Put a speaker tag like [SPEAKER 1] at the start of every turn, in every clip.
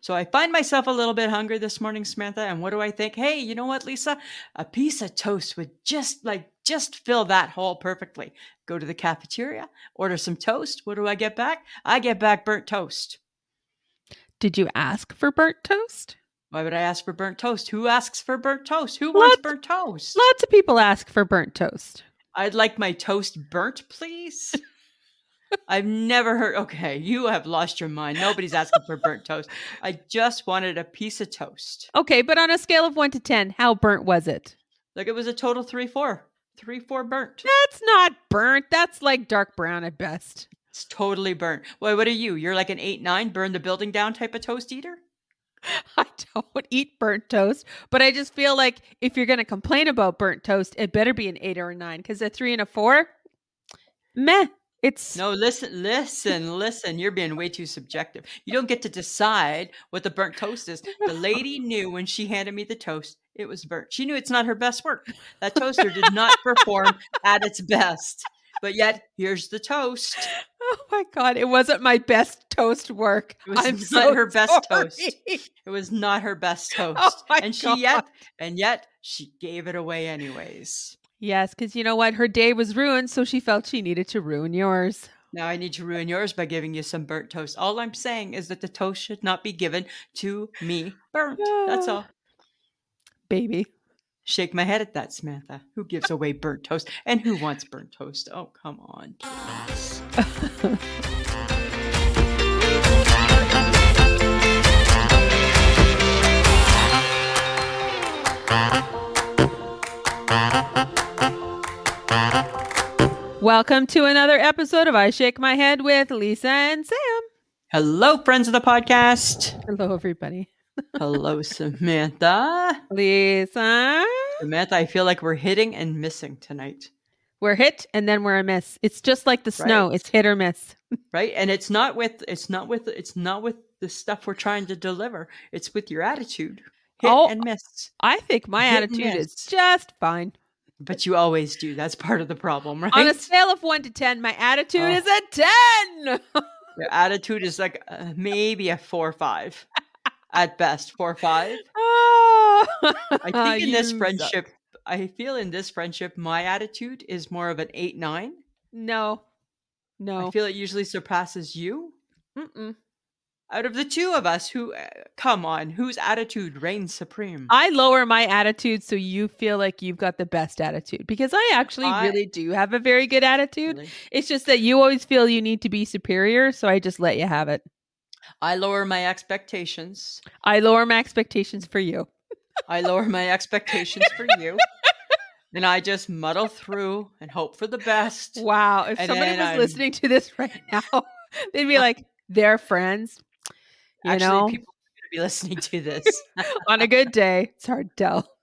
[SPEAKER 1] So I find myself a little bit hungry this morning, Samantha. And what do I think? Hey, you know what, Lisa? A piece of toast would just like just fill that hole perfectly. Go to the cafeteria, order some toast. What do I get back? I get back burnt toast.
[SPEAKER 2] Did you ask for burnt toast?
[SPEAKER 1] Why would I ask for burnt toast? Who asks for burnt toast? Who wants
[SPEAKER 2] Lots-
[SPEAKER 1] burnt toast?
[SPEAKER 2] Lots of people ask for burnt toast.
[SPEAKER 1] I'd like my toast burnt, please. I've never heard. Okay, you have lost your mind. Nobody's asking for burnt toast. I just wanted a piece of toast.
[SPEAKER 2] Okay, but on a scale of 1 to 10, how burnt was it?
[SPEAKER 1] Like it was a total three, four, three, four burnt.
[SPEAKER 2] That's not burnt. That's like dark brown at best.
[SPEAKER 1] It's totally burnt. Why, what are you? You're like an eight, nine, burn the building down type of toast eater?
[SPEAKER 2] I don't eat burnt toast, but I just feel like if you're going to complain about burnt toast, it better be an 8 or a 9 because a 3 and a 4 meh, it's
[SPEAKER 1] No, listen, listen, listen. You're being way too subjective. You don't get to decide what the burnt toast is. The lady knew when she handed me the toast, it was burnt. She knew it's not her best work. That toaster did not perform at its best. But yet, here's the toast.
[SPEAKER 2] Oh my god, it wasn't my best toast work.
[SPEAKER 1] It was
[SPEAKER 2] I'm
[SPEAKER 1] not
[SPEAKER 2] so
[SPEAKER 1] her best
[SPEAKER 2] sorry. Oh
[SPEAKER 1] toast. It was not her best toast.
[SPEAKER 2] my
[SPEAKER 1] and she yet
[SPEAKER 2] God.
[SPEAKER 1] and yet she gave it away anyways.
[SPEAKER 2] Yes, because you know what? Her day was ruined, so she felt she needed to ruin yours.
[SPEAKER 1] Now I need to ruin yours by giving you some burnt toast. All I'm saying is that the toast should not be given to me burnt. That's
[SPEAKER 2] Ah.
[SPEAKER 1] all.
[SPEAKER 2] Baby.
[SPEAKER 1] Shake my head at that, Samantha. Who gives away burnt toast? And who wants burnt toast? Oh, come on.
[SPEAKER 2] Welcome to another episode of I Shake My Head with Lisa and Sam.
[SPEAKER 1] Hello, friends of the podcast.
[SPEAKER 2] Hello, everybody.
[SPEAKER 1] Hello, Samantha.
[SPEAKER 2] Lisa.
[SPEAKER 1] Samantha, I feel like we're hitting and missing tonight,
[SPEAKER 2] We're hit and then we're a miss. It's just like the snow.
[SPEAKER 1] Right.
[SPEAKER 2] It's hit or miss.
[SPEAKER 1] right? And it's not with it's not with it's not with the stuff we're trying to deliver. It's with your attitude. Hit
[SPEAKER 2] Oh.
[SPEAKER 1] and miss.
[SPEAKER 2] I think my
[SPEAKER 1] Hit and
[SPEAKER 2] attitude is
[SPEAKER 1] miss.
[SPEAKER 2] just fine.
[SPEAKER 1] But you always do. That's part of the problem, right?
[SPEAKER 2] On a scale of one to ten, my attitude
[SPEAKER 1] Oh.
[SPEAKER 2] is a ten.
[SPEAKER 1] Your attitude is like uh, maybe a four or five at best, four or five.
[SPEAKER 2] Oh.
[SPEAKER 1] I think in this
[SPEAKER 2] You suck.
[SPEAKER 1] friendship, I feel in this friendship, my attitude is more of an eight, nine.
[SPEAKER 2] No. No.
[SPEAKER 1] I feel it usually surpasses you.
[SPEAKER 2] Mm-mm.
[SPEAKER 1] Out of the two of us, who, uh, come on, whose attitude reigns supreme?
[SPEAKER 2] I lower my attitude so you feel like you've got the best attitude because I actually
[SPEAKER 1] I-
[SPEAKER 2] really do have a very good attitude.
[SPEAKER 1] Really.
[SPEAKER 2] It's just that you always feel you need to be superior, so I just let you have it.
[SPEAKER 1] I lower my expectations.
[SPEAKER 2] I lower my expectations for you.
[SPEAKER 1] I lower my expectations for you. And I just muddle through and hope for the best.
[SPEAKER 2] Wow. If
[SPEAKER 1] And
[SPEAKER 2] somebody was
[SPEAKER 1] then I'm- Uh,
[SPEAKER 2] listening to this right now, they'd be like, they're friends. You
[SPEAKER 1] Actually,
[SPEAKER 2] know,
[SPEAKER 1] people are going to be listening to this.
[SPEAKER 2] on a good day, it's hard to tell.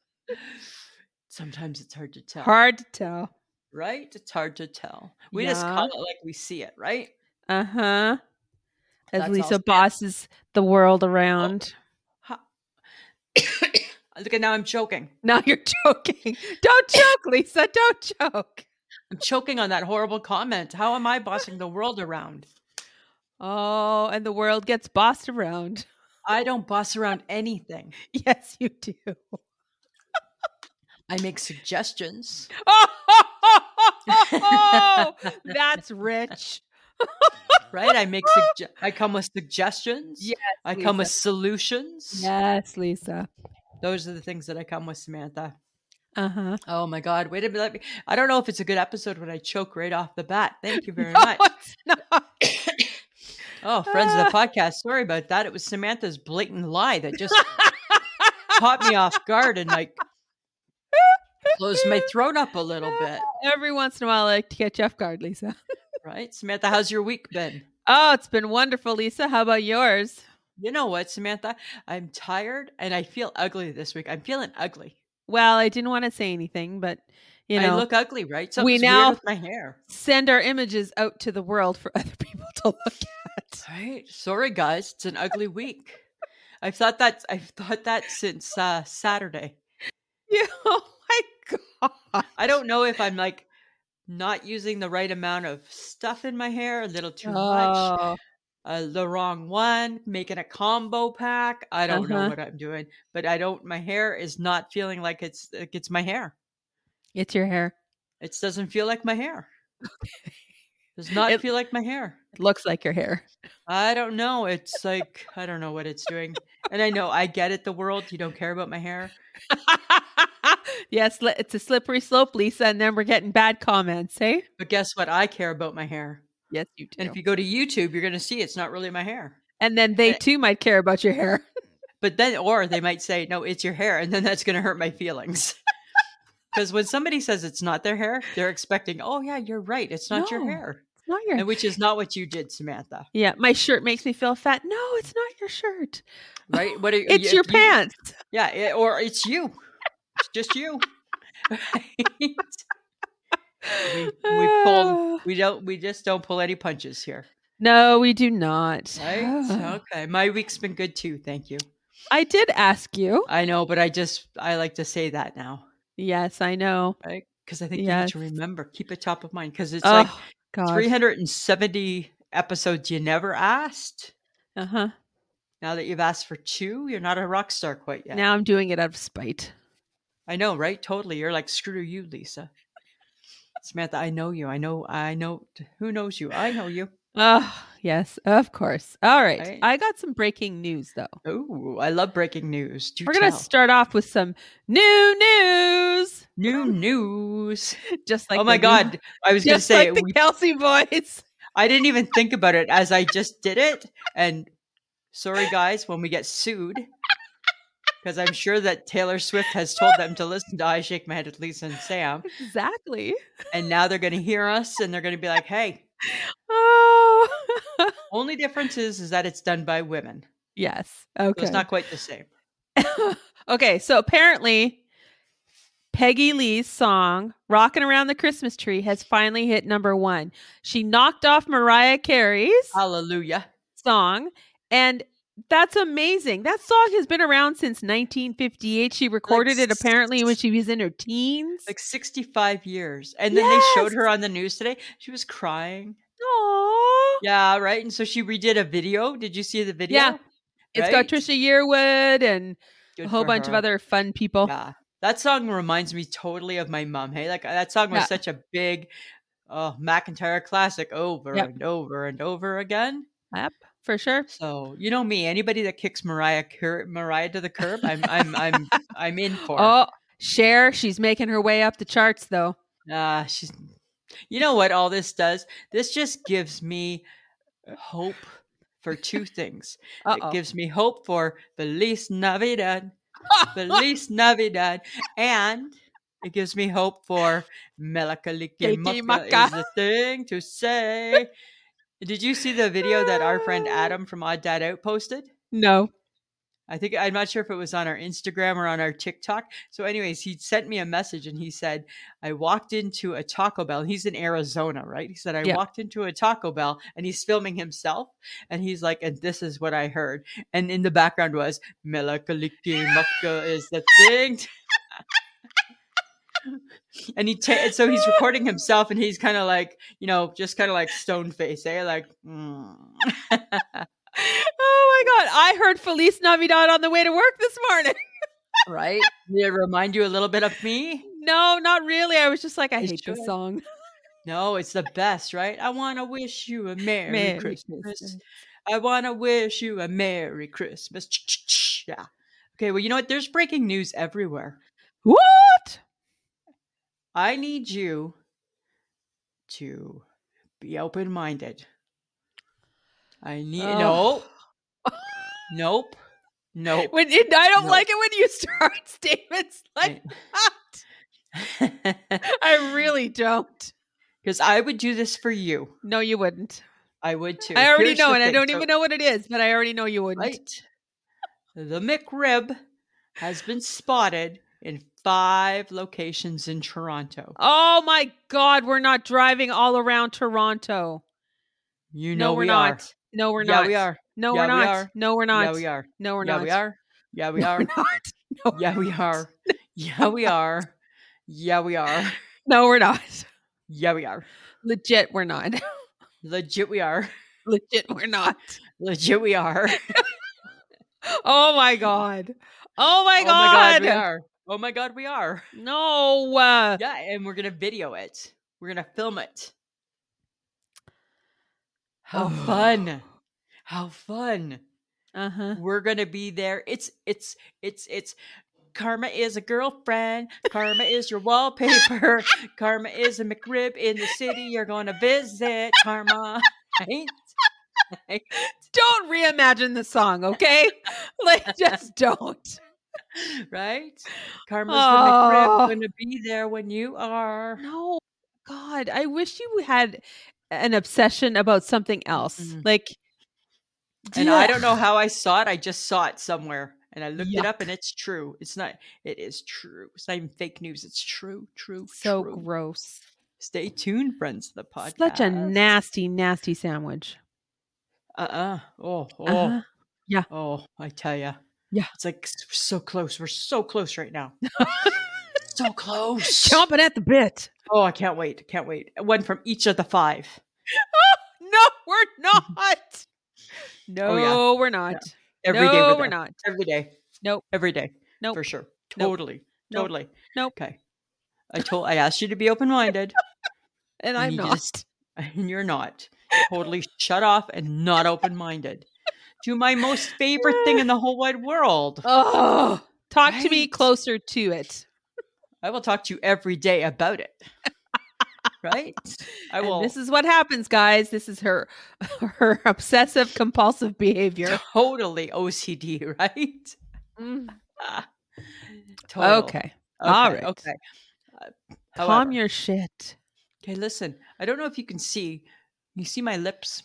[SPEAKER 1] Sometimes it's hard to tell.
[SPEAKER 2] Hard to tell.
[SPEAKER 1] right? It's hard to tell. We just
[SPEAKER 2] Yeah.
[SPEAKER 1] call it like we see it, right?
[SPEAKER 2] Uh huh. As
[SPEAKER 1] That's all
[SPEAKER 2] Lisa
[SPEAKER 1] Sam.
[SPEAKER 2] bosses the world around.
[SPEAKER 1] Look at now I'm choking.
[SPEAKER 2] Now you're joking. Don't joke, Lisa. Don't joke.
[SPEAKER 1] I'm choking on that horrible comment. How am I bossing the world around?
[SPEAKER 2] Oh, and the world gets bossed around.
[SPEAKER 1] I don't boss around anything.
[SPEAKER 2] Yes, you do.
[SPEAKER 1] I make suggestions.
[SPEAKER 2] Oh, that's rich.
[SPEAKER 1] Right? I make sugge- I come with suggestions.
[SPEAKER 2] Yes,
[SPEAKER 1] I come with
[SPEAKER 2] Lisa.
[SPEAKER 1] solutions.
[SPEAKER 2] Yes, Lisa.
[SPEAKER 1] Those are the things that I come with, Samantha.
[SPEAKER 2] Uh huh.
[SPEAKER 1] Oh my God. Wait a minute. Let me- I don't know if it's a good episode when I choke right off the bat. Thank you very much. Oh, friends of the podcast. Sorry about that. It was Samantha's blatant lie that just caught me off guard and like closed my throat up a little bit.
[SPEAKER 2] Every once in a while, I like to catch you off guard, Lisa.
[SPEAKER 1] Right? Samantha, how's your week been?
[SPEAKER 2] Oh, it's been wonderful, Lisa. How about yours?
[SPEAKER 1] You know what, Samantha? I'm tired and I feel ugly this week. I'm feeling ugly.
[SPEAKER 2] Well, I didn't want to say anything, but you
[SPEAKER 1] I
[SPEAKER 2] know,
[SPEAKER 1] look ugly, right? So
[SPEAKER 2] we
[SPEAKER 1] it's
[SPEAKER 2] now-
[SPEAKER 1] weird with my hair.
[SPEAKER 2] send our images out to the world for other people to look at.
[SPEAKER 1] Right? Sorry guys, it's an ugly week. I've thought that I've thought that since uh, Saturday.
[SPEAKER 2] Yeah. Oh my god.
[SPEAKER 1] I don't know if I'm like not using the right amount of stuff in my hair, a little too much.
[SPEAKER 2] Oh.
[SPEAKER 1] uh, the wrong one, making a combo pack. I don't know
[SPEAKER 2] Uh-huh.
[SPEAKER 1] what I'm doing, but I don't. My hair is not feeling like it's like it's my hair.
[SPEAKER 2] It's your hair.
[SPEAKER 1] It doesn't feel like my hair. Does not
[SPEAKER 2] It-
[SPEAKER 1] feel like my hair.
[SPEAKER 2] It looks like your hair.
[SPEAKER 1] I don't know. It's like I don't know what it's doing. And I know I get it. The world, you don't care about my hair.
[SPEAKER 2] yes, li- it's a slippery slope, Lisa, and then we're getting bad comments, hey?
[SPEAKER 1] But guess what? I care about my hair.
[SPEAKER 2] Yes, you do.
[SPEAKER 1] And
[SPEAKER 2] And,
[SPEAKER 1] if you go to YouTube, you're going to see it's not really my hair.
[SPEAKER 2] then they
[SPEAKER 1] and-
[SPEAKER 2] too might care about your hair.
[SPEAKER 1] But then, or they might say, no, it's your hair. And then that's going to hurt my feelings. Because when somebody says it's not their hair, they're expecting, oh, yeah, you're right. It's not your
[SPEAKER 2] No.
[SPEAKER 1] hair.
[SPEAKER 2] It's not your
[SPEAKER 1] And which is not what you did, Samantha,
[SPEAKER 2] Yeah, my shirt makes me feel fat. No, it's not your shirt.
[SPEAKER 1] right? What are,
[SPEAKER 2] It's
[SPEAKER 1] if
[SPEAKER 2] your
[SPEAKER 1] you-
[SPEAKER 2] pants.
[SPEAKER 1] Yeah. i- or it's you. It's just you. Right? we pulled-
[SPEAKER 2] Ah.
[SPEAKER 1] we don't, we just don't pull any punches here.
[SPEAKER 2] No, we do not.
[SPEAKER 1] Right? okay. My week's been good too. Thank you.
[SPEAKER 2] I did ask you.
[SPEAKER 1] I know, but I just, I like to say that now.
[SPEAKER 2] Yes, I know.
[SPEAKER 1] right? Because I think you need to remember, keep it top of mind. Because it's
[SPEAKER 2] oh God.
[SPEAKER 1] like 370 episodes you never asked.
[SPEAKER 2] uh huh.
[SPEAKER 1] Now that you've asked for two, you're not a rock star quite yet.
[SPEAKER 2] Now I'm doing it out of spite.
[SPEAKER 1] I know, right? Totally. You're like, screw you, Lisa. Samantha, I know you. I know. I know. Who knows you? I know you.
[SPEAKER 2] Oh yes, of course. All right.
[SPEAKER 1] Right.
[SPEAKER 2] I got some breaking news though.
[SPEAKER 1] Oh, I love breaking news. Do
[SPEAKER 2] We're gonna
[SPEAKER 1] tell.
[SPEAKER 2] start off with some new news,
[SPEAKER 1] new news.
[SPEAKER 2] just like
[SPEAKER 1] oh my
[SPEAKER 2] the new-
[SPEAKER 1] God! I was gonna
[SPEAKER 2] just
[SPEAKER 1] say
[SPEAKER 2] like the
[SPEAKER 1] we-
[SPEAKER 2] Kelsey boys.
[SPEAKER 1] I didn't even think about it as I just did it. And sorry, guys, when we get sued, because I'm sure that Taylor Swift has told them to listen to I Shake My Head with Lisa and Sam.
[SPEAKER 2] Exactly.
[SPEAKER 1] And now they're going to hear us and they're going to be like, hey,
[SPEAKER 2] Oh
[SPEAKER 1] only difference is, is that it's done by women.
[SPEAKER 2] yes.
[SPEAKER 1] So
[SPEAKER 2] Okay.
[SPEAKER 1] it's not quite the same.
[SPEAKER 2] okay, so apparently Peggy Lee's song "Rockin' Around the Christmas Tree" has finally hit number 1. She knocked off Mariah Carey's
[SPEAKER 1] Oh. Hallelujah.
[SPEAKER 2] song and that's amazing. That song has been around since 1958. She recorded it
[SPEAKER 1] s-
[SPEAKER 2] apparently when she was in her teens.
[SPEAKER 1] Like 65 years. And then they showed
[SPEAKER 2] Yes.
[SPEAKER 1] her on the news today. She was crying.
[SPEAKER 2] Aww.
[SPEAKER 1] Yeah, right. And so she redid a video. Did you see the video?
[SPEAKER 2] Yeah. It's got
[SPEAKER 1] Right?
[SPEAKER 2] Trisha Yearwood and
[SPEAKER 1] Good
[SPEAKER 2] a whole
[SPEAKER 1] for
[SPEAKER 2] bunch of
[SPEAKER 1] her.
[SPEAKER 2] other fun people.
[SPEAKER 1] Yeah. That song reminds me totally of my mom. Hey, like that song was
[SPEAKER 2] Yeah.
[SPEAKER 1] such a big oh, McIntyre classic over
[SPEAKER 2] Yep.
[SPEAKER 1] and over and over again.
[SPEAKER 2] Yep, for sure.
[SPEAKER 1] So you know me, anybody that kicks Mariah cur- Mariah to the curb, I'm I'm I'm I'm in for.
[SPEAKER 2] Oh, Cher, she's making her way up the charts though.
[SPEAKER 1] Ah, she's. You know what all this does? This just gives me hope for two things. It
[SPEAKER 2] Uh-oh.
[SPEAKER 1] gives me hope for Feliz Navidad, Feliz Navidad, and it gives me hope for Melakaliki
[SPEAKER 2] Kiki
[SPEAKER 1] Maka is
[SPEAKER 2] Maka.
[SPEAKER 1] the thing to say. Did you see the video that our friend Adam from Odd Dad Out posted?
[SPEAKER 2] no.
[SPEAKER 1] I think I'm not sure if it was on our Instagram or on our TikTok. So, anyways, he sent me a message and he said, I walked into a Taco Bell. He's in Arizona, right? He said, I
[SPEAKER 2] Yeah.
[SPEAKER 1] walked into a Taco Bell and he's filming himself. And he's like, and this is what I heard. And in the background was, Melakaliki Maka is the thing. to-" and he ta- and so he's recording himself and he's kind of like, you know, just kind of like stone face, eh? Like, "Mm."
[SPEAKER 2] oh my god! I heard Feliz Navidad on the way to work this morning.
[SPEAKER 1] right? Did it remind you a little bit of me?
[SPEAKER 2] No, not really. I was just like, I
[SPEAKER 1] You
[SPEAKER 2] hate
[SPEAKER 1] should.
[SPEAKER 2] this song.
[SPEAKER 1] No, it's the best, right? I want to wish you a Merry,
[SPEAKER 2] Merry
[SPEAKER 1] Christmas.
[SPEAKER 2] Christmas.
[SPEAKER 1] I want to wish you a Merry Christmas. Ch-ch-ch. Yeah. Okay, well, you know what? There's breaking news everywhere.
[SPEAKER 2] What?
[SPEAKER 1] I need you to be open minded. I need.
[SPEAKER 2] Oh.
[SPEAKER 1] Nope. Nope.
[SPEAKER 2] When it, I don't
[SPEAKER 1] No.
[SPEAKER 2] like it when you start statements like that.
[SPEAKER 1] Nope.
[SPEAKER 2] I really don't.
[SPEAKER 1] Because I would do this for you.
[SPEAKER 2] No, you wouldn't.
[SPEAKER 1] I would too.
[SPEAKER 2] I already
[SPEAKER 1] Here's
[SPEAKER 2] know,
[SPEAKER 1] the
[SPEAKER 2] and I
[SPEAKER 1] thing.
[SPEAKER 2] don't
[SPEAKER 1] So-
[SPEAKER 2] even know what it is, but I already know you wouldn't.
[SPEAKER 1] Right. The McRib has been spotted in five locations in Toronto.
[SPEAKER 2] Oh my God, we're not driving all around Toronto.
[SPEAKER 1] You know
[SPEAKER 2] no, we're
[SPEAKER 1] we
[SPEAKER 2] not.
[SPEAKER 1] Are.
[SPEAKER 2] No, we're
[SPEAKER 1] yeah,
[SPEAKER 2] not.
[SPEAKER 1] we are.
[SPEAKER 2] No,
[SPEAKER 1] Yeah,
[SPEAKER 2] we're
[SPEAKER 1] we
[SPEAKER 2] not.
[SPEAKER 1] are.
[SPEAKER 2] No, we're not.
[SPEAKER 1] Yeah, we are.
[SPEAKER 2] No, we're
[SPEAKER 1] yeah,
[SPEAKER 2] not.
[SPEAKER 1] we are. Yeah, we
[SPEAKER 2] No,
[SPEAKER 1] are.
[SPEAKER 2] we're not. No, we're
[SPEAKER 1] Yeah, we
[SPEAKER 2] not.
[SPEAKER 1] are. Yeah, we are. Yeah, we are.
[SPEAKER 2] No, we're not.
[SPEAKER 1] Yeah, we are.
[SPEAKER 2] Legit, we're not.
[SPEAKER 1] Legit, we are.
[SPEAKER 2] legit we're not.
[SPEAKER 1] Legit, we are.
[SPEAKER 2] Oh my god. Oh my
[SPEAKER 1] oh
[SPEAKER 2] god.
[SPEAKER 1] my god, we are. Oh my god, we are.
[SPEAKER 2] No. Uh,
[SPEAKER 1] Yeah, and we're gonna video it. We're gonna film it.
[SPEAKER 2] Oh.
[SPEAKER 1] How fun! How fun!
[SPEAKER 2] Uh-huh.
[SPEAKER 1] We're gonna be there. It's it's it's it's. Karma is a girlfriend. Karma is your wallpaper. Karma is a McRib in the city you're gonna visit. Karma, right? Right?
[SPEAKER 2] Don't reimagine the song, okay? like just don't.
[SPEAKER 1] Right? Karma's the
[SPEAKER 2] Oh.
[SPEAKER 1] McRib gonna be there when you are.
[SPEAKER 2] No. God, I wish you had an obsession about something else.
[SPEAKER 1] Mm.
[SPEAKER 2] Like
[SPEAKER 1] And I
[SPEAKER 2] Ugh.
[SPEAKER 1] don't know how I saw it. I just saw it somewhere and I looked it up and it's true. It's not, it is true. It's not even fake news. It's true, true,
[SPEAKER 2] so
[SPEAKER 1] true.
[SPEAKER 2] gross.
[SPEAKER 1] Stay tuned, friends of the podcast.
[SPEAKER 2] Such a nasty, nasty sandwich.
[SPEAKER 1] Uh uh Oh, oh,
[SPEAKER 2] Uh-huh.
[SPEAKER 1] oh, I tell you.
[SPEAKER 2] Yeah.
[SPEAKER 1] It's like s- so close. We're so close right now. so close.
[SPEAKER 2] Chomping Uh-huh. at the bit.
[SPEAKER 1] Oh, I can't wait. Can't wait. One from each of the five.
[SPEAKER 2] No, we're not. No,
[SPEAKER 1] Oh, yeah.
[SPEAKER 2] we're not.
[SPEAKER 1] Every day
[SPEAKER 2] no,
[SPEAKER 1] we're,
[SPEAKER 2] we're
[SPEAKER 1] there.
[SPEAKER 2] not.
[SPEAKER 1] Every day.
[SPEAKER 2] Nope.
[SPEAKER 1] Every day.
[SPEAKER 2] Nope.
[SPEAKER 1] For sure.
[SPEAKER 2] Nope.
[SPEAKER 1] Totally.
[SPEAKER 2] Nope.
[SPEAKER 1] Totally.
[SPEAKER 2] Nope.
[SPEAKER 1] Okay. I told I asked you to be open minded And
[SPEAKER 2] And I'm
[SPEAKER 1] you
[SPEAKER 2] not.
[SPEAKER 1] just- and you're not. Totally shut off and not open minded. To my most favorite thing in the whole wide world.
[SPEAKER 2] Oh, talk to me
[SPEAKER 1] Right.
[SPEAKER 2] closer to it.
[SPEAKER 1] I will talk to you every day about it. Right? I
[SPEAKER 2] And
[SPEAKER 1] will
[SPEAKER 2] this is what happens, guys. This is her her obsessive compulsive behavior.
[SPEAKER 1] totally OCD, right? Ah, total.
[SPEAKER 2] Okay. all right.
[SPEAKER 1] Okay. Uh,
[SPEAKER 2] Calm
[SPEAKER 1] however-
[SPEAKER 2] your shit.
[SPEAKER 1] Okay, listen. I don't know if you can see. You see my lips?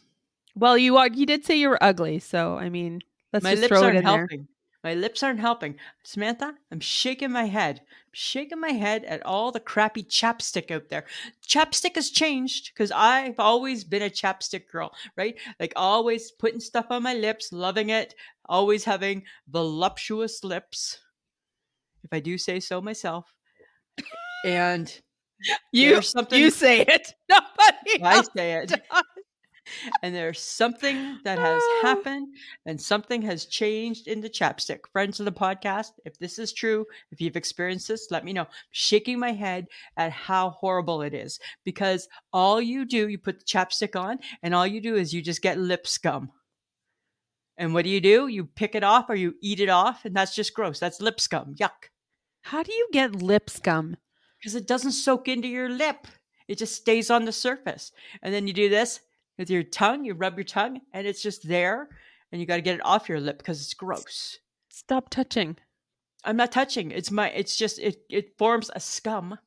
[SPEAKER 2] Well, you are you did say you were ugly, so I mean, let's
[SPEAKER 1] my
[SPEAKER 2] just
[SPEAKER 1] lips
[SPEAKER 2] throw it
[SPEAKER 1] aren't
[SPEAKER 2] in there.
[SPEAKER 1] helping. My lips aren't helping. Samantha, I'm shaking my head. I'm shaking my head at all the crappy chapstick out there. Chapstick has changed because I've always been a chapstick girl, right? Like always putting stuff on my lips, loving it, always having voluptuous lips, if I do say so myself. And
[SPEAKER 2] You
[SPEAKER 1] there's something
[SPEAKER 2] you say it. Nobody.
[SPEAKER 1] I
[SPEAKER 2] else
[SPEAKER 1] say it.
[SPEAKER 2] does.
[SPEAKER 1] and there's something that has
[SPEAKER 2] Oh.
[SPEAKER 1] happened and something has changed in the chapstick. Friends of the podcast, if this is true, if you've experienced this, let me know. Shaking my head at how horrible it is because all you do, you put the chapstick on, and all you do is you just get lip scum. And what do you do? You pick it off or you eat it off, and that's just gross. That's lip scum. Yuck.
[SPEAKER 2] How do you get lip scum?
[SPEAKER 1] Because it doesn't soak into your lip. It just stays on the surface. And then you do this with your tongue, you rub your tongue, and it's just there. And you got to get it off your lip because it's gross.
[SPEAKER 2] Stop touching.
[SPEAKER 1] I'm not touching. It's my, it's just, it, it forms a scum.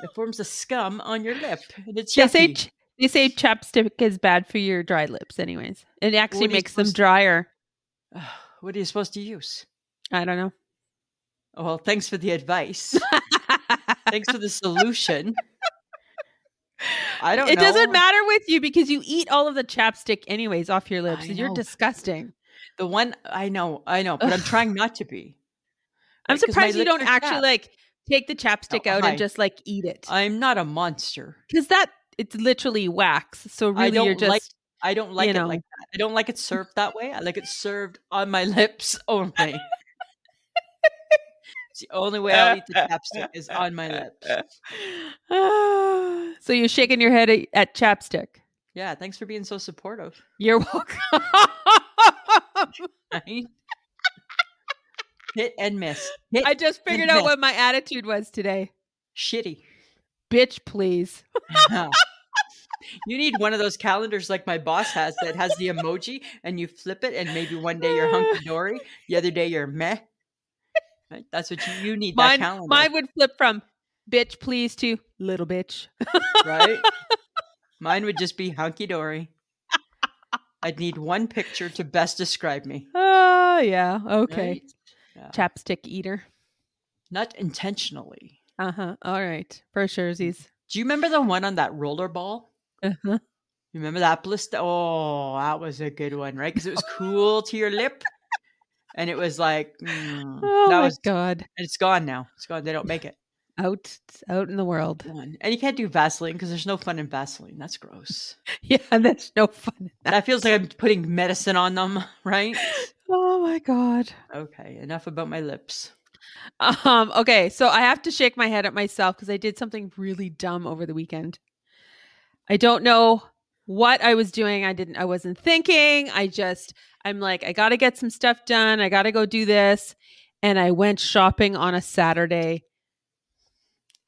[SPEAKER 1] It forms a scum on your lip. And it's
[SPEAKER 2] They say
[SPEAKER 1] yucky.
[SPEAKER 2] ch- they say chapstick is bad for your dry lips. Anyways, it actually
[SPEAKER 1] What are you
[SPEAKER 2] makes them
[SPEAKER 1] supposed to-
[SPEAKER 2] drier.
[SPEAKER 1] Ugh, what are you supposed to use?
[SPEAKER 2] I don't know.
[SPEAKER 1] Oh, well, thanks for the advice. thanks for the solution. I don't
[SPEAKER 2] it
[SPEAKER 1] know.
[SPEAKER 2] doesn't matter with you because you eat all of the chapstick anyways off your lips.
[SPEAKER 1] I
[SPEAKER 2] and You're
[SPEAKER 1] know.
[SPEAKER 2] disgusting.
[SPEAKER 1] The one, I know, I know, but I'm
[SPEAKER 2] Ugh.
[SPEAKER 1] trying not to be.
[SPEAKER 2] I'm
[SPEAKER 1] Right, 'cause my
[SPEAKER 2] surprised you
[SPEAKER 1] lips
[SPEAKER 2] don't
[SPEAKER 1] are
[SPEAKER 2] actually
[SPEAKER 1] chapped. Oh, Uh,
[SPEAKER 2] like take the chapstick
[SPEAKER 1] No,
[SPEAKER 2] out
[SPEAKER 1] I-
[SPEAKER 2] and just like eat it
[SPEAKER 1] I'm not a monster.
[SPEAKER 2] because that it's literally wax. So really,
[SPEAKER 1] I don't
[SPEAKER 2] you're just
[SPEAKER 1] like. I don't like
[SPEAKER 2] you
[SPEAKER 1] it
[SPEAKER 2] know.
[SPEAKER 1] like that. I don't like it served that way. I like it served on my lips only. it's the only way I'll eat the chapstick is on my lips.
[SPEAKER 2] so you're shaking your head at, at chapstick.
[SPEAKER 1] Yeah, thanks for being so supportive.
[SPEAKER 2] You're welcome.
[SPEAKER 1] Right? Hit and miss. Hit
[SPEAKER 2] I just figured out what my attitude was today.
[SPEAKER 1] shitty. Uh-huh.
[SPEAKER 2] Bitch, please.
[SPEAKER 1] you need one of those calendars like my boss has that has the emoji and you flip it and maybe one day you're hunky dory, the other day you're meh. Right? That's what you, you need that
[SPEAKER 2] Mine,
[SPEAKER 1] calendar.
[SPEAKER 2] mine would flip from bitch, please to little bitch.
[SPEAKER 1] right? Mine would just be hunky dory. I'd need one picture to best describe me.
[SPEAKER 2] Oh, yeah. Okay.
[SPEAKER 1] right? Yeah.
[SPEAKER 2] Chapstick eater.
[SPEAKER 1] Not intentionally.
[SPEAKER 2] Uh huh. All right. For sure.
[SPEAKER 1] Do you remember the one on that roller ball?
[SPEAKER 2] Uh-huh.
[SPEAKER 1] Remember that blister? Oh, that was a good one, right? Because it was cool to your lip. And it was like, mm,
[SPEAKER 2] Oh,
[SPEAKER 1] that
[SPEAKER 2] my
[SPEAKER 1] was,
[SPEAKER 2] God.
[SPEAKER 1] it's gone now. It's gone. They don't make it.
[SPEAKER 2] out out in the world.
[SPEAKER 1] One. And you can't do Vaseline because there's no fun in Vaseline. That's gross.
[SPEAKER 2] Yeah, that's no fun. in that.
[SPEAKER 1] That feels like I'm putting medicine on them, right?
[SPEAKER 2] Oh my god.
[SPEAKER 1] Okay, enough about my lips.
[SPEAKER 2] Um, okay, so I have to shake my head at myself because I did something really dumb over the weekend. I don't know what I was doing. I didn't I wasn't thinking. I just I'm like, I gotta get some stuff done. I gotta go do this. And I went shopping on a Saturday.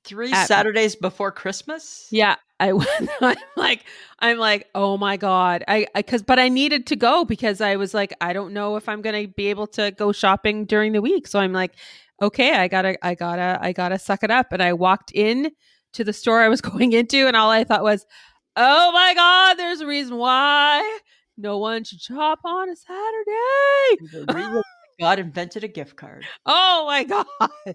[SPEAKER 1] Three
[SPEAKER 2] At-
[SPEAKER 1] Saturdays before Christmas?
[SPEAKER 2] Yeah. I went I'm like I'm like, oh my God. I I cause but I needed to go because I was like, I don't know if I'm gonna be able to go shopping during the week. So I'm like, okay, I gotta I gotta I gotta suck it up. And I walked in to the store I was going into and all I thought was, oh my God, there's a reason why no one should shop on a Saturday.
[SPEAKER 1] The reason God invented a gift card.
[SPEAKER 2] Oh my god.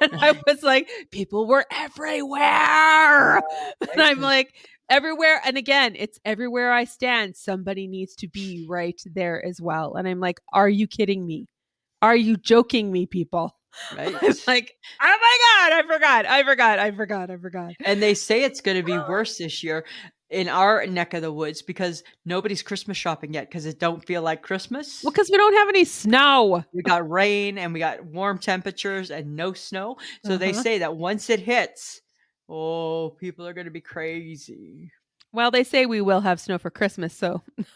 [SPEAKER 2] And I was like, people were everywhere. And I'm like, everywhere. And again, it's everywhere I stand, somebody needs to be right there as well. And I'm like, are you kidding me? Are you joking me, people? I'm
[SPEAKER 1] Right?
[SPEAKER 2] like, oh my god, I forgot. I forgot. I forgot. I forgot.
[SPEAKER 1] and they say it's going to be worse this year in our neck of the woods because nobody's Christmas shopping yet because it don't feel like Christmas.
[SPEAKER 2] Well, because we don't have any snow.
[SPEAKER 1] we got rain and we got warm temperatures and no snow. So they
[SPEAKER 2] Uh-huh.
[SPEAKER 1] say that once it hits, oh, people are going to be crazy.
[SPEAKER 2] Well, they say we will have snow for Christmas, so
[SPEAKER 1] Hit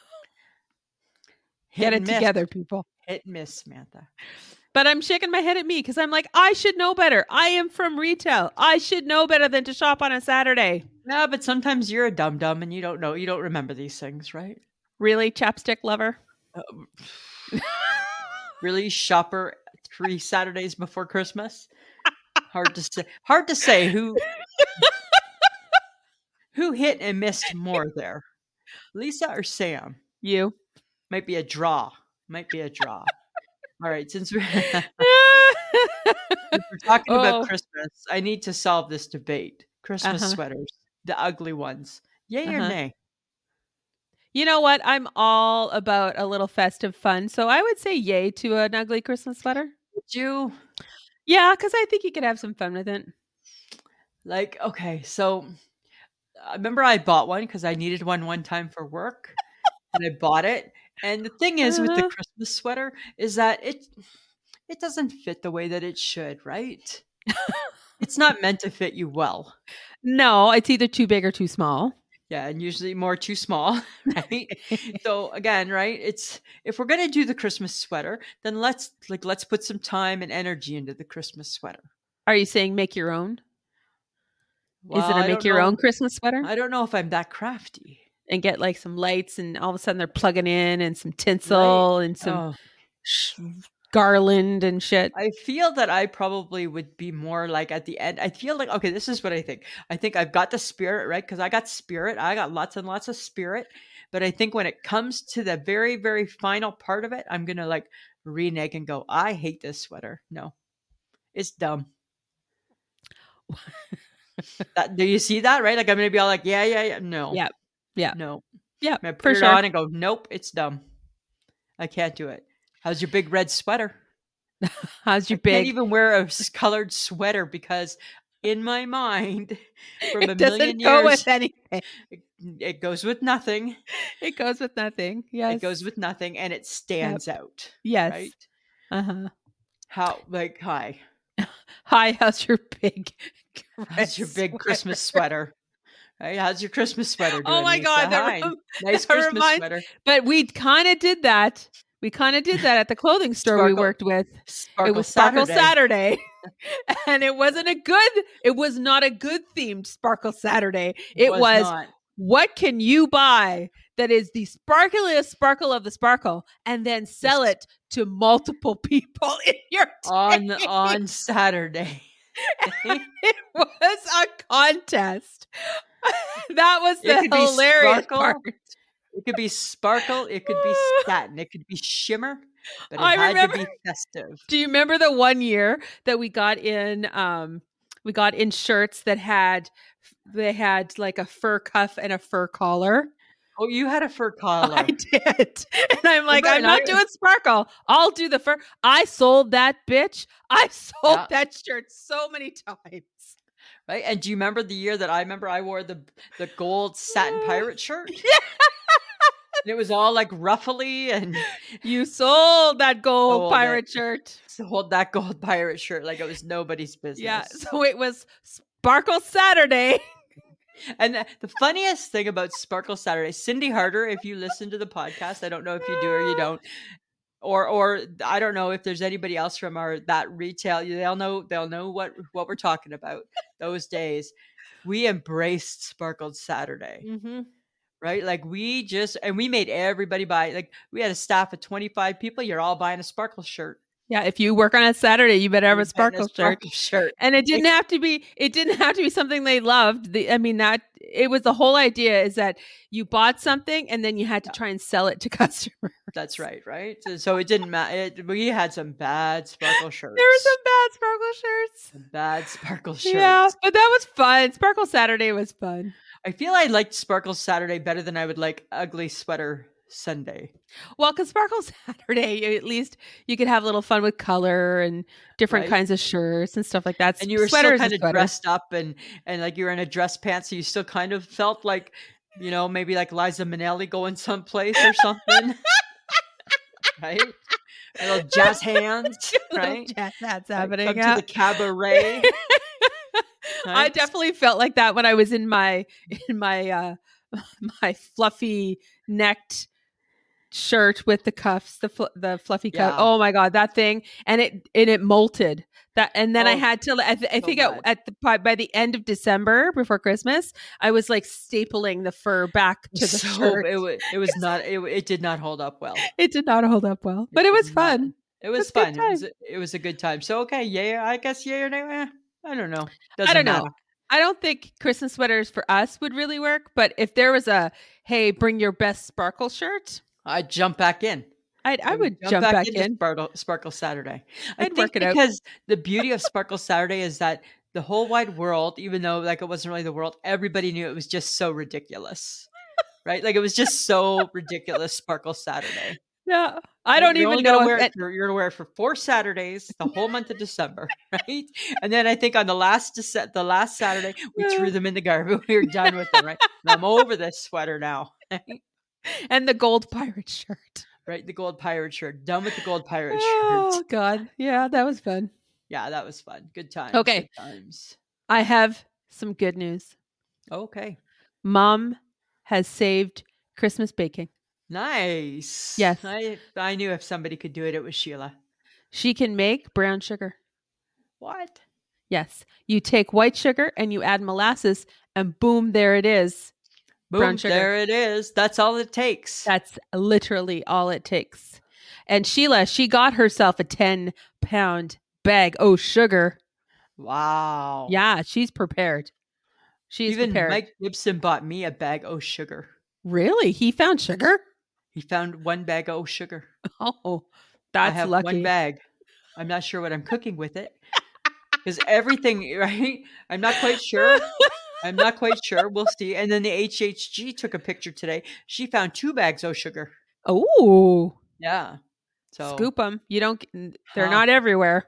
[SPEAKER 1] and
[SPEAKER 2] get it
[SPEAKER 1] miss.
[SPEAKER 2] together, people.
[SPEAKER 1] Hit and miss, Samantha.
[SPEAKER 2] But I'm shaking my head at me because I'm like, I should know better. I am from retail. I should know better than to shop on a Saturday.
[SPEAKER 1] No, but sometimes you're a dum dum and you don't know, you don't remember these things, right?
[SPEAKER 2] Really, chapstick lover?
[SPEAKER 1] Oh. Really, shopper three Saturdays before Christmas. Hard to say. Hard to say who who hit and missed more there, Lisa or Sam.
[SPEAKER 2] you.
[SPEAKER 1] Might be a draw. Might be a draw. All right, since we're We're talking
[SPEAKER 2] Oh.
[SPEAKER 1] about Christmas. I need to solve this debate. Christmas
[SPEAKER 2] Uh-huh.
[SPEAKER 1] sweaters, the ugly ones. Yay
[SPEAKER 2] Uh-huh.
[SPEAKER 1] or nay?
[SPEAKER 2] you know what? I'm all about a little festive fun. So I would say yay to an ugly Christmas sweater.
[SPEAKER 1] Would you
[SPEAKER 2] Yeah, because I think you could have some fun with it.
[SPEAKER 1] like? Okay, so I remember I bought one because I needed one one time for work, and I bought it. And the thing is with the
[SPEAKER 2] Uh-huh.
[SPEAKER 1] Christmas sweater is that it it doesn't fit the way that it should, right? it's not meant to fit you well.
[SPEAKER 2] No, it's either too big or too small.
[SPEAKER 1] Yeah, and usually more too small, right? so again, right? It's if we're gonna do the Christmas sweater, then let's like let's put some time and energy into the Christmas sweater.
[SPEAKER 2] Are you saying make your own? Is
[SPEAKER 1] Well,
[SPEAKER 2] it
[SPEAKER 1] I
[SPEAKER 2] a make
[SPEAKER 1] don't
[SPEAKER 2] your
[SPEAKER 1] know-
[SPEAKER 2] own Christmas sweater?
[SPEAKER 1] I don't know if I'm that crafty.
[SPEAKER 2] and get like some lights, and all of a sudden they're plugging in and some tinsel and
[SPEAKER 1] So
[SPEAKER 2] some Oh. sh- garland and shit.
[SPEAKER 1] I feel that I probably would be more like at the end. I feel like okay, this is what I think. I think I've got the spirit right because I got spirit. I got lots and lots of spirit, but I think when it comes to the very very final part of it, I'm gonna like renege and go. I hate this sweater. No, it's dumb. That- do you see that right? Like I'm gonna be all like, yeah, yeah, yeah. No,
[SPEAKER 2] Yep. Yeah.
[SPEAKER 1] no.
[SPEAKER 2] Yeah,
[SPEAKER 1] I'm gonna put
[SPEAKER 2] for
[SPEAKER 1] it
[SPEAKER 2] sure.
[SPEAKER 1] on and go. Nope, it's dumb. I can't do it. How's your big red sweater?
[SPEAKER 2] How's your
[SPEAKER 1] I can't
[SPEAKER 2] big?
[SPEAKER 1] even wear a s- colored sweater because in my mind from a
[SPEAKER 2] it doesn't
[SPEAKER 1] million
[SPEAKER 2] go
[SPEAKER 1] years
[SPEAKER 2] with anything.
[SPEAKER 1] it goes with nothing
[SPEAKER 2] It goes with nothing. Yes.
[SPEAKER 1] it goes with nothing and it stands out
[SPEAKER 2] yes.
[SPEAKER 1] right
[SPEAKER 2] Uh-huh.
[SPEAKER 1] how like hi
[SPEAKER 2] Hi, how's your big?
[SPEAKER 1] how's your
[SPEAKER 2] red
[SPEAKER 1] big
[SPEAKER 2] sweater?
[SPEAKER 1] christmas sweater right how's your christmas sweater doing
[SPEAKER 2] Oh my
[SPEAKER 1] Lisa?
[SPEAKER 2] god! that
[SPEAKER 1] Hi.
[SPEAKER 2] rem-
[SPEAKER 1] nice
[SPEAKER 2] that
[SPEAKER 1] christmas
[SPEAKER 2] reminds-
[SPEAKER 1] sweater
[SPEAKER 2] but we kind of did that. We kind of did that at the clothing store we
[SPEAKER 1] Sparkle-
[SPEAKER 2] worked with.
[SPEAKER 1] sparkle
[SPEAKER 2] it was Sparkle
[SPEAKER 1] saturday,
[SPEAKER 2] Saturday. and it wasn't a good. It was not a good themed Sparkle Saturday. It was
[SPEAKER 1] not.
[SPEAKER 2] what can you buy that is the sparkliest sparkle of the sparkle and then sell it to multiple people in your town?
[SPEAKER 1] on on saturday
[SPEAKER 2] It was a contest. that was
[SPEAKER 1] It
[SPEAKER 2] the
[SPEAKER 1] could be
[SPEAKER 2] hilarious
[SPEAKER 1] sparkle,
[SPEAKER 2] part.
[SPEAKER 1] it could be sparkle it could be satin it could be shimmer but it
[SPEAKER 2] I
[SPEAKER 1] had
[SPEAKER 2] remember-
[SPEAKER 1] to be festive
[SPEAKER 2] Do you remember the one year that we got in um we got in shirts that had they had like a fur cuff and a fur collar?
[SPEAKER 1] Oh, you had a fur collar.
[SPEAKER 2] I did. And I'm like,
[SPEAKER 1] Remember,
[SPEAKER 2] I'm
[SPEAKER 1] and
[SPEAKER 2] not
[SPEAKER 1] I-
[SPEAKER 2] doing sparkle. I'll do the fur. I sold that bitch. I sold
[SPEAKER 1] Yeah.
[SPEAKER 2] that shirt so many times.
[SPEAKER 1] right? And do you remember the year that I remember I wore the the gold satin pirate shirt?
[SPEAKER 2] Mm. Yeah.
[SPEAKER 1] And it was all like ruffly and
[SPEAKER 2] You sold that gold
[SPEAKER 1] Sold it.
[SPEAKER 2] pirate shirt.
[SPEAKER 1] sold that gold pirate shirt like it was nobody's business.
[SPEAKER 2] Yeah. So it was Sparkle Saturday.
[SPEAKER 1] And the, the funniest thing about Sparkle Saturday, Cindy Harder, if you listen to the podcast, I don't know if you do or you don't. Or, or I don't know if there's anybody else from our that retail. They'll know. They'll know what what we're talking about. Those days, we embraced Sparkled Saturday,
[SPEAKER 2] Mm-hmm.
[SPEAKER 1] right? Like we just and we made everybody buy. Like we had a staff of 25 people. You're all buying a sparkle shirt.
[SPEAKER 2] Yeah. If you work on a Saturday, you better have
[SPEAKER 1] You're
[SPEAKER 2] a
[SPEAKER 1] buying
[SPEAKER 2] Sparkle shirt.
[SPEAKER 1] Sparkle shirt.
[SPEAKER 2] and it didn't have to be it didn't have to be something they loved the, i mean that it was the whole idea is that you bought something and then you had to try and sell it to customers
[SPEAKER 1] That's right, right? So, so it didn't matter. We had some bad sparkle shirts.
[SPEAKER 2] there were some bad sparkle shirts
[SPEAKER 1] some bad sparkle shirts.
[SPEAKER 2] yeah but that was fun sparkle saturday was fun
[SPEAKER 1] I feel I liked Sparkle Saturday better than I would like Ugly Sweater Sunday.
[SPEAKER 2] well because sparkle saturday you- at least you could have a little fun with color and different
[SPEAKER 1] Right.
[SPEAKER 2] kinds of shirts and stuff like that
[SPEAKER 1] And you were
[SPEAKER 2] Sweaters
[SPEAKER 1] still
[SPEAKER 2] is
[SPEAKER 1] kind of
[SPEAKER 2] sweater.
[SPEAKER 1] dressed up and and like you were in a dress pants, so you still kind of felt like, you know, maybe like Liza Minnelli going someplace or something. right? Little jazz hands,
[SPEAKER 2] Little
[SPEAKER 1] right?
[SPEAKER 2] jazz that's
[SPEAKER 1] Like,
[SPEAKER 2] happening
[SPEAKER 1] Come
[SPEAKER 2] yeah.
[SPEAKER 1] to the cabaret.
[SPEAKER 2] I
[SPEAKER 1] right?
[SPEAKER 2] definitely felt like that when I was in my in my uh my fluffy necked shirt with the cuffs, the fl- the fluffy cuff.
[SPEAKER 1] Yeah.
[SPEAKER 2] Oh my god, that thing! And it and it molted that, and then I
[SPEAKER 1] Oh,
[SPEAKER 2] had to. I, th- I
[SPEAKER 1] so
[SPEAKER 2] think at,
[SPEAKER 1] bad.
[SPEAKER 2] at the by- by the end of December before Christmas, I was like stapling the fur back to the
[SPEAKER 1] So
[SPEAKER 2] shirt.
[SPEAKER 1] It, wa- it was not it, wa- it did not hold up well.
[SPEAKER 2] It did not hold up well, but it was
[SPEAKER 1] did not.
[SPEAKER 2] fun.
[SPEAKER 1] It was
[SPEAKER 2] was a
[SPEAKER 1] fun.
[SPEAKER 2] good
[SPEAKER 1] It was, it was a good time. So okay, yeah, I guess yeah or no. eh, I don't know. Doesn't
[SPEAKER 2] I don't
[SPEAKER 1] matter.
[SPEAKER 2] know. I don't think Christmas sweaters for us would really work, but if there was a hey, bring your best sparkle shirt,
[SPEAKER 1] I'd jump back in.
[SPEAKER 2] I'd, I would jump, back,
[SPEAKER 1] into
[SPEAKER 2] in.
[SPEAKER 1] Sparkle, Sparkle Saturday. I
[SPEAKER 2] I'd
[SPEAKER 1] think
[SPEAKER 2] work it out.
[SPEAKER 1] because the beauty of Sparkle Saturday is that the whole wide world, even though like it wasn't really the world, everybody knew it was just so ridiculous, right? Like it was just so ridiculous. Sparkle Saturday.
[SPEAKER 2] Yeah, I don't
[SPEAKER 1] you're
[SPEAKER 2] even
[SPEAKER 1] only gonna
[SPEAKER 2] know. if
[SPEAKER 1] Wear it,
[SPEAKER 2] it-
[SPEAKER 1] you're, you're gonna wear it for four Saturdays, the whole month of December, right? And then I think on the last Dece- the last Saturday, we threw them in the garbage. We were done with them, right? And I'm over this sweater now,
[SPEAKER 2] and the gold pirate shirt.
[SPEAKER 1] right? The gold pirate shirt. Done with the gold pirate shirt.
[SPEAKER 2] Oh God, yeah, that was fun.
[SPEAKER 1] Yeah, that was fun. Good times.
[SPEAKER 2] Okay.
[SPEAKER 1] good times.
[SPEAKER 2] I have some good news.
[SPEAKER 1] Okay.
[SPEAKER 2] Mom has saved Christmas baking.
[SPEAKER 1] Nice.
[SPEAKER 2] Yes.
[SPEAKER 1] I, I knew if somebody could do it, it was Sheila.
[SPEAKER 2] She can make brown sugar.
[SPEAKER 1] What?
[SPEAKER 2] Yes, you take white sugar and you add molasses, and boom, there it is.
[SPEAKER 1] Boom,
[SPEAKER 2] Brown sugar.
[SPEAKER 1] there it is. That's all it takes.
[SPEAKER 2] That's literally all it takes. And Sheila, she got herself a ten pound bag of sugar.
[SPEAKER 1] wow.
[SPEAKER 2] Yeah, she's prepared. She's
[SPEAKER 1] Oh. Even
[SPEAKER 2] prepared.
[SPEAKER 1] Mike Gibson bought me a bag of sugar.
[SPEAKER 2] Really? He found sugar?
[SPEAKER 1] He found one bag of sugar.
[SPEAKER 2] Oh,
[SPEAKER 1] I
[SPEAKER 2] that's
[SPEAKER 1] have
[SPEAKER 2] lucky.
[SPEAKER 1] one bag. I'm not sure what I'm cooking with it. Because everything, right? I'm not quite sure. I'm not quite sure. We'll see. And then the HHG took a picture today. She found two bags of sugar.
[SPEAKER 2] Oh,
[SPEAKER 1] Yeah. So
[SPEAKER 2] Scoop 'em. scoop them. You don't. g- n- They're
[SPEAKER 1] Huh.
[SPEAKER 2] not everywhere.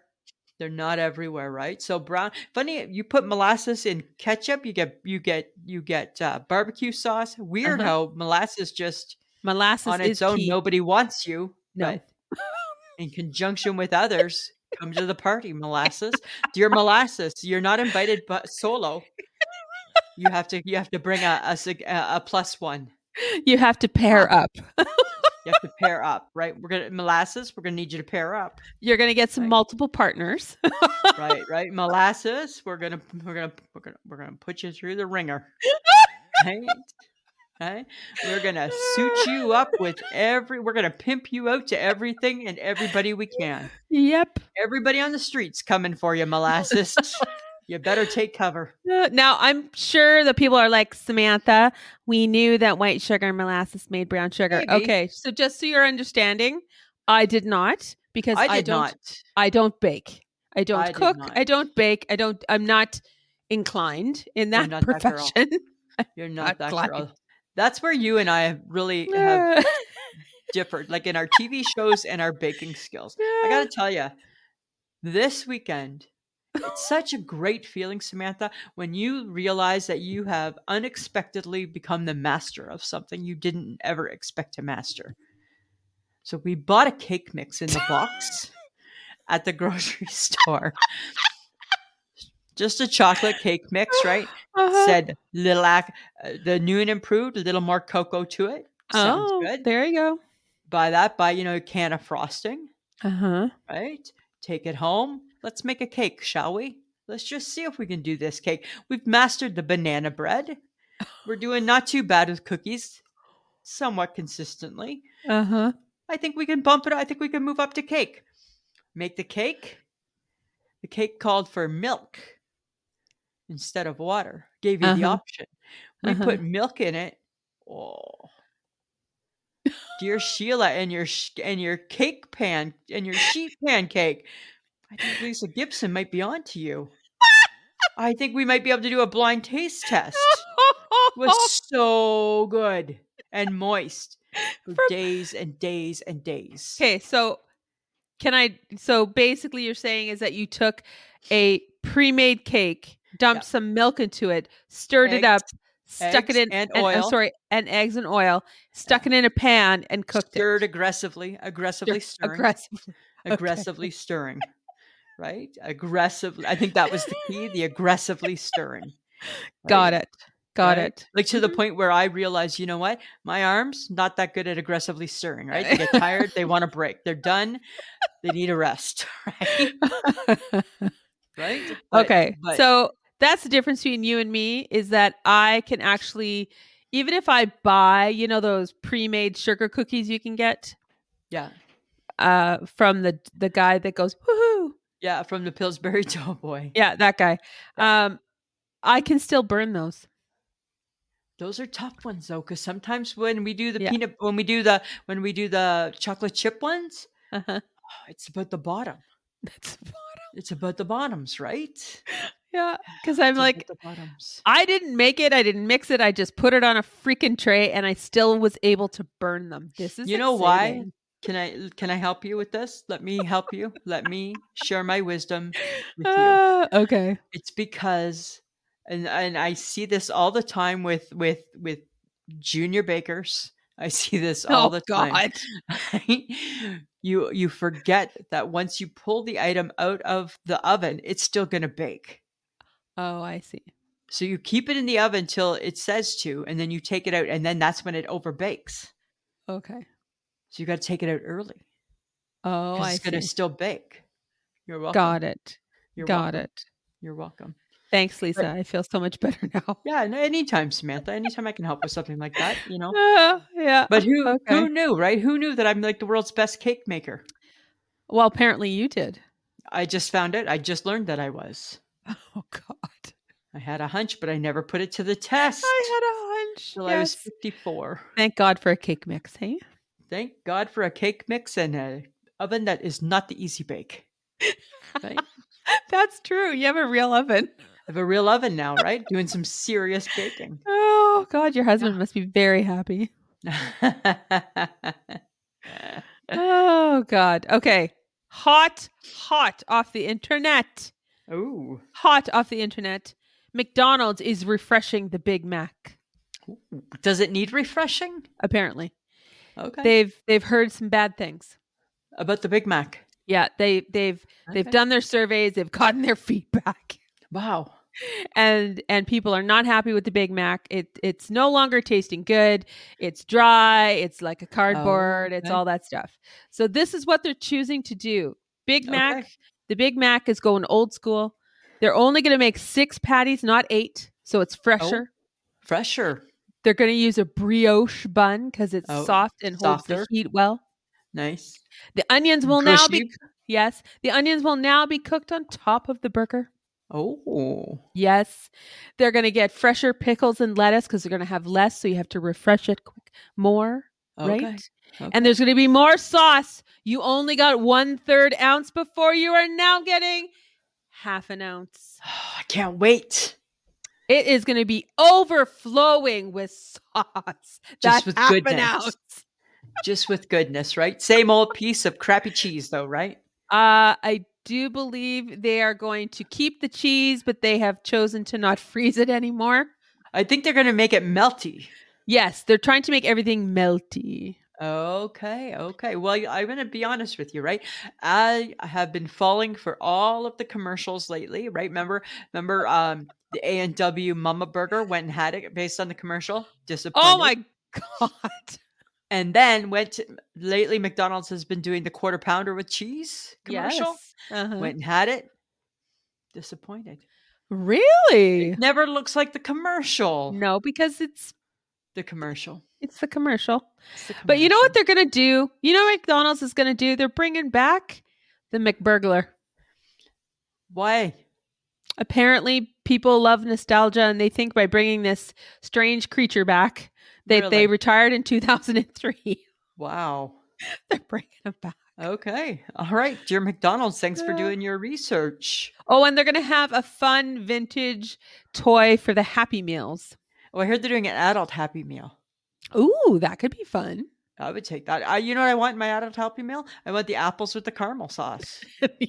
[SPEAKER 1] they're not everywhere, right? So brown. Funny, you put molasses in ketchup, you get you get you get uh, barbecue sauce. Weird
[SPEAKER 2] Uh-huh.
[SPEAKER 1] how molasses just
[SPEAKER 2] Molasses
[SPEAKER 1] on its
[SPEAKER 2] is
[SPEAKER 1] own.
[SPEAKER 2] key.
[SPEAKER 1] Nobody wants you.
[SPEAKER 2] No.
[SPEAKER 1] but in conjunction with others, come to the party, molasses. Dear molasses, you're not invited, but solo. You have to you have to bring a a, sig- a a plus one.
[SPEAKER 2] You have to pair up.
[SPEAKER 1] You have to pair up, right? We're gonna molasses. We're gonna need you to pair up.
[SPEAKER 2] You're gonna get some
[SPEAKER 1] Right.
[SPEAKER 2] multiple partners.
[SPEAKER 1] right right molasses we're gonna we're gonna we're gonna we're gonna put you through the ringer right right we're gonna suit you up with every we're gonna pimp you out to everything and everybody we can
[SPEAKER 2] yep.
[SPEAKER 1] everybody on the streets coming for you molasses you better take cover
[SPEAKER 2] Uh, Now I'm sure the people are like Samantha. We knew that white sugar and molasses made brown sugar.
[SPEAKER 1] Maybe.
[SPEAKER 2] Okay, so just so your understanding, I did not because
[SPEAKER 1] i did
[SPEAKER 2] don't.
[SPEAKER 1] not
[SPEAKER 2] I don't bake. I don't
[SPEAKER 1] I did
[SPEAKER 2] cook.
[SPEAKER 1] not.
[SPEAKER 2] I don't bake. I don't. I'm not inclined in
[SPEAKER 1] You're
[SPEAKER 2] that
[SPEAKER 1] not that girl.
[SPEAKER 2] profession.
[SPEAKER 1] you're not that
[SPEAKER 2] not glad.
[SPEAKER 1] girl that's where you and i have really have differed like in our tv shows and our baking skills I got to tell you, this weekend It's such a great feeling, Samantha, when you realize that you have unexpectedly become the master of something you didn't ever expect to master. So we bought a cake mix in the box at the grocery store. Just a chocolate cake mix, right?
[SPEAKER 2] Uh-huh.
[SPEAKER 1] Said little ac- uh, the new and improved, a little more cocoa to it. Sounds
[SPEAKER 2] oh,
[SPEAKER 1] good.
[SPEAKER 2] there you go.
[SPEAKER 1] Buy that, buy, you know, a can of frosting,
[SPEAKER 2] Uh huh.
[SPEAKER 1] right? Take it home. Let's make a cake, shall we? Let's just see if we can do this cake. We've mastered the banana bread. We're doing not too bad with cookies, somewhat consistently.
[SPEAKER 2] Uh huh.
[SPEAKER 1] I think we can bump it. up. I think we can move up to cake. Make the cake. The cake called for milk instead of water. Gave you the
[SPEAKER 2] Uh-huh.
[SPEAKER 1] option. We
[SPEAKER 2] Uh-huh.
[SPEAKER 1] put milk in it. Oh, dear Sheila, and your sh- and your cake pan and your sheet pancake. I think Lisa Gibson might be onto you. I think we might be able to do a blind taste test. It was so good and moist for
[SPEAKER 2] From-
[SPEAKER 1] days and days and days.
[SPEAKER 2] Okay, so can I? So basically, you're saying is that you took a pre-made cake, dumped some milk into it, stirred it up,
[SPEAKER 1] Eggs-
[SPEAKER 2] stuck
[SPEAKER 1] eggs
[SPEAKER 2] it in
[SPEAKER 1] and
[SPEAKER 2] I'm
[SPEAKER 1] oil.
[SPEAKER 2] sorry, and eggs and oil, stuck it in a pan, and cooked
[SPEAKER 1] stirred
[SPEAKER 2] it.
[SPEAKER 1] aggressively, aggressively stirring,
[SPEAKER 2] aggressively. okay.
[SPEAKER 1] aggressively stirring, right? Aggressively. I think that was the key. The aggressively stirring.
[SPEAKER 2] Got
[SPEAKER 1] right?
[SPEAKER 2] it. Got
[SPEAKER 1] Right?
[SPEAKER 2] it.
[SPEAKER 1] Like to the
[SPEAKER 2] Mhm.
[SPEAKER 1] point where I realized, you know what? My arms not that good at aggressively stirring. Right? They get tired. they want to break. They're done. They need a rest. Right? Right? But-
[SPEAKER 2] okay.
[SPEAKER 1] but-
[SPEAKER 2] so that's the difference between you and me is that I can actually, even if I buy, you know, those pre-made sugar cookies you can get
[SPEAKER 1] yeah,
[SPEAKER 2] uh, from the the guy that goes woohoo,
[SPEAKER 1] yeah. From the Pillsbury Doughboy.
[SPEAKER 2] yeah, that guy. Um, I can still burn those.
[SPEAKER 1] Those are tough ones though, because sometimes when we do the
[SPEAKER 2] Yeah.
[SPEAKER 1] peanut, when we do the when we do the chocolate chip ones,
[SPEAKER 2] Uh-huh.
[SPEAKER 1] oh, it's about the bottom.
[SPEAKER 2] That's
[SPEAKER 1] It's about the bottoms, right?
[SPEAKER 2] yeah, because I'm
[SPEAKER 1] It's
[SPEAKER 2] like,
[SPEAKER 1] about the bottoms.
[SPEAKER 2] I didn't make it. I didn't mix it. I just put it on a freaking tray, and I still was able to burn them. This is
[SPEAKER 1] You know why?
[SPEAKER 2] exciting.
[SPEAKER 1] Can I can I help you with this? Let me help you. Let me share my wisdom with you.
[SPEAKER 2] Ah, okay.
[SPEAKER 1] It's because and and I see this all the time with with with junior bakers. I see this all
[SPEAKER 2] oh
[SPEAKER 1] the time.
[SPEAKER 2] God.
[SPEAKER 1] right? you you forget that once you pull the item out of the oven, it's still going to bake.
[SPEAKER 2] Oh, I see.
[SPEAKER 1] So you keep it in the oven till it says to, and then you take it out, and then that's when it overbakes.
[SPEAKER 2] Okay.
[SPEAKER 1] So you got to take it out early
[SPEAKER 2] Oh,
[SPEAKER 1] 'cause
[SPEAKER 2] I
[SPEAKER 1] it's going to
[SPEAKER 2] see.
[SPEAKER 1] still bake. You're welcome.
[SPEAKER 2] Got it.
[SPEAKER 1] You're
[SPEAKER 2] Got
[SPEAKER 1] welcome.
[SPEAKER 2] it.
[SPEAKER 1] You're welcome.
[SPEAKER 2] Thanks, Lisa. I feel so much better now.
[SPEAKER 1] Yeah, no, anytime, Samantha. Anytime I can help with something like that, you know.
[SPEAKER 2] Ah, yeah.
[SPEAKER 1] But who
[SPEAKER 2] Okay.
[SPEAKER 1] who knew, right? Who knew that I'm like the world's best cake maker?
[SPEAKER 2] well, apparently you did.
[SPEAKER 1] I just found out. I just learned that I was.
[SPEAKER 2] Oh God.
[SPEAKER 1] I had a hunch, but I never put it to the test.
[SPEAKER 2] I had a hunch.
[SPEAKER 1] till I was
[SPEAKER 2] yes.
[SPEAKER 1] 54.
[SPEAKER 2] Thank God for a cake mix, hey?
[SPEAKER 1] Thank God for a cake mix and an oven that is not the easy bake. Right? I
[SPEAKER 2] That's true. You have a real oven.
[SPEAKER 1] have a real oven now, right? Doing some serious baking.
[SPEAKER 2] Oh God, your husband must be very happy. Oh God. Okay. Hot, hot off the internet.
[SPEAKER 1] Ooh.
[SPEAKER 2] Hot off the internet. McDonald's is refreshing the Big Mac,
[SPEAKER 1] Does it need refreshing?
[SPEAKER 2] apparently.
[SPEAKER 1] Okay.
[SPEAKER 2] They've they've heard some bad things.
[SPEAKER 1] About the Big Mac.
[SPEAKER 2] Yeah, they they've they've
[SPEAKER 1] Okay.
[SPEAKER 2] done their surveys, they've gotten their feedback.
[SPEAKER 1] Wow.
[SPEAKER 2] and and people are not happy with the Big Mac. It it's no longer tasting good. It's dry. It's like a cardboard. It's
[SPEAKER 1] okay.
[SPEAKER 2] all that stuff. So this is what they're choosing to do. Big Mac.
[SPEAKER 1] Okay.
[SPEAKER 2] The Big Mac is going old school. They're only going to make six patties, not eight, so it's fresher.
[SPEAKER 1] Fresher.
[SPEAKER 2] They're going to use a brioche bun because it's
[SPEAKER 1] Oh,
[SPEAKER 2] soft and holds
[SPEAKER 1] softer.
[SPEAKER 2] the heat well.
[SPEAKER 1] Nice.
[SPEAKER 2] The onions will now be
[SPEAKER 1] Grosheep.
[SPEAKER 2] yes. The onions will now be cooked on top of the burger.
[SPEAKER 1] Oh.
[SPEAKER 2] Yes. They're going to get fresher pickles and lettuce because they're going to have less. So you have to refresh it quick, more,
[SPEAKER 1] Okay.
[SPEAKER 2] right?
[SPEAKER 1] Okay.
[SPEAKER 2] And there's going to be more sauce. You only got one third ounce before you are now getting half an ounce.
[SPEAKER 1] I can't wait.
[SPEAKER 2] It is going to be overflowing with sauce. That's
[SPEAKER 1] with
[SPEAKER 2] half an
[SPEAKER 1] goodness.
[SPEAKER 2] ounce.
[SPEAKER 1] Just with goodness, right? Same old piece of crappy cheese, though, right?
[SPEAKER 2] Uh, I do believe they are going to keep the cheese, but they have chosen to not freeze it anymore.
[SPEAKER 1] I think they're going to make it melty.
[SPEAKER 2] Yes, they're trying to make everything melty.
[SPEAKER 1] Okay, okay. Well, I'm going to be honest with you, right? I have been falling for all of the commercials lately, right? Remember, remember, um, the A and W Mama Burger went and had it based on the commercial. Disappointed.
[SPEAKER 2] Oh my god.
[SPEAKER 1] And then went to, lately. McDonald's has been doing the quarter pounder with cheese commercial.
[SPEAKER 2] Yes. Uh-huh.
[SPEAKER 1] Went and had it. Disappointed.
[SPEAKER 2] Really?
[SPEAKER 1] Never looks like the commercial.
[SPEAKER 2] No, because it's
[SPEAKER 1] The commercial.
[SPEAKER 2] it's the commercial.
[SPEAKER 1] It's the
[SPEAKER 2] But you know
[SPEAKER 1] commercial.
[SPEAKER 2] what they're gonna do? You know what McDonald's is gonna do? They're bringing back the McBurglar.
[SPEAKER 1] Why?
[SPEAKER 2] Apparently, people love nostalgia, and they think by bringing this strange creature back that
[SPEAKER 1] Really?
[SPEAKER 2] they retired in 2003,
[SPEAKER 1] Wow.
[SPEAKER 2] they're bringing him back.
[SPEAKER 1] Okay. All right, dear McDonald's. Thanks for
[SPEAKER 2] Yeah.
[SPEAKER 1] doing your research.
[SPEAKER 2] Oh, and they're gonna have a fun vintage toy for the Happy Meals.
[SPEAKER 1] Oh, I heard they're doing an adult Happy Meal.
[SPEAKER 2] Ooh, that could be fun.
[SPEAKER 1] I would take that. I, you know what I want in my adult Happy Meal? I want the apples with the caramel sauce.
[SPEAKER 2] Yeah.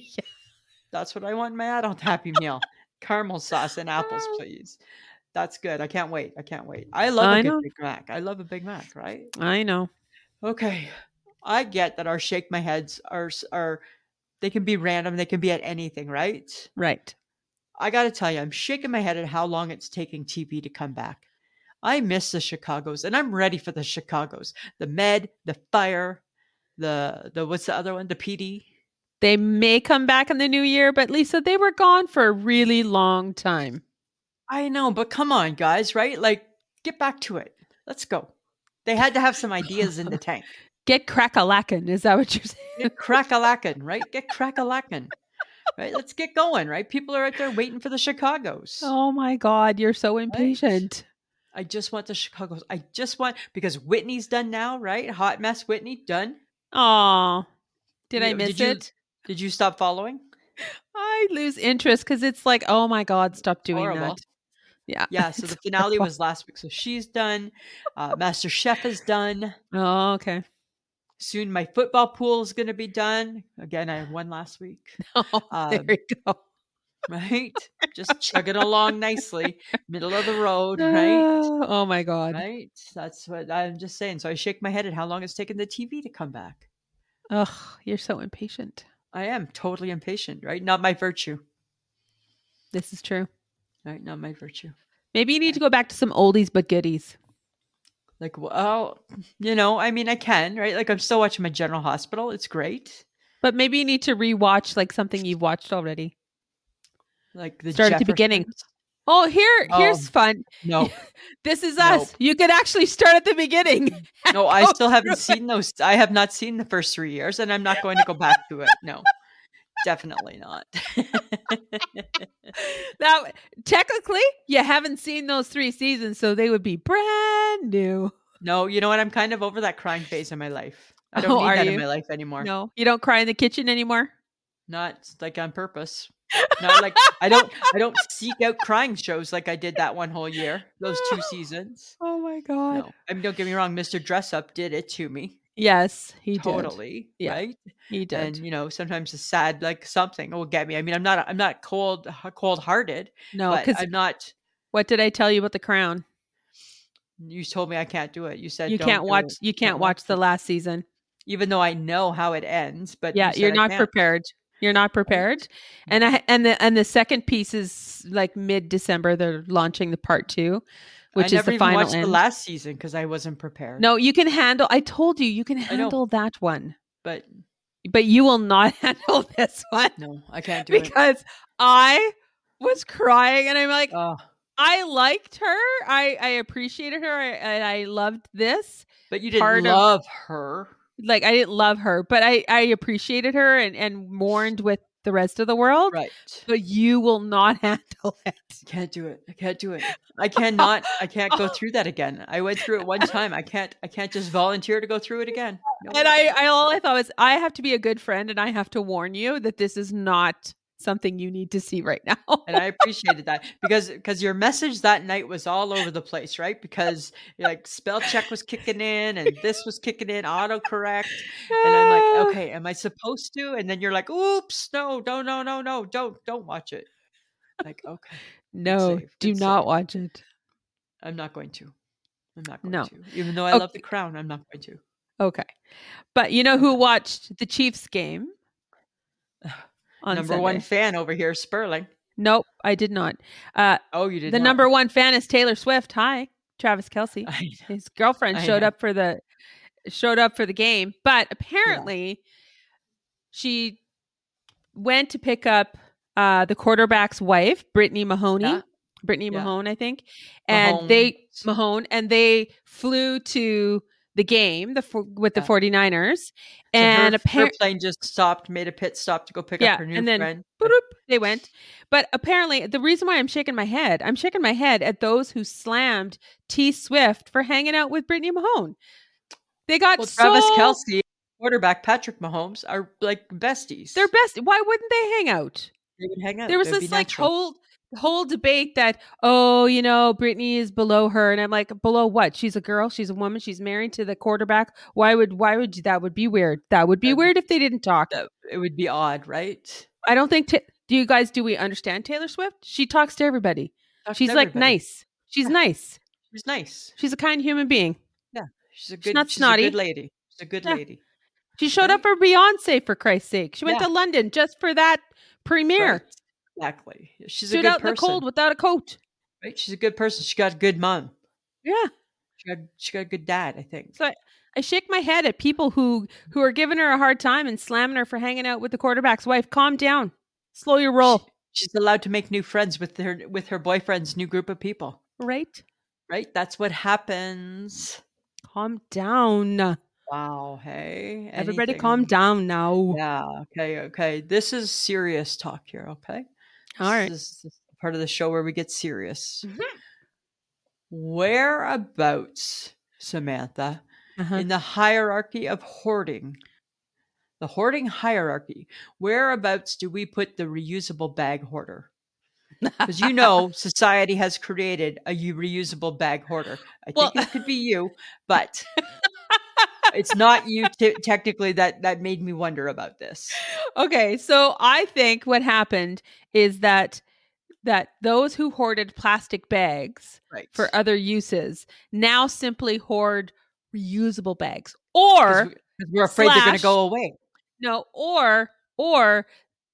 [SPEAKER 1] That's what I want in my adult Happy Meal. caramel sauce and apples,
[SPEAKER 2] Oh.
[SPEAKER 1] please. That's good. I can't wait. I can't wait. I love a
[SPEAKER 2] I
[SPEAKER 1] good
[SPEAKER 2] know.
[SPEAKER 1] Big Mac. I love a Big Mac, right?
[SPEAKER 2] I know.
[SPEAKER 1] Okay. I get that our shake my heads are s- are they can be random, they can be at anything, right?
[SPEAKER 2] Right.
[SPEAKER 1] I got to tell you, I'm shaking my head at how long it's taking TV to come back. I miss the Chicago's, and I'm ready for the Chicago's. The Med, the Fire, the the what's the other one? The PD.
[SPEAKER 2] They may come back in the new year, but Lisa, they were gone for a really long time.
[SPEAKER 1] I know, but come on, guys, right? Like, get back to it. Let's go. They had to have some ideas in the tank.
[SPEAKER 2] Get crack a lackin', is that what you're saying?
[SPEAKER 1] Get crack-a-lackin', right? Get crack-a-lackin', right? Let's get going, right? People are out there waiting for the Chicago's.
[SPEAKER 2] Oh my God, you're so impatient.
[SPEAKER 1] I just want the Chicago's. I just want because Whitney's done now, right? Hot mess Whitney done.
[SPEAKER 2] Oh, did I
[SPEAKER 1] You-
[SPEAKER 2] miss
[SPEAKER 1] did you-
[SPEAKER 2] it?
[SPEAKER 1] Did you stop following?
[SPEAKER 2] I lose interest because it's like, oh my God, stop doing
[SPEAKER 1] Horrible.
[SPEAKER 2] that. Yeah.
[SPEAKER 1] Yeah, so the
[SPEAKER 2] It's
[SPEAKER 1] finale
[SPEAKER 2] horrible.
[SPEAKER 1] was last week. So she's done. Uh, Master Chef is done.
[SPEAKER 2] Oh, okay.
[SPEAKER 1] Soon my football pool is going to be done. Again, I won last week,
[SPEAKER 2] Oh, there
[SPEAKER 1] Um,
[SPEAKER 2] you go.
[SPEAKER 1] right? Just chugging along nicely, middle of the road, right?
[SPEAKER 2] Ah, Oh my God.
[SPEAKER 1] Right. That's what I'm just saying. So I shake my head at how long it's taken the TV to come back.
[SPEAKER 2] Ugh, you're so impatient.
[SPEAKER 1] I am totally impatient, right? Not my virtue,
[SPEAKER 2] This is true.
[SPEAKER 1] right? Not my virtue.
[SPEAKER 2] Maybe you need to go back to some oldies but goodies.
[SPEAKER 1] Like, well, you know, I mean, I can, right? Like, I'm still watching my General Hospital. It's great.
[SPEAKER 2] But maybe you need to rewatch like something you've watched already.
[SPEAKER 1] Like the
[SPEAKER 2] Start at the beginning.
[SPEAKER 1] Jeffersons.
[SPEAKER 2] Oh, here, here's
[SPEAKER 1] Oh.
[SPEAKER 2] fun.
[SPEAKER 1] No,
[SPEAKER 2] This is us. You could actually start at the beginning.
[SPEAKER 1] No, I
[SPEAKER 2] go
[SPEAKER 1] still haven't
[SPEAKER 2] through it.
[SPEAKER 1] seen those. I have not seen the first three years, and I'm not going to go back to it. No, definitely not.
[SPEAKER 2] That technically you haven't seen those three seasons, so they would be brand new.
[SPEAKER 1] no, you know what? I'm kind of over that crying phase in my life. I don't
[SPEAKER 2] Oh,
[SPEAKER 1] need
[SPEAKER 2] are
[SPEAKER 1] that in
[SPEAKER 2] you?
[SPEAKER 1] my life anymore.
[SPEAKER 2] No, you don't cry in the kitchen anymore.
[SPEAKER 1] Not like on purpose. Not like I don't. I don't seek out crying shows like I did that one whole year. Those two seasons.
[SPEAKER 2] Oh my god.
[SPEAKER 1] No, I mean, don't get me wrong. Mr. Dress Up did it to me.
[SPEAKER 2] Yes, he totally.
[SPEAKER 1] totally.
[SPEAKER 2] Yeah.
[SPEAKER 1] Right.
[SPEAKER 2] He
[SPEAKER 1] And
[SPEAKER 2] did.
[SPEAKER 1] you know, sometimes a sad like something will get me. I mean, I'm not. I'm not cold. Cold hearted.
[SPEAKER 2] no,
[SPEAKER 1] but
[SPEAKER 2] because
[SPEAKER 1] I'm not.
[SPEAKER 2] what did I tell you about the crown?
[SPEAKER 1] you told me I can't do it. You said
[SPEAKER 2] You
[SPEAKER 1] "Don't
[SPEAKER 2] can't
[SPEAKER 1] do
[SPEAKER 2] watch.
[SPEAKER 1] it,"
[SPEAKER 2] You can't watch the last season.
[SPEAKER 1] even though I know how it ends. But you
[SPEAKER 2] yeah
[SPEAKER 1] said
[SPEAKER 2] you're
[SPEAKER 1] I
[SPEAKER 2] not
[SPEAKER 1] can't. Mm-hmm.
[SPEAKER 2] prepared you're not prepared and i and the and the second piece is like mid-december they're launching the part two
[SPEAKER 1] I
[SPEAKER 2] which is
[SPEAKER 1] never
[SPEAKER 2] the
[SPEAKER 1] even
[SPEAKER 2] final
[SPEAKER 1] watched
[SPEAKER 2] end.
[SPEAKER 1] the last season because I wasn't prepared.
[SPEAKER 2] no you can handle i told you you can
[SPEAKER 1] know.
[SPEAKER 2] handle that one
[SPEAKER 1] but
[SPEAKER 2] but you will not handle this one
[SPEAKER 1] no, I can't do it.
[SPEAKER 2] because i was crying and i'm like
[SPEAKER 1] Oh,
[SPEAKER 2] i liked her i i appreciated her I, and i loved this
[SPEAKER 1] but you didn't
[SPEAKER 2] part of-
[SPEAKER 1] love her.
[SPEAKER 2] like i didn't love her but i i appreciated her and and mourned with the rest of the world
[SPEAKER 1] Right.
[SPEAKER 2] but you will not handle it.
[SPEAKER 1] Can't do it. I can't do it. I cannot. I can't go through that again. I went through it one time. I can't. I can't just volunteer to go through it again. No.
[SPEAKER 2] And I, I all I thought was I have to be a good friend and I have to warn you that this is not something you need to see right now.
[SPEAKER 1] and I appreciated that because because your message that night was all over the place, right? Because like spell check was kicking in and this was kicking in, autocorrect. And I'm like, okay, am I supposed to? And then you're like, oops, no, no, no, no, no, don't don't watch it. Like, okay,
[SPEAKER 2] no,
[SPEAKER 1] save,
[SPEAKER 2] do
[SPEAKER 1] good
[SPEAKER 2] not
[SPEAKER 1] save.
[SPEAKER 2] watch it.
[SPEAKER 1] I'm not going to. I'm not going
[SPEAKER 2] No.
[SPEAKER 1] to. Even though I love the crown, I'm not going to.
[SPEAKER 2] Okay. But you know who watched the Chiefs game? On
[SPEAKER 1] number one
[SPEAKER 2] Sunday?
[SPEAKER 1] fan over here, Sperling.
[SPEAKER 2] Nope, I did not. Uh,
[SPEAKER 1] Oh, you did
[SPEAKER 2] the
[SPEAKER 1] not.
[SPEAKER 2] number one fan is Taylor Swift. Hi, Travis Kelsey.
[SPEAKER 1] I
[SPEAKER 2] His girlfriend
[SPEAKER 1] I
[SPEAKER 2] showed
[SPEAKER 1] know.
[SPEAKER 2] up for the showed up for the game, but apparently she went to pick up uh, the quarterback's wife, Brittany Mahoney.
[SPEAKER 1] Yeah.
[SPEAKER 2] Brittany
[SPEAKER 1] Yeah.
[SPEAKER 2] Mahone, I think. And they Mahone and they flew to the game the fo- with
[SPEAKER 1] Yeah.
[SPEAKER 2] the 49ers
[SPEAKER 1] So
[SPEAKER 2] and
[SPEAKER 1] her, her
[SPEAKER 2] apparently
[SPEAKER 1] plane just stopped, made a pit stop to go pick
[SPEAKER 2] Yeah,
[SPEAKER 1] up her new
[SPEAKER 2] and then
[SPEAKER 1] friend.
[SPEAKER 2] they went but apparently the reason why i'm shaking my head i'm shaking my head at those who slammed t swift for hanging out with brittany mahone they got
[SPEAKER 1] Well,
[SPEAKER 2] so
[SPEAKER 1] Travis Kelsey, quarterback Patrick Mahomes are like besties.
[SPEAKER 2] their best why wouldn't they hang out
[SPEAKER 1] they would hang out.
[SPEAKER 2] there was
[SPEAKER 1] It would be
[SPEAKER 2] this like
[SPEAKER 1] natural.
[SPEAKER 2] whole whole debate that oh you know Britney is below her and I'm like below what she's a girl she's a woman she's married to the quarterback why would why would you that would be weird that would be
[SPEAKER 1] That'd be-
[SPEAKER 2] weird if they didn't talk
[SPEAKER 1] that- it would be odd, right?
[SPEAKER 2] I don't think ta- do you guys do we understand Taylor Swift she talks to everybody
[SPEAKER 1] Talk to
[SPEAKER 2] she's like
[SPEAKER 1] everybody.
[SPEAKER 2] nice she's
[SPEAKER 1] Yeah.
[SPEAKER 2] nice
[SPEAKER 1] She's nice.
[SPEAKER 2] she's a kind human being
[SPEAKER 1] She's a good. She's,
[SPEAKER 2] not
[SPEAKER 1] a
[SPEAKER 2] snotty.
[SPEAKER 1] good lady. She's a good
[SPEAKER 2] Yeah.
[SPEAKER 1] lady.
[SPEAKER 2] she showed up for Beyonce for Christ's sake she went
[SPEAKER 1] Yeah.
[SPEAKER 2] to London just for that premiere
[SPEAKER 1] Right. Exactly. She's a
[SPEAKER 2] stood
[SPEAKER 1] good
[SPEAKER 2] out in
[SPEAKER 1] person.
[SPEAKER 2] the cold without a coat
[SPEAKER 1] right? She's a good person. She got a good mom.
[SPEAKER 2] yeah
[SPEAKER 1] She got she got a good dad. I think.
[SPEAKER 2] So I, I shake my head at people who who are giving her a hard time and slamming her for hanging out with the quarterback's wife. Calm down. Slow your roll.
[SPEAKER 1] She's allowed to make new friends with her with her boyfriend's new group of people.
[SPEAKER 2] Right?
[SPEAKER 1] Right. That's what happens.
[SPEAKER 2] Calm down.
[SPEAKER 1] Wow. Hey.
[SPEAKER 2] Everybody calm
[SPEAKER 1] anything.
[SPEAKER 2] down now.
[SPEAKER 1] Yeah. Okay. Okay. This is serious talk here. Okay.
[SPEAKER 2] All right. Mm-hmm.
[SPEAKER 1] This is, this is part of the show where we get serious. Whereabouts, Samantha,
[SPEAKER 2] Uh-huh.
[SPEAKER 1] in the hierarchy of hoarding, the hoarding hierarchy, whereabouts do we put the reusable bag hoarder? Because you know, society has created a u- reusable bag hoarder. I
[SPEAKER 2] Well-
[SPEAKER 1] think it could be you, but it's not you t- technically that that made me wonder about this.
[SPEAKER 2] Okay, so I think what happened is that that those who hoarded plastic bags
[SPEAKER 1] Right.
[SPEAKER 2] for other uses now simply hoard reusable bags
[SPEAKER 1] Because
[SPEAKER 2] or
[SPEAKER 1] we- 'cause we're afraid they're going
[SPEAKER 2] slash-
[SPEAKER 1] to go away.
[SPEAKER 2] No, or or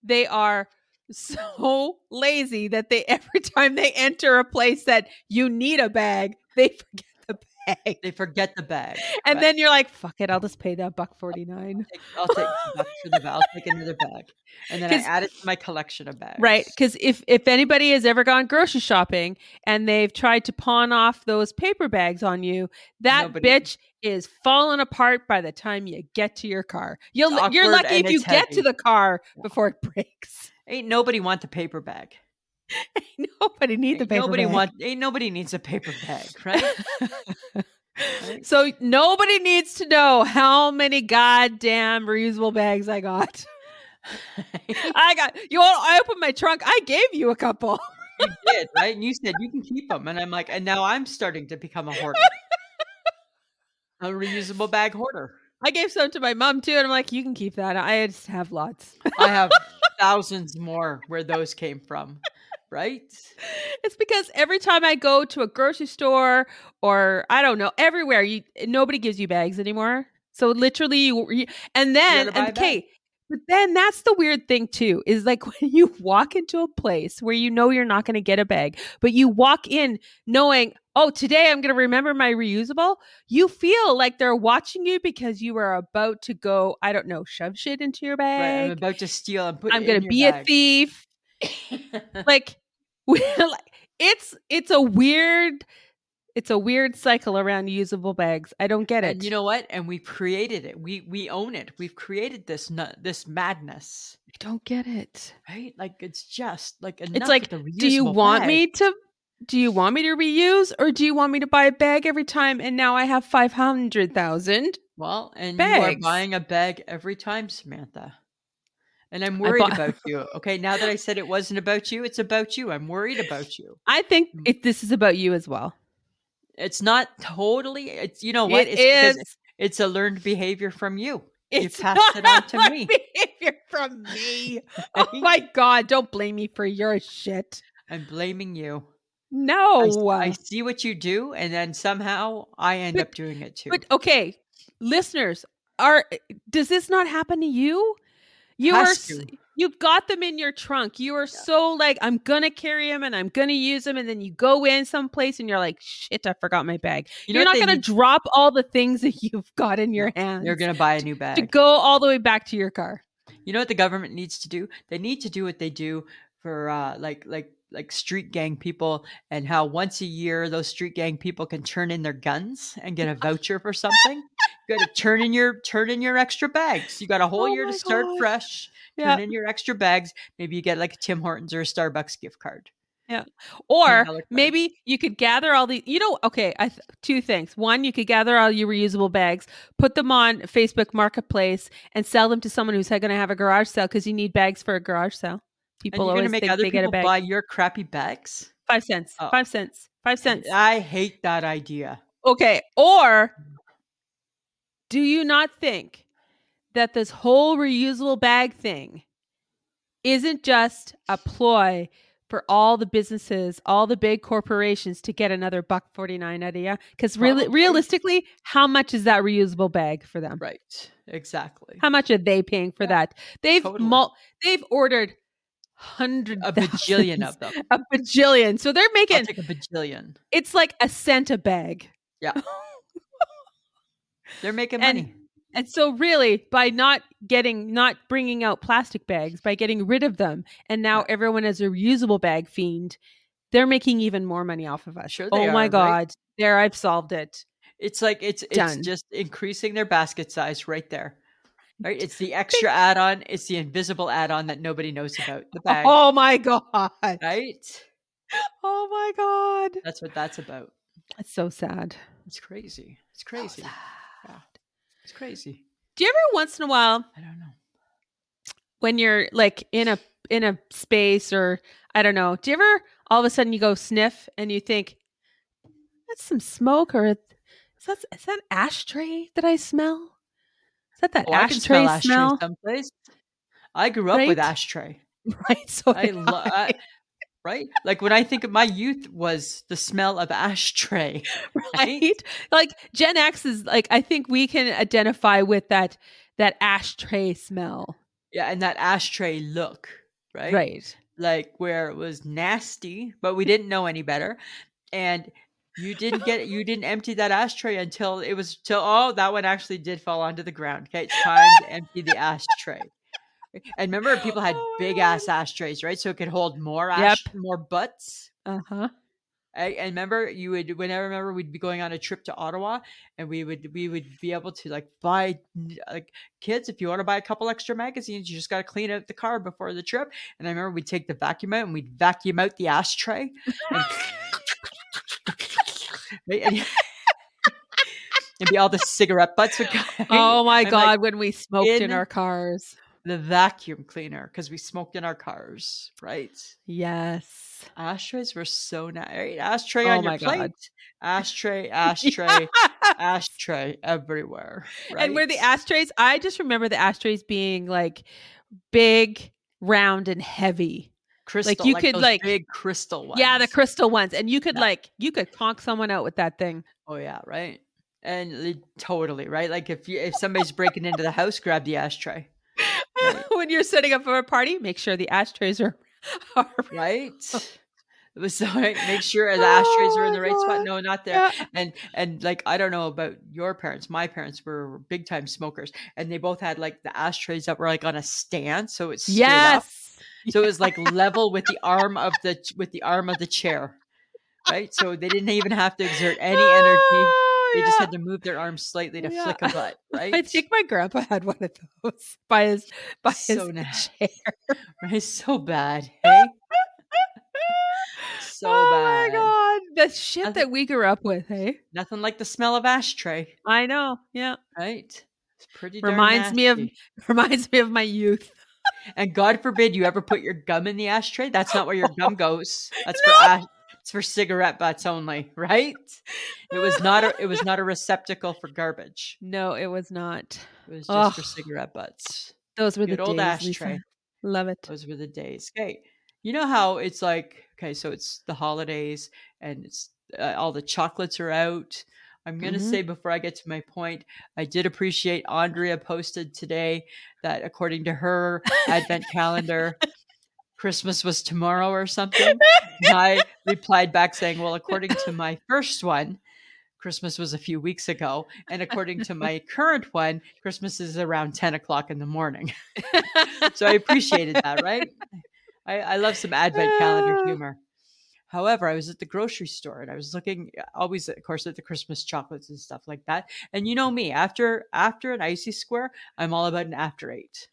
[SPEAKER 2] they are so lazy that they every time they enter a place that you need a bag, they forget the bag.
[SPEAKER 1] They forget the bag.
[SPEAKER 2] And
[SPEAKER 1] Right.
[SPEAKER 2] then you're like, fuck it, I'll just pay that buck 49.
[SPEAKER 1] Take- I'll take the buck for the bag. I'll take another bag, and then I
[SPEAKER 2] 'Cause-
[SPEAKER 1] add it to my collection of bags.
[SPEAKER 2] Right? Cuz if if anybody has ever gone grocery shopping and they've tried to pawn off those paper bags on you, that
[SPEAKER 1] Nobody-
[SPEAKER 2] bitch is falling apart by the time you get to your car. You'll
[SPEAKER 1] It's
[SPEAKER 2] you're
[SPEAKER 1] awkward
[SPEAKER 2] lucky
[SPEAKER 1] and
[SPEAKER 2] if you
[SPEAKER 1] it's
[SPEAKER 2] get
[SPEAKER 1] heavy.
[SPEAKER 2] to the car
[SPEAKER 1] Yeah.
[SPEAKER 2] before it breaks.
[SPEAKER 1] Ain't nobody want the paper bag.
[SPEAKER 2] Nobody need the
[SPEAKER 1] Ain't
[SPEAKER 2] paper
[SPEAKER 1] nobody
[SPEAKER 2] bag.
[SPEAKER 1] want. Ain't nobody needs a paper bag, right? Right?
[SPEAKER 2] So nobody needs to know how many goddamn reusable bags I got. I got you. All, I opened my trunk. I gave you a couple.
[SPEAKER 1] you did right, and you said you can keep them, and I'm like, and now I'm starting to become a hoarder, a reusable bag hoarder.
[SPEAKER 2] I gave some to my mom too, and I'm like, you can keep that. I just have lots.
[SPEAKER 1] I have thousands more where those came from, right?
[SPEAKER 2] It's because every time I go to a grocery store or I don't know everywhere, you nobody gives you bags anymore. So literally, you, you and then
[SPEAKER 1] gotta buy a
[SPEAKER 2] and
[SPEAKER 1] bag.
[SPEAKER 2] okay. But then that's the weird thing too is like when you walk into a place where you know you're not going to get a bag, but you walk in knowing, "Oh, today I'm going to remember my reusable." You feel like they're watching you because you are about to go, I don't know, shove shit into your
[SPEAKER 1] Right. I'm
[SPEAKER 2] bag.
[SPEAKER 1] about to steal and put.
[SPEAKER 2] I'm
[SPEAKER 1] it
[SPEAKER 2] going
[SPEAKER 1] in
[SPEAKER 2] to
[SPEAKER 1] your
[SPEAKER 2] be a
[SPEAKER 1] bag.
[SPEAKER 2] thief like, we, like it's it's a weird it's a weird cycle around usable bags. I don't get it.
[SPEAKER 1] And you know what? And we created it. We we own it. We've created this nu- this madness,
[SPEAKER 2] I don't get it.
[SPEAKER 1] right? Like it's just like enough with
[SPEAKER 2] like,
[SPEAKER 1] the
[SPEAKER 2] Do you
[SPEAKER 1] reusable
[SPEAKER 2] want
[SPEAKER 1] bag.
[SPEAKER 2] me to do you want me to reuse or do you want me to buy a bag every time and now I have 500,000?
[SPEAKER 1] Well, and you are
[SPEAKER 2] bags?
[SPEAKER 1] buying a bag every time, Samantha. And I'm worried
[SPEAKER 2] bought-
[SPEAKER 1] about you. Okay. Now that I said it wasn't about you, it's about you. I'm worried about you.
[SPEAKER 2] I think
[SPEAKER 1] Mm.
[SPEAKER 2] it, this is about you as well.
[SPEAKER 1] It's not totally, it's, you know what?
[SPEAKER 2] It
[SPEAKER 1] because
[SPEAKER 2] is-
[SPEAKER 1] It's a learned behavior from you.
[SPEAKER 2] It's
[SPEAKER 1] passed it on to
[SPEAKER 2] my
[SPEAKER 1] me.
[SPEAKER 2] Behavior from me. oh my god! Don't blame me for your shit.
[SPEAKER 1] I'm blaming you. I, s-
[SPEAKER 2] No.
[SPEAKER 1] I see what you do, and then somehow I end
[SPEAKER 2] Oh. But-
[SPEAKER 1] up doing it too.
[SPEAKER 2] But okay, listeners, are eh, does this not happen to you? You
[SPEAKER 1] Has
[SPEAKER 2] are s-
[SPEAKER 1] to.
[SPEAKER 2] you got them in your trunk. You are so like I'm gonna carry them and I'm gonna use them, and then you go in someplace and you're like, shit, I forgot my bag.
[SPEAKER 1] You know
[SPEAKER 2] You
[SPEAKER 1] what
[SPEAKER 2] are not
[SPEAKER 1] they
[SPEAKER 2] gonna
[SPEAKER 1] need?
[SPEAKER 2] drop all the things that you've got in your hands
[SPEAKER 1] You're going to buy a new
[SPEAKER 2] to
[SPEAKER 1] bag.
[SPEAKER 2] go all the way back to your car.
[SPEAKER 1] You know what the government needs to do? They need to do what they do for uh, like like like street gang people, and how once a year those street gang people can turn in their guns and get a voucher for something. You got to turn in your turn in your extra bags. You got a whole
[SPEAKER 2] Oh
[SPEAKER 1] year to
[SPEAKER 2] my
[SPEAKER 1] start
[SPEAKER 2] God.
[SPEAKER 1] fresh.
[SPEAKER 2] Yeah.
[SPEAKER 1] Turn in your extra bags. Maybe you get like a Tim Hortons or a Starbucks gift card.
[SPEAKER 2] Or
[SPEAKER 1] $10 card.
[SPEAKER 2] maybe you could gather all the, you know, okay, I th- two things. One, you could gather all your reusable bags, put them on Facebook Marketplace, and sell them to someone who's going to have a garage sale because you need bags for a garage sale.
[SPEAKER 1] And you're
[SPEAKER 2] People
[SPEAKER 1] going
[SPEAKER 2] always
[SPEAKER 1] to make
[SPEAKER 2] think
[SPEAKER 1] other
[SPEAKER 2] they get a
[SPEAKER 1] people
[SPEAKER 2] bag.
[SPEAKER 1] buy your crappy bags.
[SPEAKER 2] five cents,
[SPEAKER 1] Oh.
[SPEAKER 2] five cents, five cents.
[SPEAKER 1] I hate that idea.
[SPEAKER 2] Okay. Or do you not think that this whole reusable bag thing isn't just a ploy for all the businesses, all the big corporations to get another buck 49 out of you? Because really,
[SPEAKER 1] Probably.
[SPEAKER 2] realistically, how much is that reusable bag for them?
[SPEAKER 1] Right. Exactly.
[SPEAKER 2] How much are they paying for
[SPEAKER 1] Yeah,
[SPEAKER 2] that? They've
[SPEAKER 1] totally.
[SPEAKER 2] mul- they've ordered hundred
[SPEAKER 1] A bajillion of them.
[SPEAKER 2] a bajillion. So they're
[SPEAKER 1] I'll
[SPEAKER 2] making
[SPEAKER 1] take a bajillion.
[SPEAKER 2] it's like a cent a bag. Oh
[SPEAKER 1] They're making
[SPEAKER 2] And-
[SPEAKER 1] money.
[SPEAKER 2] And so, really, by not getting, not bringing out plastic bags, by getting rid of them, and now
[SPEAKER 1] Yeah.
[SPEAKER 2] everyone is a reusable bag fiend, they're making even more money off of us.
[SPEAKER 1] Sure
[SPEAKER 2] oh
[SPEAKER 1] they
[SPEAKER 2] my
[SPEAKER 1] are, right?
[SPEAKER 2] God. There, I've solved it.
[SPEAKER 1] It's like it's it's
[SPEAKER 2] Done.
[SPEAKER 1] just increasing their basket size right there. Right? It's the extra add-on, it's the invisible add-on that nobody knows about. The bag.
[SPEAKER 2] Oh my God.
[SPEAKER 1] Right?
[SPEAKER 2] Oh my God.
[SPEAKER 1] That's what that's about.
[SPEAKER 2] That's so sad.
[SPEAKER 1] It's crazy. It's
[SPEAKER 2] So
[SPEAKER 1] crazy.
[SPEAKER 2] sad.
[SPEAKER 1] It's crazy.
[SPEAKER 2] Do you ever once in a while,
[SPEAKER 1] I don't know.
[SPEAKER 2] when you're like in a in a space or I don't know, do you ever all of a sudden you go sniff and you think that's some smoke or is that is that ashtray that I smell? Is that that
[SPEAKER 1] Oh, I can
[SPEAKER 2] ashtray
[SPEAKER 1] smell ashtray
[SPEAKER 2] smell?
[SPEAKER 1] someplace. I grew up with
[SPEAKER 2] Right?
[SPEAKER 1] ashtray.
[SPEAKER 2] right. So
[SPEAKER 1] I love right? Like when I think of my youth was the smell of ashtray.
[SPEAKER 2] right? Like Gen X is like I think we can identify with that that ashtray smell.
[SPEAKER 1] Yeah, and that ashtray look, right?
[SPEAKER 2] Right.
[SPEAKER 1] Like where it was nasty, but we didn't know any better. And you didn't get you didn't empty that ashtray until it was till oh that one actually did fall onto the ground. Okay, it's time to empty the ashtray. Right? And remember, people had
[SPEAKER 2] Oh my
[SPEAKER 1] big ass ashtrays, right? So it could hold more
[SPEAKER 2] Yep.
[SPEAKER 1] ash, more butts.
[SPEAKER 2] Uh-huh.
[SPEAKER 1] I, and remember, you would. When I remember, we'd be going on a trip to Ottawa, and we would we would be able to like buy n- like kids. If you want to buy a couple extra magazines, you just got to clean out the car before the trip. And I remember we'd take the vacuum out and we'd vacuum out the ashtray. And, right? and, and be all the cigarette butts would go.
[SPEAKER 2] Oh my
[SPEAKER 1] I'm like,
[SPEAKER 2] god, when we smoked in
[SPEAKER 1] in-
[SPEAKER 2] our cars.
[SPEAKER 1] the vacuum cleaner because we smoked in our cars, right?
[SPEAKER 2] Yes.
[SPEAKER 1] Ashtrays were so nice. Right? Ashtray
[SPEAKER 2] Oh
[SPEAKER 1] on your
[SPEAKER 2] my God.
[SPEAKER 1] plate. Ashtray, ashtray, ashtray everywhere. Right?
[SPEAKER 2] And where the ashtrays, I just remember the ashtrays being like big, round, and heavy.
[SPEAKER 1] crystal,
[SPEAKER 2] you could,
[SPEAKER 1] those
[SPEAKER 2] like-
[SPEAKER 1] big crystal ones.
[SPEAKER 2] Yeah, the crystal ones. And you could
[SPEAKER 1] Yeah.
[SPEAKER 2] like, you could conk someone out with that thing.
[SPEAKER 1] oh yeah, right. And li- totally right. Like if you if somebody's breaking into the house, grab the ashtray. Right.
[SPEAKER 2] when you're setting up for a party, make sure the ashtrays are. are
[SPEAKER 1] Right. It was so right, make sure the ashtrays are in
[SPEAKER 2] Oh
[SPEAKER 1] the
[SPEAKER 2] my
[SPEAKER 1] right spot.
[SPEAKER 2] God.
[SPEAKER 1] No, not there.
[SPEAKER 2] yeah.
[SPEAKER 1] and and like I don't know about your parents, my parents were big time smokers, and they both had like the ashtrays that were like on a stand, so it's up.
[SPEAKER 2] Yes.
[SPEAKER 1] so it was like level with the arm of the ch- with the arm of the chair, right? So they didn't even have to exert any energy;
[SPEAKER 2] Oh,
[SPEAKER 1] they just
[SPEAKER 2] yeah.
[SPEAKER 1] had to move their arm slightly to
[SPEAKER 2] Yeah.
[SPEAKER 1] flick a butt, right?
[SPEAKER 2] I think my grandpa had one of those by his by
[SPEAKER 1] So
[SPEAKER 2] his
[SPEAKER 1] nice.
[SPEAKER 2] chair.
[SPEAKER 1] right? So bad, hey? so
[SPEAKER 2] oh
[SPEAKER 1] bad.
[SPEAKER 2] my god, the shit
[SPEAKER 1] Nothing-
[SPEAKER 2] that we grew up with, eh? hey?
[SPEAKER 1] Nothing like the smell of ashtray,
[SPEAKER 2] I know. Yeah,
[SPEAKER 1] right? It's pretty. darn
[SPEAKER 2] reminds me of
[SPEAKER 1] nasty.
[SPEAKER 2] reminds me of my youth.
[SPEAKER 1] And God forbid you ever put your gum in the ashtray. That's not where your gum goes. That's for ash- it's for cigarette butts only, right? It was not a it was not a receptacle for garbage.
[SPEAKER 2] No, it was not.
[SPEAKER 1] It was just for
[SPEAKER 2] Ugh.
[SPEAKER 1] cigarette butts.
[SPEAKER 2] Those were
[SPEAKER 1] Good
[SPEAKER 2] the
[SPEAKER 1] old
[SPEAKER 2] days,
[SPEAKER 1] ashtray.
[SPEAKER 2] Lisa. Love it.
[SPEAKER 1] Those were the days. Okay. You know how it's like, okay, so it's the holidays and it's uh, all the chocolates are out. I'm going to
[SPEAKER 2] Mhm.
[SPEAKER 1] say before I get to my point, I did appreciate Andrea posted today that according to her advent calendar, Christmas was tomorrow or something. And I replied back saying, well, according to my first one, Christmas was a few weeks ago. And according to my current one, Christmas is around 10 o'clock in the morning. So I appreciated that, right? I, I love some advent calendar
[SPEAKER 2] Ah.
[SPEAKER 1] humor. However, I was at the grocery store and I was looking uh, always, of course, at the Christmas chocolates and stuff like that. And you know me, after after an icy square, I'm all about an after eight.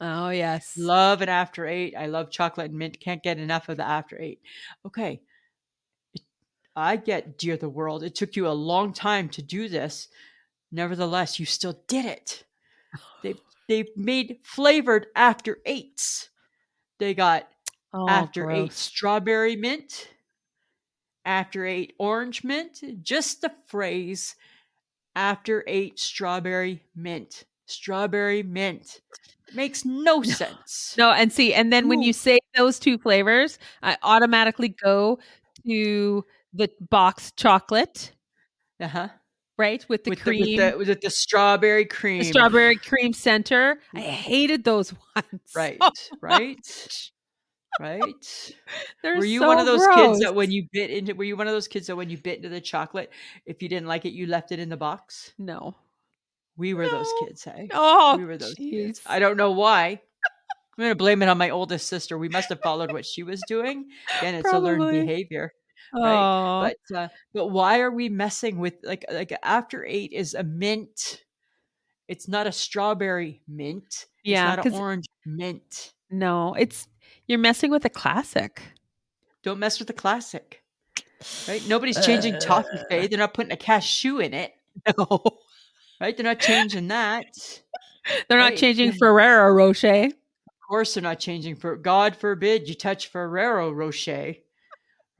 [SPEAKER 2] oh yes.
[SPEAKER 1] Love an after eight. I love chocolate and mint. Can't get enough of the after eight. Okay. I get, dear the world, it took you a long time to do this. Nevertheless, you still did it. They they made flavored after eights. They got
[SPEAKER 2] Oh,
[SPEAKER 1] after eight
[SPEAKER 2] gross.
[SPEAKER 1] strawberry mint, after eight orange mint, just the phrase after eight strawberry mint. Strawberry mint makes no sense.
[SPEAKER 2] No, and see, and then when
[SPEAKER 1] Ooh.
[SPEAKER 2] you say those two flavors, I automatically go to the box chocolate,
[SPEAKER 1] Uh-huh.
[SPEAKER 2] right? With the
[SPEAKER 1] with,
[SPEAKER 2] cream,
[SPEAKER 1] the, with, the, with the strawberry cream.
[SPEAKER 2] the strawberry cream center. I hated those ones.
[SPEAKER 1] Right,
[SPEAKER 2] Oh,
[SPEAKER 1] right, right.
[SPEAKER 2] they're
[SPEAKER 1] Were you
[SPEAKER 2] so
[SPEAKER 1] one of those kids that
[SPEAKER 2] gross.
[SPEAKER 1] when you bit into, were you one of those kids that when you bit into the chocolate, if you didn't like it, you left it in the box?
[SPEAKER 2] No.
[SPEAKER 1] We were those
[SPEAKER 2] No.
[SPEAKER 1] kids, hey?
[SPEAKER 2] Oh,
[SPEAKER 1] we were those kids.
[SPEAKER 2] jeez.
[SPEAKER 1] I don't know why. I'm going to blame it on my oldest sister. We must have followed what she was doing. And it's a learned
[SPEAKER 2] Probably.
[SPEAKER 1] behavior.
[SPEAKER 2] Oh,
[SPEAKER 1] But uh, but why are we messing with like like after eight is a mint? It's not a strawberry mint.
[SPEAKER 2] yeah.
[SPEAKER 1] it's not an
[SPEAKER 2] 'cause-
[SPEAKER 1] orange mint.
[SPEAKER 2] no, it's you're messing with a classic.
[SPEAKER 1] Don't mess with the classic. Right? Nobody's changing toffee
[SPEAKER 2] Uh,
[SPEAKER 1] fay. They're not putting a cashew in it.
[SPEAKER 2] No,
[SPEAKER 1] Right? They're not changing that.
[SPEAKER 2] they're
[SPEAKER 1] Right.
[SPEAKER 2] not changing Ferrero Rocher.
[SPEAKER 1] Of course, they're not changing. For God forbid you touch Ferrero Rocher.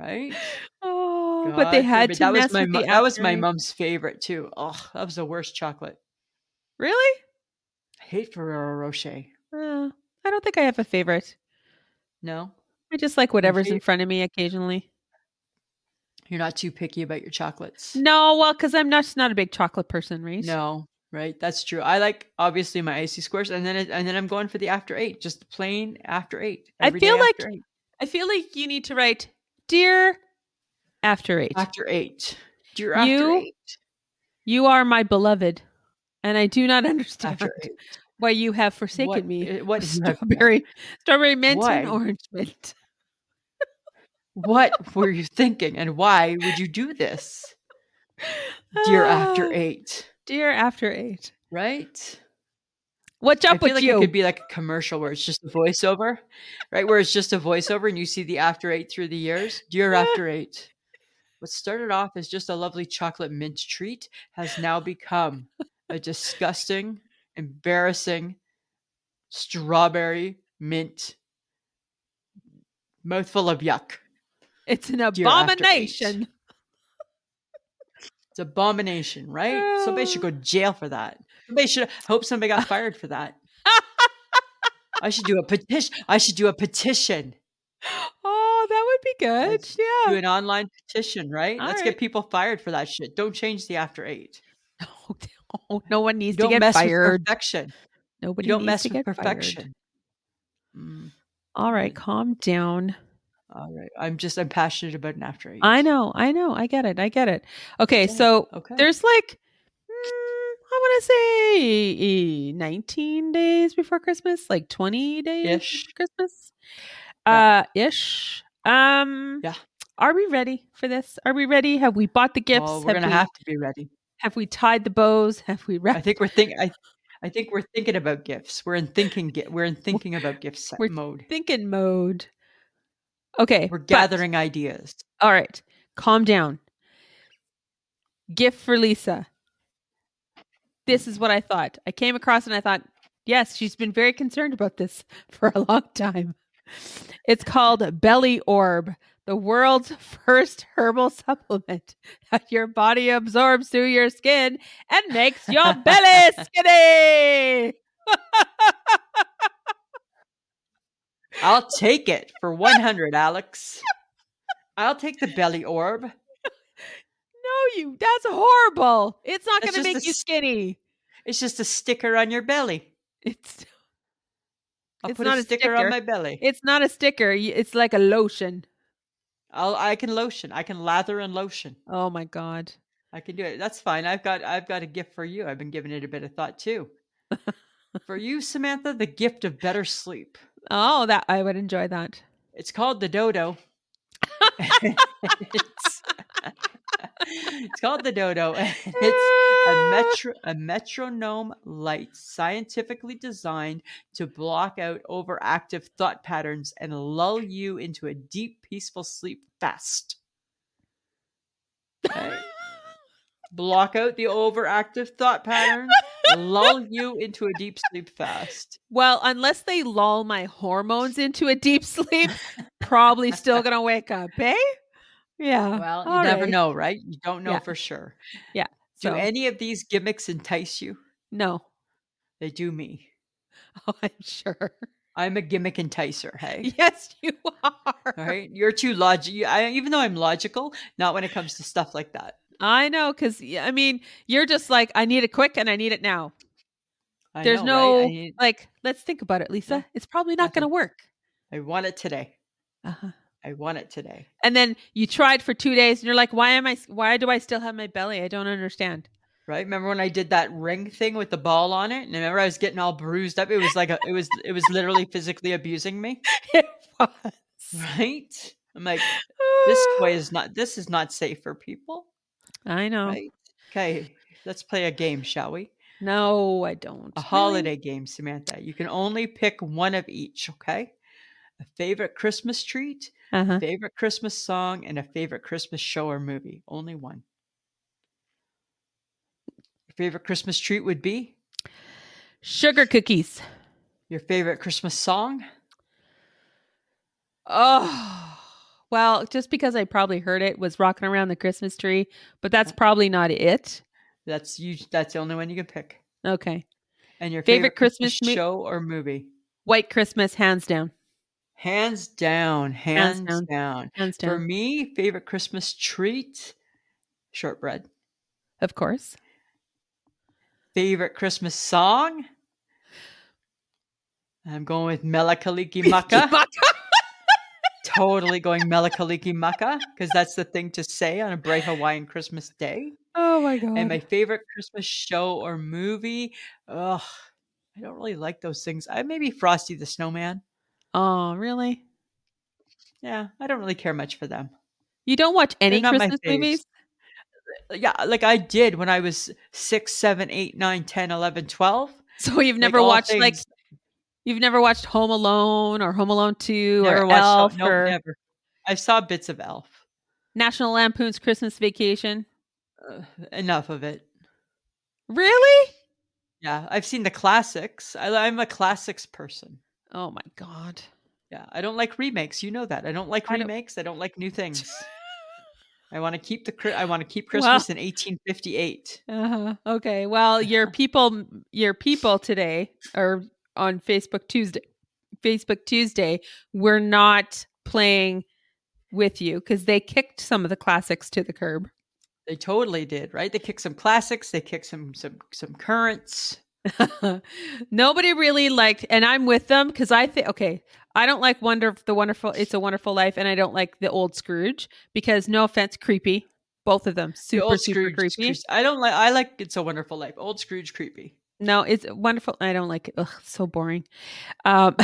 [SPEAKER 1] Right?
[SPEAKER 2] Oh, but they
[SPEAKER 1] God
[SPEAKER 2] had
[SPEAKER 1] forbid.
[SPEAKER 2] to
[SPEAKER 1] that
[SPEAKER 2] mess
[SPEAKER 1] was my
[SPEAKER 2] with
[SPEAKER 1] mo-
[SPEAKER 2] the
[SPEAKER 1] that was my
[SPEAKER 2] after-
[SPEAKER 1] mom's favorite too. Oh, that was the worst chocolate.
[SPEAKER 2] Really?
[SPEAKER 1] I hate Ferrero Rocher.
[SPEAKER 2] Uh, I don't think I have a favorite.
[SPEAKER 1] No,
[SPEAKER 2] I just like whatever's
[SPEAKER 1] favorite-
[SPEAKER 2] in front of me occasionally.
[SPEAKER 1] you're not too picky about your chocolates.
[SPEAKER 2] No, well, because I'm not just not a big chocolate person, right?
[SPEAKER 1] No, right? That's true. I like obviously my icy squares, and then it, and then I'm going for the after eight, just the plain after eight.
[SPEAKER 2] I
[SPEAKER 1] every day
[SPEAKER 2] feel like-
[SPEAKER 1] after eight.
[SPEAKER 2] I feel like you need to write dear after eight.
[SPEAKER 1] after eight, you're after
[SPEAKER 2] You
[SPEAKER 1] eight.
[SPEAKER 2] You are my beloved, and I do not understand
[SPEAKER 1] After eight.
[SPEAKER 2] why you have forsaken
[SPEAKER 1] What-
[SPEAKER 2] me.
[SPEAKER 1] uh, What
[SPEAKER 2] with
[SPEAKER 1] you have-
[SPEAKER 2] strawberry, strawberry mint
[SPEAKER 1] Why?
[SPEAKER 2] and orange mint.
[SPEAKER 1] What were you thinking, and why would you do this, dear? After
[SPEAKER 2] Ah,
[SPEAKER 1] eight,
[SPEAKER 2] dear after eight.
[SPEAKER 1] right?
[SPEAKER 2] What's
[SPEAKER 1] I
[SPEAKER 2] up
[SPEAKER 1] feel
[SPEAKER 2] with
[SPEAKER 1] like
[SPEAKER 2] you?
[SPEAKER 1] it could be like a commercial where it's just a voiceover, right? Where it's just a voiceover and you see the after eight through the years. Dear after eight, what started off as just a lovely chocolate mint treat has now become a disgusting, embarrassing strawberry mint mouthful of yuck.
[SPEAKER 2] it's an
[SPEAKER 1] Dear After Eight.
[SPEAKER 2] abomination.
[SPEAKER 1] It's abomination, right? Somebody should go to jail for that. Somebody should I hope somebody got fired for that. I should do a petition. I should do a petition.
[SPEAKER 2] Oh, that would be good.
[SPEAKER 1] Let's do
[SPEAKER 2] Yeah.
[SPEAKER 1] an online petition, right?
[SPEAKER 2] All
[SPEAKER 1] Let's get
[SPEAKER 2] right.
[SPEAKER 1] people fired for that shit. Don't change the after eight.
[SPEAKER 2] Oh, No, no one needs
[SPEAKER 1] You
[SPEAKER 2] to
[SPEAKER 1] don't
[SPEAKER 2] get
[SPEAKER 1] mess
[SPEAKER 2] fired.
[SPEAKER 1] with perfection.
[SPEAKER 2] Nobody
[SPEAKER 1] you don't
[SPEAKER 2] needs
[SPEAKER 1] mess
[SPEAKER 2] to
[SPEAKER 1] with
[SPEAKER 2] get
[SPEAKER 1] perfection.
[SPEAKER 2] Fired.
[SPEAKER 1] Mm,
[SPEAKER 2] All right,
[SPEAKER 1] Mm.
[SPEAKER 2] calm down.
[SPEAKER 1] all right. I'm just I'm passionate about an after eight.
[SPEAKER 2] I know, I know, I get it, I get it. Okay,
[SPEAKER 1] Okay,
[SPEAKER 2] so
[SPEAKER 1] Okay.
[SPEAKER 2] there's like, mm, I want to say 19 days before Christmas, like 20 days
[SPEAKER 1] Ish.
[SPEAKER 2] before Christmas,
[SPEAKER 1] Yeah.
[SPEAKER 2] uh, ish. Um,
[SPEAKER 1] Yeah.
[SPEAKER 2] Are we ready for this? Are we ready? Have we bought the gifts?
[SPEAKER 1] oh, we're
[SPEAKER 2] have,
[SPEAKER 1] gonna
[SPEAKER 2] we,
[SPEAKER 1] have to be ready.
[SPEAKER 2] have we tied the bows? Have we
[SPEAKER 1] I
[SPEAKER 2] wrapped?
[SPEAKER 1] think we're think I I think we're thinking about gifts. We're in thinking gi- we're in thinking about gift set
[SPEAKER 2] we're
[SPEAKER 1] mode.
[SPEAKER 2] Thinking mode. Okay,
[SPEAKER 1] We're
[SPEAKER 2] but-
[SPEAKER 1] gathering ideas.
[SPEAKER 2] all right, calm down. Gift for Lisa. This is what I thought. I came across and I thought, Yes, she's been very concerned about this for a long time. It's called Belly Orb, the world's first herbal supplement that your body absorbs through your skin and makes your belly skinny.
[SPEAKER 1] I'll take it for 100, Alex. I'll take the belly orb.
[SPEAKER 2] No, you. That's horrible. It's not
[SPEAKER 1] That's
[SPEAKER 2] going to
[SPEAKER 1] just
[SPEAKER 2] make
[SPEAKER 1] a
[SPEAKER 2] you
[SPEAKER 1] s-
[SPEAKER 2] skinny.
[SPEAKER 1] It's just a sticker on your belly.
[SPEAKER 2] It's
[SPEAKER 1] I'll
[SPEAKER 2] It's
[SPEAKER 1] put
[SPEAKER 2] not
[SPEAKER 1] a
[SPEAKER 2] a
[SPEAKER 1] sticker, on
[SPEAKER 2] sticker.
[SPEAKER 1] my belly.
[SPEAKER 2] it's not a sticker. y- It's like a lotion.
[SPEAKER 1] I'll, I can lotion. I can lather and lotion.
[SPEAKER 2] Oh my god.
[SPEAKER 1] I can do it. That's fine. I've got I've got a gift for you. I've been giving it a bit of thought too. for you, Samantha, the gift of better sleep.
[SPEAKER 2] Oh, that I would enjoy that.
[SPEAKER 1] It's called the dodo. it's, it's called the dodo. and It's a metro a metronome light scientifically designed to block out overactive thought patterns and lull you into a deep, peaceful sleep fast. Okay. block out the overactive thought patterns, lull you into a deep sleep fast.
[SPEAKER 2] Well, unless they lull my hormones into a deep sleep, probably still gonna wake up, eh? Yeah.
[SPEAKER 1] Well, you
[SPEAKER 2] all
[SPEAKER 1] never
[SPEAKER 2] right.
[SPEAKER 1] know, right? You don't know
[SPEAKER 2] Yeah.
[SPEAKER 1] for sure. Do
[SPEAKER 2] So
[SPEAKER 1] any of these gimmicks entice you?
[SPEAKER 2] no,
[SPEAKER 1] They do me.
[SPEAKER 2] oh, I'm sure.
[SPEAKER 1] I'm a gimmick enticer, hey?
[SPEAKER 2] Yes, you are.
[SPEAKER 1] All right. You're too logical. I, even though I'm logical, not when it comes to stuff like that.
[SPEAKER 2] I know, because I mean, you're just like, I need it quick and I need it now.
[SPEAKER 1] I
[SPEAKER 2] There's
[SPEAKER 1] know, right? I,
[SPEAKER 2] no-
[SPEAKER 1] need-
[SPEAKER 2] Like, let's think about it, Lisa. It's probably not going to
[SPEAKER 1] Nothing.
[SPEAKER 2] work.
[SPEAKER 1] I want it today.
[SPEAKER 2] Uh-huh.
[SPEAKER 1] I want it today.
[SPEAKER 2] And then you tried for two days, and you're like, why am I? Why do I still have my belly? I don't understand.
[SPEAKER 1] Right? Remember when I did that ring thing with the ball on it? And remember I was getting all bruised up. It was like a, it was it was literally physically abusing me.
[SPEAKER 2] It was.
[SPEAKER 1] Right? I'm like, this toy is not this is not safe for people.
[SPEAKER 2] I know.
[SPEAKER 1] Right? Okay. Let's play a game, shall we?
[SPEAKER 2] No, I don't.
[SPEAKER 1] A
[SPEAKER 2] Really?
[SPEAKER 1] holiday game, Samantha. You can only pick one of each, okay? A favorite Christmas treat,
[SPEAKER 2] Uh-huh.
[SPEAKER 1] favorite Christmas song, and a favorite Christmas show or movie. Only one. Your favorite Christmas treat would be
[SPEAKER 2] Sugar cookies.
[SPEAKER 1] your favorite Christmas song.
[SPEAKER 2] Oh. Well, just because I probably heard it was rocking around the Christmas tree, but that's probably not it.
[SPEAKER 1] That's you. That's the only one you can pick.
[SPEAKER 2] Okay.
[SPEAKER 1] And your favorite,
[SPEAKER 2] Favorite
[SPEAKER 1] Christmas,
[SPEAKER 2] Christmas mo-
[SPEAKER 1] show or movie.
[SPEAKER 2] White Christmas, hands down.
[SPEAKER 1] Hands down, hands,
[SPEAKER 2] down.
[SPEAKER 1] down.
[SPEAKER 2] Hands down.
[SPEAKER 1] For me, favorite Christmas treat, shortbread.
[SPEAKER 2] of course.
[SPEAKER 1] Favorite Christmas song. I'm going with Melakaliki
[SPEAKER 2] Maka.
[SPEAKER 1] Maka. totally going Melakaliki Maka because that's the thing to say on a bright Hawaiian Christmas day.
[SPEAKER 2] Oh my god.
[SPEAKER 1] And my favorite Christmas show or movie. Ugh, I don't really like those things. I maybe Frosty the Snowman.
[SPEAKER 2] oh, really?
[SPEAKER 1] Yeah, I don't really care much for them.
[SPEAKER 2] You don't watch any
[SPEAKER 1] not my
[SPEAKER 2] Christmas
[SPEAKER 1] faves.
[SPEAKER 2] movies?
[SPEAKER 1] Yeah, like I did when I was 6, 7, 8, 9, 10, 11, 12.
[SPEAKER 2] So you've never
[SPEAKER 1] all
[SPEAKER 2] watched like
[SPEAKER 1] things-
[SPEAKER 2] you've never watched Home Alone or Home Alone 2
[SPEAKER 1] never
[SPEAKER 2] or
[SPEAKER 1] watched
[SPEAKER 2] Elf
[SPEAKER 1] Nope,
[SPEAKER 2] or
[SPEAKER 1] never. I saw bits of Elf.
[SPEAKER 2] National Lampoon's Christmas Vacation?
[SPEAKER 1] Uh, enough of it.
[SPEAKER 2] Really?
[SPEAKER 1] Yeah, I've seen the classics. I, I'm a classics person.
[SPEAKER 2] Oh my god.
[SPEAKER 1] Yeah, I don't like remakes. You know that. I don't like
[SPEAKER 2] I don't-
[SPEAKER 1] remakes. I don't, like new things. I want to keep the Chri- I want to keep Christmas in 1858.
[SPEAKER 2] Uh-huh. Okay. Well, your people, your people today are on Facebook Tuesday. Facebook Tuesday, we're not playing with you because they kicked some of the classics to the curb.
[SPEAKER 1] They totally did, right? They kicked some classics. They kicked some some some currents.
[SPEAKER 2] Nobody really liked, and I'm with them because I think okay, I don't like Wonder the Wonderful. It's a Wonderful Life, and I don't like the old Scrooge because no offense, creepy. Both of them
[SPEAKER 1] The
[SPEAKER 2] super super
[SPEAKER 1] Scrooge-
[SPEAKER 2] creepy.
[SPEAKER 1] Scrooge- I don't like. I like It's a Wonderful Life. Old Scrooge creepy.
[SPEAKER 2] No, it's wonderful. I don't like it. Ugh, so boring. Um,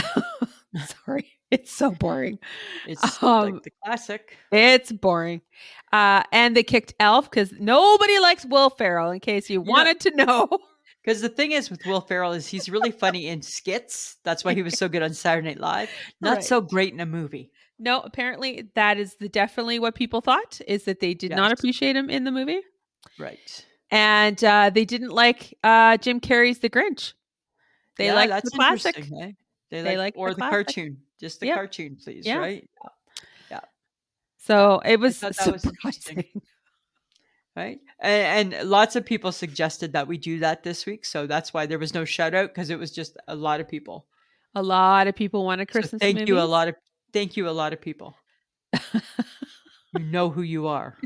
[SPEAKER 2] sorry, it's so boring.
[SPEAKER 1] It's
[SPEAKER 2] Um,
[SPEAKER 1] like the classic.
[SPEAKER 2] It's boring. Uh, and they kicked Elf because nobody likes Will Ferrell. In case you
[SPEAKER 1] know-
[SPEAKER 2] wanted to know,
[SPEAKER 1] Because the thing is with Will Ferrell is he's really funny in skits. That's why he was so good on Saturday Night Live. Not
[SPEAKER 2] Right.
[SPEAKER 1] so great in a movie.
[SPEAKER 2] no. Apparently, that is the definitely what people thought is that they did not
[SPEAKER 1] Yes.
[SPEAKER 2] appreciate him in the movie,
[SPEAKER 1] Right.
[SPEAKER 2] and uh, they didn't like uh, Jim Carrey's The Grinch. They
[SPEAKER 1] Yeah,
[SPEAKER 2] like
[SPEAKER 1] that's
[SPEAKER 2] the classic.
[SPEAKER 1] interesting, eh? They like,
[SPEAKER 2] They like the
[SPEAKER 1] or the,
[SPEAKER 2] classic.
[SPEAKER 1] cartoon, just the
[SPEAKER 2] Yeah.
[SPEAKER 1] cartoon, please.
[SPEAKER 2] Yeah.
[SPEAKER 1] Right,
[SPEAKER 2] So it was
[SPEAKER 1] thought that was interesting.
[SPEAKER 2] surprising.
[SPEAKER 1] right. And, and lots of people suggested that we do that this week, so that's why there was no shout out because it was just a lot of people.
[SPEAKER 2] A lot of people wanted
[SPEAKER 1] So
[SPEAKER 2] Christmas.
[SPEAKER 1] thank
[SPEAKER 2] movies.
[SPEAKER 1] you a lot of thank you a lot of people. you know who you are.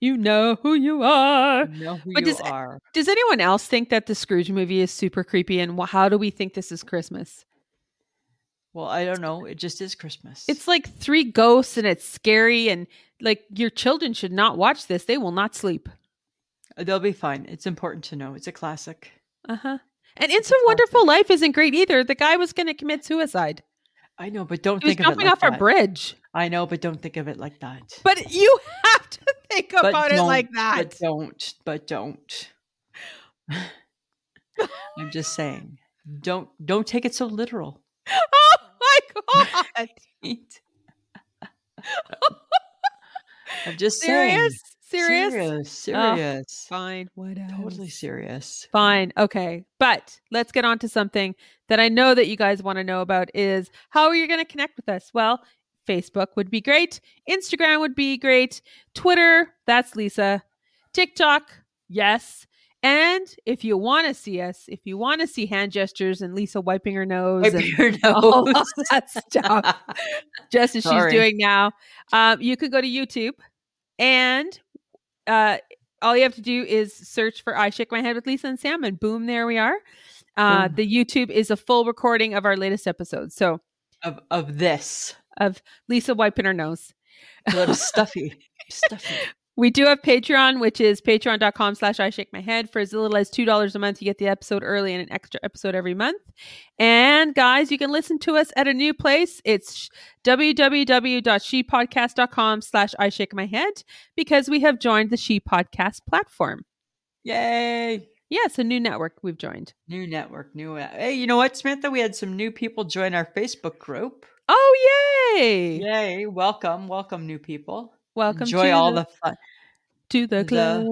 [SPEAKER 2] You know who you are.
[SPEAKER 1] You know who
[SPEAKER 2] But
[SPEAKER 1] you
[SPEAKER 2] does-
[SPEAKER 1] are.
[SPEAKER 2] Does anyone else think that the Scrooge movie is super creepy? And wh- how do we think this is Christmas?
[SPEAKER 1] Well, I don't know. It just is Christmas.
[SPEAKER 2] It's like three ghosts and it's scary. And like your children should not watch this. They will not sleep.
[SPEAKER 1] Uh, they'll be fine. It's important to know. It's a classic.
[SPEAKER 2] Uh
[SPEAKER 1] Uh-huh.
[SPEAKER 2] huh. And It's a
[SPEAKER 1] Exactly.
[SPEAKER 2] Wonderful Life isn't great either. The guy was going to commit suicide.
[SPEAKER 1] I know, but don't
[SPEAKER 2] He was
[SPEAKER 1] think of it
[SPEAKER 2] jumping
[SPEAKER 1] like
[SPEAKER 2] off a
[SPEAKER 1] that.
[SPEAKER 2] bridge.
[SPEAKER 1] I know, but don't think of it like that.
[SPEAKER 2] But you have to think about it
[SPEAKER 1] don't,
[SPEAKER 2] like that.
[SPEAKER 1] But don't, but don't. I'm just saying, don't don't take it so literal.
[SPEAKER 2] Oh my God.
[SPEAKER 1] Pete. I'm just saying.
[SPEAKER 2] serious? Serious?
[SPEAKER 1] serious,
[SPEAKER 2] Oh,
[SPEAKER 1] serious.
[SPEAKER 2] Fine. What
[SPEAKER 1] totally serious.
[SPEAKER 2] Fine. Okay. But let's get on to something that I know that you guys want to know about is how are you going to connect with us? Well, Facebook would be great. Instagram would be great. Twitter, that's Lisa. TikTok, yes. And if you want to see us, if you want to see hand gestures and Lisa wiping her nose
[SPEAKER 1] Wipe
[SPEAKER 2] and
[SPEAKER 1] your
[SPEAKER 2] all
[SPEAKER 1] nose.
[SPEAKER 2] of that stuff, just as
[SPEAKER 1] Sorry.
[SPEAKER 2] she's doing now. Um, you can go to YouTube and uh, all you have to do is search for I Shake My Head with Lisa and Sam, and boom, there we are. Uh,
[SPEAKER 1] Boom.
[SPEAKER 2] the YouTube is a full recording of our latest episode. So
[SPEAKER 1] of of this.
[SPEAKER 2] of Lisa wiping her nose.
[SPEAKER 1] A little stuffy. Stuffy.
[SPEAKER 2] We do have Patreon, which is patreon.com slash I shake my head. For as little as $2 a month, you get the episode early and an extra episode every month. And guys, you can listen to us at a new place. It's www.shepodcast.com slash I shake my head because we have joined the She Podcast platform.
[SPEAKER 1] Yay.
[SPEAKER 2] Yes, a new network we've joined.
[SPEAKER 1] New network, new. Hey, you know what, Samantha? We had some new people join our Facebook group.
[SPEAKER 2] Oh, yay!
[SPEAKER 1] Yay! Welcome, welcome, new people.
[SPEAKER 2] Welcome
[SPEAKER 1] Enjoy
[SPEAKER 2] to
[SPEAKER 1] all
[SPEAKER 2] the,
[SPEAKER 1] the fun.
[SPEAKER 2] to the
[SPEAKER 1] the-
[SPEAKER 2] club.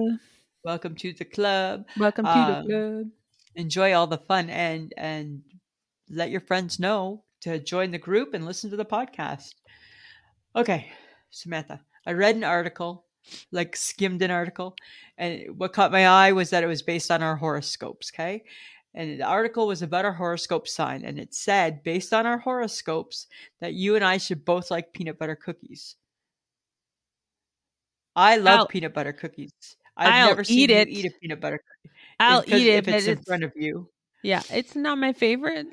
[SPEAKER 1] Welcome to the club.
[SPEAKER 2] Welcome to
[SPEAKER 1] um,
[SPEAKER 2] the club.
[SPEAKER 1] Enjoy all the fun and and let your friends know to join the group and listen to the podcast. Okay, Samantha, I read an article, like skimmed an article, and what caught my eye was that it was based on our horoscopes. Okay. And the article was about our horoscope sign, and it said, based on our horoscopes, that you and I should both like peanut butter cookies. I love
[SPEAKER 2] I'll-
[SPEAKER 1] peanut butter cookies. I've
[SPEAKER 2] I'll
[SPEAKER 1] never seen
[SPEAKER 2] eat
[SPEAKER 1] you
[SPEAKER 2] it.
[SPEAKER 1] eat a peanut butter cookie.
[SPEAKER 2] I'll
[SPEAKER 1] because
[SPEAKER 2] eat it.
[SPEAKER 1] if
[SPEAKER 2] but
[SPEAKER 1] it's in
[SPEAKER 2] it's-
[SPEAKER 1] front of you.
[SPEAKER 2] yeah, it's not my favorite.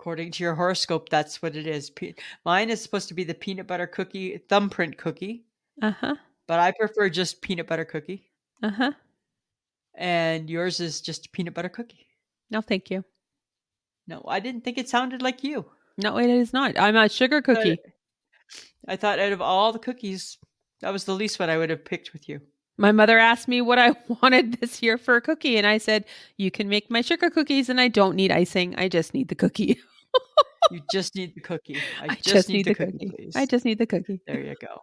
[SPEAKER 1] According to your horoscope, that's what it is. Pe- Mine is supposed to be the peanut butter cookie, thumbprint cookie,
[SPEAKER 2] Uh huh.
[SPEAKER 1] but I prefer just peanut butter cookie.
[SPEAKER 2] Uh huh.
[SPEAKER 1] And yours is just peanut butter cookie.
[SPEAKER 2] No, thank you.
[SPEAKER 1] No, I didn't think it sounded like you.
[SPEAKER 2] No, it is not. I'm a sugar
[SPEAKER 1] But
[SPEAKER 2] cookie.
[SPEAKER 1] I thought out of all the cookies, that was the least one I would have picked with you.
[SPEAKER 2] My mother asked me what I wanted this year for a cookie, and I said, You can make my sugar cookies, and I don't need icing. I just need the cookie.
[SPEAKER 1] You just need the cookie. I,
[SPEAKER 2] I
[SPEAKER 1] just, need, the cookie, please.
[SPEAKER 2] I just need the cookie.
[SPEAKER 1] there you go.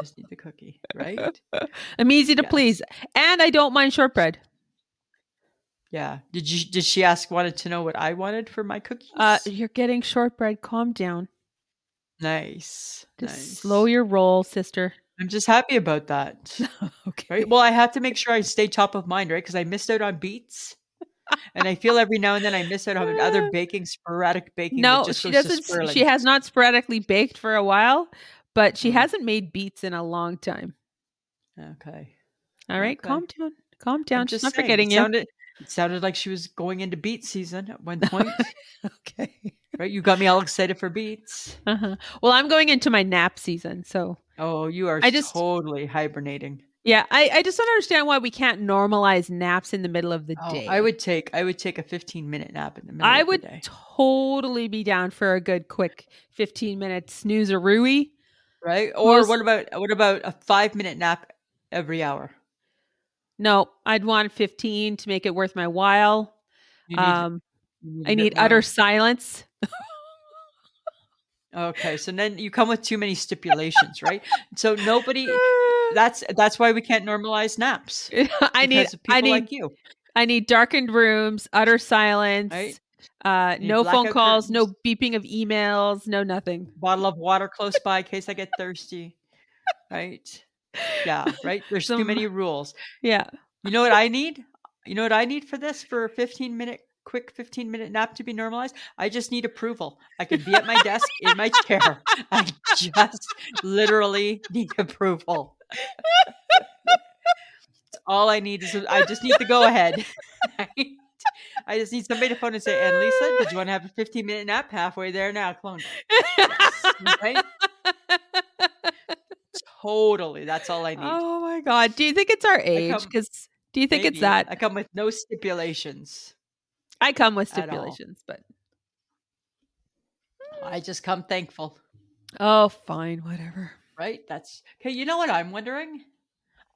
[SPEAKER 1] Just need the cookie, right?
[SPEAKER 2] I'm easy to
[SPEAKER 1] Yes.
[SPEAKER 2] please, and I don't mind shortbread.
[SPEAKER 1] Yeah. Did you? Did she ask? Wanted to know what I wanted for my cookies?
[SPEAKER 2] Uh, you're getting shortbread. Calm down.
[SPEAKER 1] Nice.
[SPEAKER 2] Just
[SPEAKER 1] nice.
[SPEAKER 2] slow your roll, sister.
[SPEAKER 1] I'm just happy about that.
[SPEAKER 2] Okay.
[SPEAKER 1] Right. Well, I have to make sure I stay top of mind, right? Because I missed out on beats. and I feel every now and then I miss out on other baking, sporadic baking. that
[SPEAKER 2] No,
[SPEAKER 1] just
[SPEAKER 2] she
[SPEAKER 1] goes to
[SPEAKER 2] doesn't. s-
[SPEAKER 1] swirling.
[SPEAKER 2] She has not sporadically baked for a while, but she
[SPEAKER 1] Mm.
[SPEAKER 2] hasn't made beets in a long time.
[SPEAKER 1] Okay.
[SPEAKER 2] All right,
[SPEAKER 1] Okay.
[SPEAKER 2] calm down. Calm
[SPEAKER 1] I'm
[SPEAKER 2] down. She's
[SPEAKER 1] just
[SPEAKER 2] not
[SPEAKER 1] saying,
[SPEAKER 2] forgetting
[SPEAKER 1] it
[SPEAKER 2] you.
[SPEAKER 1] Sounded, it sounded like she was going into beat season at one point,
[SPEAKER 2] okay.
[SPEAKER 1] right? You got me all excited for beats.
[SPEAKER 2] Uh-huh. Well, I'm going into my nap season, so
[SPEAKER 1] Oh, you are
[SPEAKER 2] I just-
[SPEAKER 1] totally hibernating.
[SPEAKER 2] yeah, I, I just don't understand why we can't normalize naps in the middle of the
[SPEAKER 1] Oh,
[SPEAKER 2] day.
[SPEAKER 1] I would take I would take a 15 minute nap in the middle.
[SPEAKER 2] I
[SPEAKER 1] of the
[SPEAKER 2] would
[SPEAKER 1] day.
[SPEAKER 2] totally be down for a good quick 15 minute snoozerooey.
[SPEAKER 1] right? Or
[SPEAKER 2] most-
[SPEAKER 1] what about what about a five minute nap every hour?
[SPEAKER 2] No, I'd want 15 to make it worth my while.
[SPEAKER 1] You need-
[SPEAKER 2] Um,
[SPEAKER 1] you need
[SPEAKER 2] I
[SPEAKER 1] a bit
[SPEAKER 2] need
[SPEAKER 1] more.
[SPEAKER 2] utter silence.
[SPEAKER 1] Okay, so then you come with too many stipulations, right? So nobody that's that's why we can't normalize naps.
[SPEAKER 2] I need
[SPEAKER 1] because of
[SPEAKER 2] I
[SPEAKER 1] people
[SPEAKER 2] need
[SPEAKER 1] like you.
[SPEAKER 2] I need darkened rooms, utter silence.
[SPEAKER 1] Right?
[SPEAKER 2] Uh,
[SPEAKER 1] Any
[SPEAKER 2] no phone
[SPEAKER 1] blackout
[SPEAKER 2] calls, no
[SPEAKER 1] curtains?
[SPEAKER 2] beeping of emails, no nothing.
[SPEAKER 1] Bottle of water close by in case I get thirsty. Right. Yeah. Right. There's too
[SPEAKER 2] Some-
[SPEAKER 1] many rules.
[SPEAKER 2] Yeah.
[SPEAKER 1] You know what I need? You know what I need for this for a 15 minute quick 15 minute nap to be normalized? I just need approval. I can be at my desk in my chair. I just literally need approval. It's all I need is I just need the go ahead. I just need somebody to phone and say, "And Lisa, did you want to have a 15 minute nap? Halfway there now, clone." Right? Totally. That's all I need.
[SPEAKER 2] oh my god. Do you think it's our age?
[SPEAKER 1] come-
[SPEAKER 2] Because do you think
[SPEAKER 1] Maybe.
[SPEAKER 2] it's that?
[SPEAKER 1] I come with no stipulations.
[SPEAKER 2] I come with
[SPEAKER 1] At all.
[SPEAKER 2] stipulations, but
[SPEAKER 1] I just come thankful,
[SPEAKER 2] oh, fine, whatever.
[SPEAKER 1] right? That's okay. You know what I'm wondering?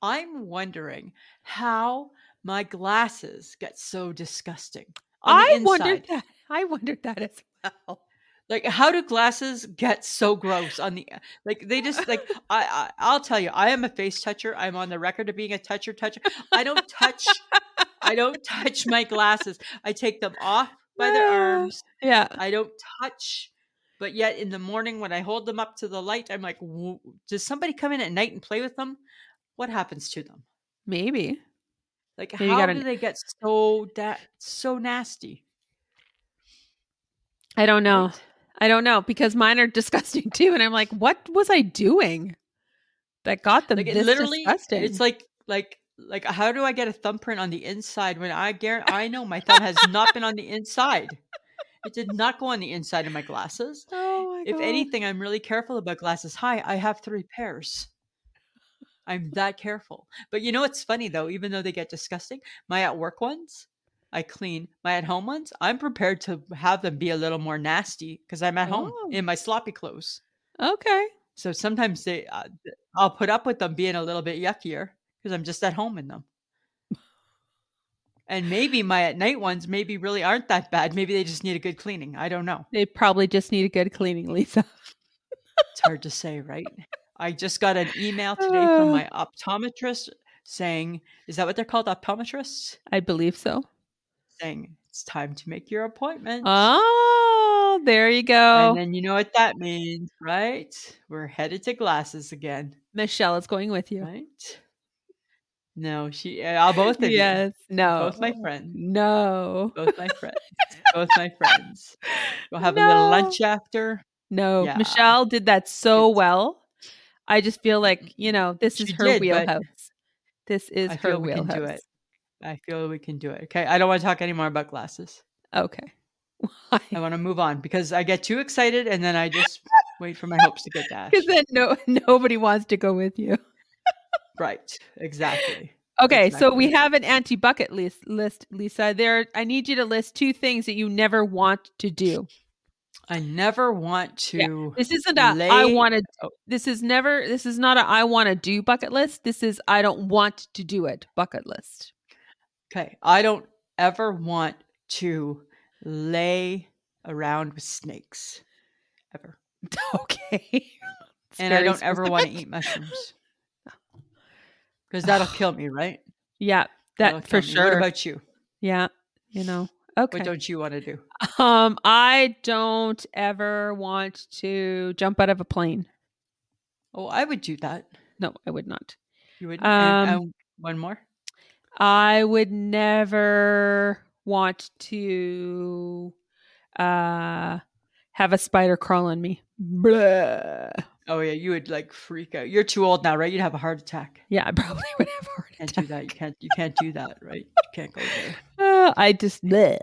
[SPEAKER 1] I'm wondering how my glasses get so disgusting. on the
[SPEAKER 2] I wondered
[SPEAKER 1] inside.
[SPEAKER 2] that. I wondered that as well.
[SPEAKER 1] like how do glasses get so gross on the like they just like I, I I'll tell you I am a face toucher I'm on the record of being a toucher toucher I don't touch I don't touch my glasses I take them off by their
[SPEAKER 2] Ah.
[SPEAKER 1] arms
[SPEAKER 2] Yeah.
[SPEAKER 1] I don't touch. But yet in the morning when I hold them up to the light, I'm like, "W- does somebody come in at night and play with them? What happens to them?
[SPEAKER 2] Maybe.
[SPEAKER 1] Like
[SPEAKER 2] Maybe you
[SPEAKER 1] how
[SPEAKER 2] gotta-
[SPEAKER 1] do they get so that so nasty?
[SPEAKER 2] I don't know.
[SPEAKER 1] right?
[SPEAKER 2] I don't know because mine are disgusting too. And I'm like, what was I doing that got them
[SPEAKER 1] Like it
[SPEAKER 2] this
[SPEAKER 1] literally
[SPEAKER 2] disgusting?
[SPEAKER 1] it's like like like how do I get a thumbprint on the inside when I guarantee I know my thumb has not been on the inside. It did not go on the inside of my glasses.
[SPEAKER 2] oh my
[SPEAKER 1] If
[SPEAKER 2] God.
[SPEAKER 1] anything, I'm really careful about glasses. Hi, I have three pairs. I'm that careful. But you know what's funny though? Even though they get disgusting, my at work ones, I clean. My at home ones, I'm prepared to have them be a little more nasty because I'm at home
[SPEAKER 2] Oh.
[SPEAKER 1] in my sloppy clothes.
[SPEAKER 2] okay,
[SPEAKER 1] So sometimes they, uh, th- I'll put up with them being a little bit yuckier because I'm just at home in them. And maybe my at night ones maybe really aren't that bad. Maybe they just need a good cleaning. I don't know.
[SPEAKER 2] they probably just need a good cleaning, Lisa.
[SPEAKER 1] It's hard to say, right? I just got an email today from
[SPEAKER 2] Uh.
[SPEAKER 1] my optometrist saying, is that what they're called? Optometrists?
[SPEAKER 2] I believe so.
[SPEAKER 1] Saying, it's time to make your appointment.
[SPEAKER 2] Oh, there you go.
[SPEAKER 1] And then you know what that means, right? We're headed to glasses again,
[SPEAKER 2] Michelle is going with you.
[SPEAKER 1] right? No, she, uh, both of you,
[SPEAKER 2] Yes. Oh. No.
[SPEAKER 1] both my friends,
[SPEAKER 2] no.
[SPEAKER 1] both my friends, both my friends. We'll have a little lunch after.
[SPEAKER 2] No.
[SPEAKER 1] Yeah.
[SPEAKER 2] Michelle did that so
[SPEAKER 1] It's-
[SPEAKER 2] well. I just feel like, you know, this is
[SPEAKER 1] Mm-hmm. She
[SPEAKER 2] her
[SPEAKER 1] did, but
[SPEAKER 2] wheelhouse. This is
[SPEAKER 1] I
[SPEAKER 2] her
[SPEAKER 1] feel we can
[SPEAKER 2] wheelhouse.
[SPEAKER 1] do it. I feel we can do it. Okay. I don't want to talk anymore about glasses.
[SPEAKER 2] Okay. Why?
[SPEAKER 1] I want to move on because I get too excited and then I just wait for my hopes to get dashed.
[SPEAKER 2] Because then no nobody wants to go with you.
[SPEAKER 1] Right. Exactly.
[SPEAKER 2] Okay, so we
[SPEAKER 1] Exactly.
[SPEAKER 2] have an anti bucket list, list, Lisa. There, I need you to list two things that you never want to do.
[SPEAKER 1] I never want
[SPEAKER 2] Yeah.
[SPEAKER 1] to.
[SPEAKER 2] This isn't a I
[SPEAKER 1] Lay-
[SPEAKER 2] want to.
[SPEAKER 1] oh.
[SPEAKER 2] This is never. This is not a I want to do bucket list. This is I don't want to do it bucket list.
[SPEAKER 1] Okay. I don't ever want to lay around with snakes ever.
[SPEAKER 2] Okay. It's
[SPEAKER 1] and I
[SPEAKER 2] very
[SPEAKER 1] don't ever want to
[SPEAKER 2] specific.
[SPEAKER 1] eat mushrooms because that'll kill me, right?
[SPEAKER 2] Yeah,
[SPEAKER 1] That'll
[SPEAKER 2] that
[SPEAKER 1] kill Oh,
[SPEAKER 2] for
[SPEAKER 1] me. What
[SPEAKER 2] sure.
[SPEAKER 1] about you?
[SPEAKER 2] yeah, you know. Okay.
[SPEAKER 1] What don't you want to do?
[SPEAKER 2] um, I don't ever want to jump out of a plane.
[SPEAKER 1] Oh, I would do that.
[SPEAKER 2] No, I would not.
[SPEAKER 1] You would. And,
[SPEAKER 2] Um,
[SPEAKER 1] uh, one more.
[SPEAKER 2] I would never want to uh have a spider crawl on me. Blah.
[SPEAKER 1] Oh, yeah. You would like freak out. You're too old now, right? You'd have a heart attack.
[SPEAKER 2] Yeah, I probably would have a heart
[SPEAKER 1] can't do
[SPEAKER 2] attack.
[SPEAKER 1] that. You can't. You can't do that, right? You can't go there.
[SPEAKER 2] Uh, I just bleh.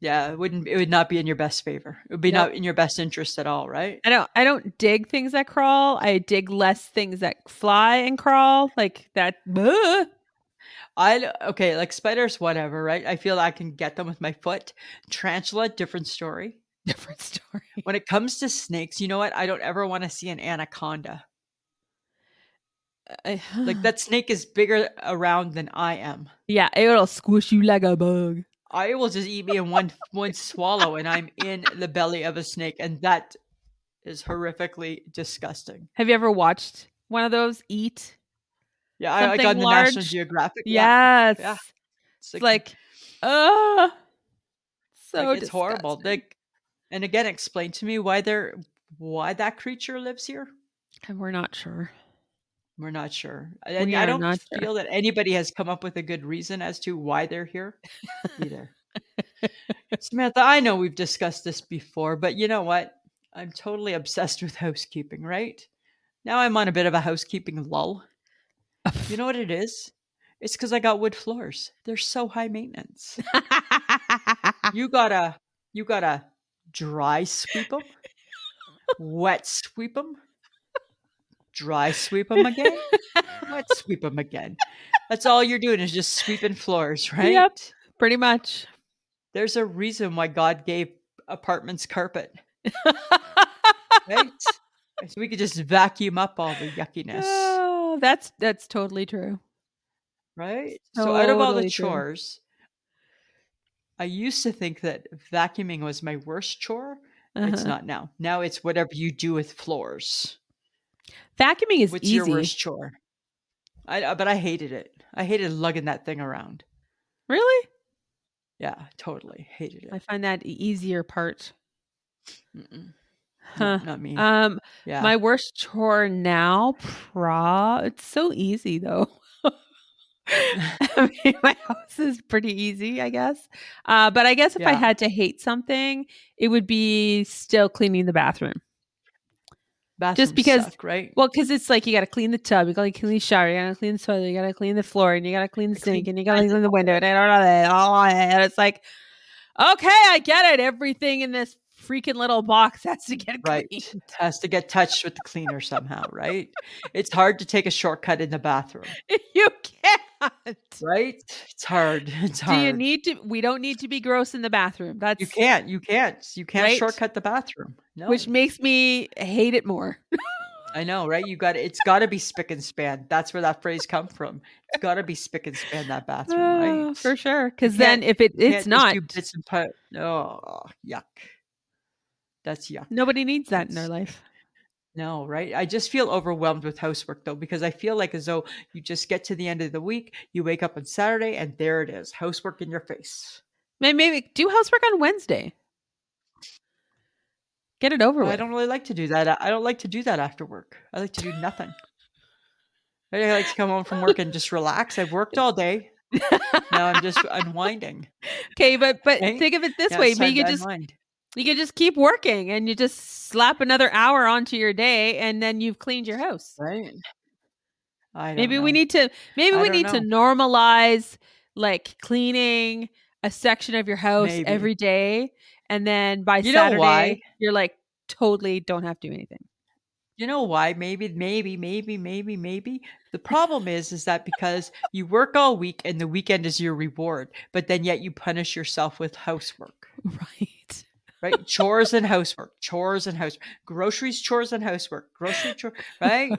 [SPEAKER 1] Yeah, it wouldn't. It would not be in your best favor. It would be
[SPEAKER 2] No.
[SPEAKER 1] not in your best interest at all, right?
[SPEAKER 2] I don't I don't dig things that crawl. I dig less things that fly and crawl. Like that bleh.
[SPEAKER 1] I okay, like spiders, whatever, right? I feel I can get them with my foot. Tarantula, different story.
[SPEAKER 2] different story.
[SPEAKER 1] When it comes to snakes, you know what? I don't ever want to see an anaconda.
[SPEAKER 2] I-
[SPEAKER 1] Like that snake is bigger around than I am.
[SPEAKER 2] Yeah, it'll squish you like a bug.
[SPEAKER 1] I will just eat me in one one swallow, and I'm in the belly of a snake, and that is horrifically disgusting.
[SPEAKER 2] Have you ever watched one of those eat?
[SPEAKER 1] Yeah, I, like
[SPEAKER 2] Something
[SPEAKER 1] on the National
[SPEAKER 2] large.
[SPEAKER 1] Geographic.
[SPEAKER 2] Yes. Oh,
[SPEAKER 1] yeah. It's
[SPEAKER 2] It's like, uh So
[SPEAKER 1] like, it's horrible.
[SPEAKER 2] disgusting.
[SPEAKER 1] Like, and again, explain to me why they're why that creature lives here.
[SPEAKER 2] and we're not sure.
[SPEAKER 1] We're not sure. And
[SPEAKER 2] We
[SPEAKER 1] I
[SPEAKER 2] are
[SPEAKER 1] don't
[SPEAKER 2] not sure.
[SPEAKER 1] feel that anybody has come up with a good reason as to why they're here either. Samantha, I know we've discussed this before, but you know what? I'm totally obsessed with housekeeping, right? Now I'm on a bit of a housekeeping lull. You know what it is? It's because I got wood floors. They're so high maintenance. you gotta you gotta dry sweep them wet sweep them dry sweep them again wet sweep them again that's all you're doing is just sweeping floors right
[SPEAKER 2] Yep. Pretty much.
[SPEAKER 1] there's a reason why god gave apartments carpet right so we could just vacuum up all the yuckiness
[SPEAKER 2] Oh, that's that's totally true.
[SPEAKER 1] right? So out of all the
[SPEAKER 2] Totally true.
[SPEAKER 1] chores, I used to think that vacuuming was my worst chore. It's
[SPEAKER 2] Uh-huh.
[SPEAKER 1] not now. Now it's whatever you do with floors.
[SPEAKER 2] Vacuuming is
[SPEAKER 1] What's
[SPEAKER 2] easy.
[SPEAKER 1] your worst chore? I uh, but I hated it. I hated lugging that thing around.
[SPEAKER 2] Really?
[SPEAKER 1] Yeah, totally hated
[SPEAKER 2] I
[SPEAKER 1] it.
[SPEAKER 2] find that e- easier part.
[SPEAKER 1] Mm-mm.
[SPEAKER 2] Huh.
[SPEAKER 1] Not me.
[SPEAKER 2] Um,
[SPEAKER 1] yeah.
[SPEAKER 2] my worst chore now, pro. It's so easy though. I mean, my house is pretty easy, I guess. Uh, but I guess if I
[SPEAKER 1] Yeah.
[SPEAKER 2] had to hate something, it would be still cleaning the bathroom.
[SPEAKER 1] Bathrooms
[SPEAKER 2] because-
[SPEAKER 1] suck, right?
[SPEAKER 2] Well, because it's like you got to clean the tub, you got to clean the shower, you got to clean the toilet, you got to clean the floor, and you got to clean the
[SPEAKER 1] Gotta clean
[SPEAKER 2] sink, and you got to clean the window, and all that, all that. And it's like, okay, I get it. Everything in this freaking little box has to get
[SPEAKER 1] Right.
[SPEAKER 2] cleaned.
[SPEAKER 1] Has to get touched with the cleaner somehow, right? It's hard to take a shortcut in the bathroom,
[SPEAKER 2] you can't.
[SPEAKER 1] right? It's hard. It's
[SPEAKER 2] Do
[SPEAKER 1] hard.
[SPEAKER 2] you need to? We don't need to be gross in the bathroom. That's
[SPEAKER 1] You can't. You can't. You can't
[SPEAKER 2] Right?
[SPEAKER 1] shortcut the bathroom. No,
[SPEAKER 2] which makes me hate it more.
[SPEAKER 1] I know, right? You got to It's got to be spick and span. That's where that phrase come from. It's got to be spick and span that bathroom,
[SPEAKER 2] Uh,
[SPEAKER 1] right?
[SPEAKER 2] For sure. Because
[SPEAKER 1] can't-
[SPEAKER 2] then if it,
[SPEAKER 1] You
[SPEAKER 2] it's
[SPEAKER 1] can't just
[SPEAKER 2] not,
[SPEAKER 1] do bits and part. Oh, yuck. That's yuck.
[SPEAKER 2] nobody needs that in their
[SPEAKER 1] It's-
[SPEAKER 2] life.
[SPEAKER 1] No, right? I just feel overwhelmed with housework though, because I feel like as though you just get to the end of the week, you wake up on Saturday, and there it is, housework in your face.
[SPEAKER 2] May- Maybe do housework on Wednesday. Get it over with.
[SPEAKER 1] I don't really like to do that. I don't like to do that after work. I like to do nothing. I like to come home from work and just relax. I've worked all day. Now I'm just unwinding.
[SPEAKER 2] okay, but but
[SPEAKER 1] Right?
[SPEAKER 2] think of it this
[SPEAKER 1] Now
[SPEAKER 2] way:
[SPEAKER 1] it's
[SPEAKER 2] maybe
[SPEAKER 1] time
[SPEAKER 2] you
[SPEAKER 1] to
[SPEAKER 2] could just
[SPEAKER 1] unwind.
[SPEAKER 2] you could just keep working, and you just slap another hour onto your day, and then you've cleaned your house.
[SPEAKER 1] right. I don't
[SPEAKER 2] Maybe we
[SPEAKER 1] know.
[SPEAKER 2] need to maybe
[SPEAKER 1] I
[SPEAKER 2] we
[SPEAKER 1] don't
[SPEAKER 2] need to normalize like cleaning a section of your house
[SPEAKER 1] Maybe.
[SPEAKER 2] every day, and then by
[SPEAKER 1] You know
[SPEAKER 2] Saturday
[SPEAKER 1] why?
[SPEAKER 2] you're like totally don't have to do anything.
[SPEAKER 1] You know why? Maybe, maybe, maybe, maybe, maybe. The problem is, is that because you work all week and the weekend is your reward, but then yet you punish yourself with housework.
[SPEAKER 2] Right.
[SPEAKER 1] right? chores and housework, chores and housework, groceries, chores and housework, grocery chore, right?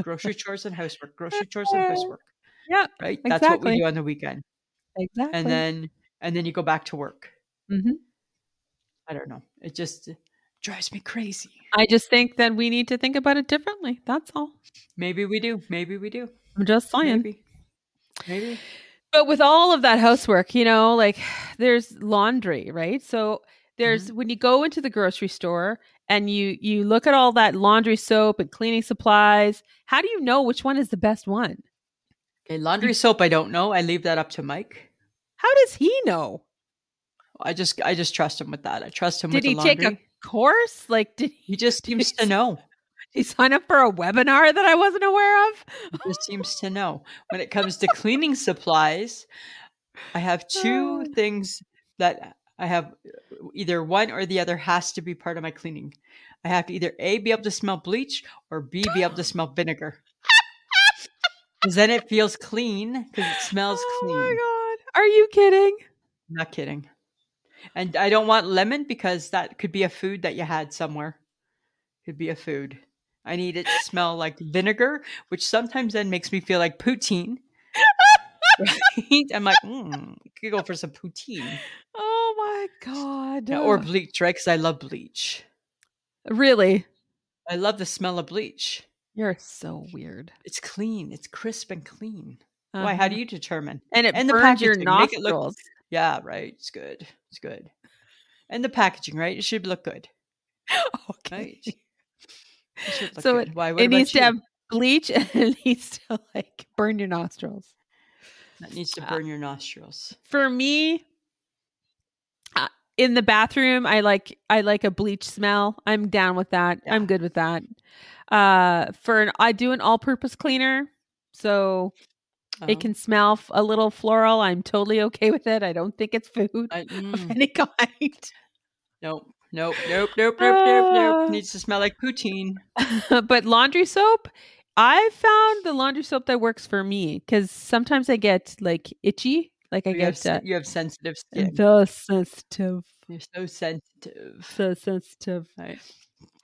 [SPEAKER 1] grocery chores and housework, grocery chores and housework,
[SPEAKER 2] Yep.
[SPEAKER 1] right? That's what we
[SPEAKER 2] Exactly.
[SPEAKER 1] do on the weekend,
[SPEAKER 2] Exactly.
[SPEAKER 1] and then and then you go back to work.
[SPEAKER 2] Mhm.
[SPEAKER 1] I don't know. It just drives me crazy.
[SPEAKER 2] I just think that we need to think about it differently. That's all.
[SPEAKER 1] Maybe we do. Maybe we do.
[SPEAKER 2] I'm just saying.
[SPEAKER 1] Maybe. Maybe.
[SPEAKER 2] But with all of that housework, you know, like there's laundry, right? So there's
[SPEAKER 1] Mm-hmm.
[SPEAKER 2] when you go into the grocery store and you you look at all that laundry soap and cleaning supplies, how do you know which one is the best one?
[SPEAKER 1] Okay, laundry soap. I don't know. I leave that up to Mike.
[SPEAKER 2] How does he know?
[SPEAKER 1] I just I just trust him with that. I trust him
[SPEAKER 2] Did
[SPEAKER 1] with
[SPEAKER 2] he
[SPEAKER 1] the
[SPEAKER 2] take
[SPEAKER 1] laundry.
[SPEAKER 2] a course? Like did
[SPEAKER 1] he just seems to
[SPEAKER 2] He's-
[SPEAKER 1] know.
[SPEAKER 2] he sign up for a webinar that I wasn't aware of?
[SPEAKER 1] just seems to know. When it comes to cleaning supplies, I have two
[SPEAKER 2] Oh.
[SPEAKER 1] things that I have uh, either one or the other has to be part of my cleaning. I have to either A, be able to smell bleach or B, be able to smell vinegar. Because then it feels clean because it smells
[SPEAKER 2] oh
[SPEAKER 1] clean.
[SPEAKER 2] my god. Are you kidding?
[SPEAKER 1] I'm not kidding. And I don't want lemon because that could be a food that you had somewhere. Could be a food. I need it to smell like vinegar, which sometimes then makes me feel like poutine. Right? I'm like, mm, could go for some poutine
[SPEAKER 2] Oh my god.
[SPEAKER 1] Yeah, or bleach, right? Because I love bleach.
[SPEAKER 2] really?
[SPEAKER 1] I love the smell of bleach.
[SPEAKER 2] You're so weird.
[SPEAKER 1] It's clean. It's crisp and clean. Why? How do you determine?
[SPEAKER 2] Uh-huh. And it
[SPEAKER 1] and the
[SPEAKER 2] burns your
[SPEAKER 1] packaging, make it look-
[SPEAKER 2] nostrils.
[SPEAKER 1] Yeah, right. It's good. It's good. and the packaging, right? It should look good.
[SPEAKER 2] okay.
[SPEAKER 1] Right? It should look
[SPEAKER 2] So
[SPEAKER 1] good. Why? What
[SPEAKER 2] It
[SPEAKER 1] about
[SPEAKER 2] needs to
[SPEAKER 1] you?
[SPEAKER 2] have bleach and it needs to like burn your nostrils.
[SPEAKER 1] that needs to
[SPEAKER 2] uh,
[SPEAKER 1] burn your nostrils.
[SPEAKER 2] for me uh, in the bathroom i like i like a bleach smell i'm down with that
[SPEAKER 1] Yeah.
[SPEAKER 2] i'm good with that uh for an i do an all-purpose cleaner so
[SPEAKER 1] Oh.
[SPEAKER 2] it can smell f- a little floral i'm totally okay with it i don't think it's food
[SPEAKER 1] I-
[SPEAKER 2] of
[SPEAKER 1] mm,
[SPEAKER 2] any kind
[SPEAKER 1] nope. Nope. Nope. Nope. Nope. Nope.
[SPEAKER 2] Uh,
[SPEAKER 1] Nope. Needs to smell like poutine.
[SPEAKER 2] but laundry soap i found the laundry soap that works for me because sometimes i get like itchy like i
[SPEAKER 1] You have,
[SPEAKER 2] get
[SPEAKER 1] sen-
[SPEAKER 2] uh,
[SPEAKER 1] you have sensitive skin.
[SPEAKER 2] so sensitive
[SPEAKER 1] You're so sensitive.
[SPEAKER 2] so sensitive
[SPEAKER 1] Right.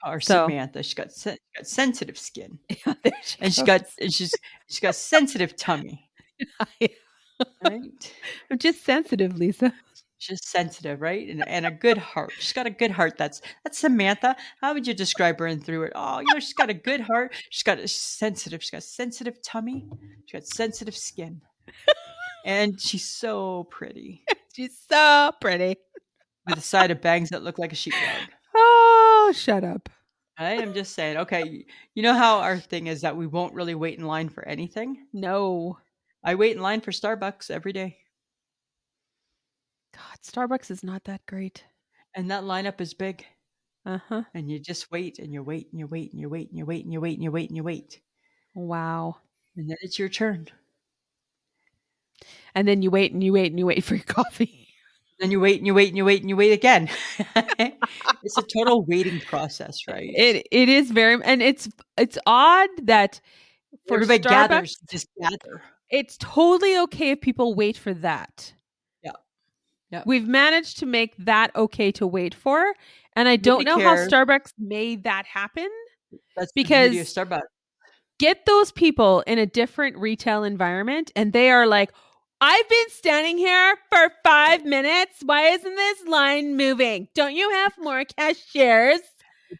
[SPEAKER 1] Our
[SPEAKER 2] So-
[SPEAKER 1] Samantha, she's got, sen- got sensitive skin,
[SPEAKER 2] There she
[SPEAKER 1] and she's got
[SPEAKER 2] goes.
[SPEAKER 1] and she's she's got sensitive tummy.
[SPEAKER 2] Yeah.
[SPEAKER 1] Right.
[SPEAKER 2] I'm just sensitive, Lisa.
[SPEAKER 1] She's sensitive, right? And, and a good heart. She's got a good heart. That's that's Samantha. How would you describe her and through it? Oh, you know, she's got a good heart. She's got a sensitive. She's got sensitive tummy. She's got sensitive skin, and she's so pretty
[SPEAKER 2] She's so pretty.
[SPEAKER 1] with a side of bangs that look like a sheepdog.
[SPEAKER 2] Oh, shut up.
[SPEAKER 1] I am just saying. Okay, y- you know how our thing is that we won't really wait in line for anything.
[SPEAKER 2] No.
[SPEAKER 1] I wait in line for Starbucks every day,
[SPEAKER 2] God, Starbucks is not that great.
[SPEAKER 1] and that lineup is big.
[SPEAKER 2] Uh-huh.
[SPEAKER 1] And you just wait, and you wait, and you wait, and you wait, and you wait, and you wait, and you wait, and you wait,
[SPEAKER 2] Wow.
[SPEAKER 1] and then it's your turn.
[SPEAKER 2] And then you wait and you wait and you wait for your coffee.
[SPEAKER 1] then you wait and you wait and you wait and you wait again. it's a total waiting process, right?
[SPEAKER 2] It it is very and it's it's odd that for
[SPEAKER 1] Everybody
[SPEAKER 2] Starbucks,
[SPEAKER 1] gathers, to just gather.
[SPEAKER 2] it's totally okay if people wait for that.
[SPEAKER 1] Yeah. Yeah.
[SPEAKER 2] We've managed to make that okay to wait for. And I don't know how
[SPEAKER 1] cares.
[SPEAKER 2] Starbucks made that happen.
[SPEAKER 1] That's because the beauty of
[SPEAKER 2] because-
[SPEAKER 1] Starbucks.
[SPEAKER 2] get those people in a different retail environment and they are like i've been standing here for five minutes why isn't this line moving don't you have more cashiers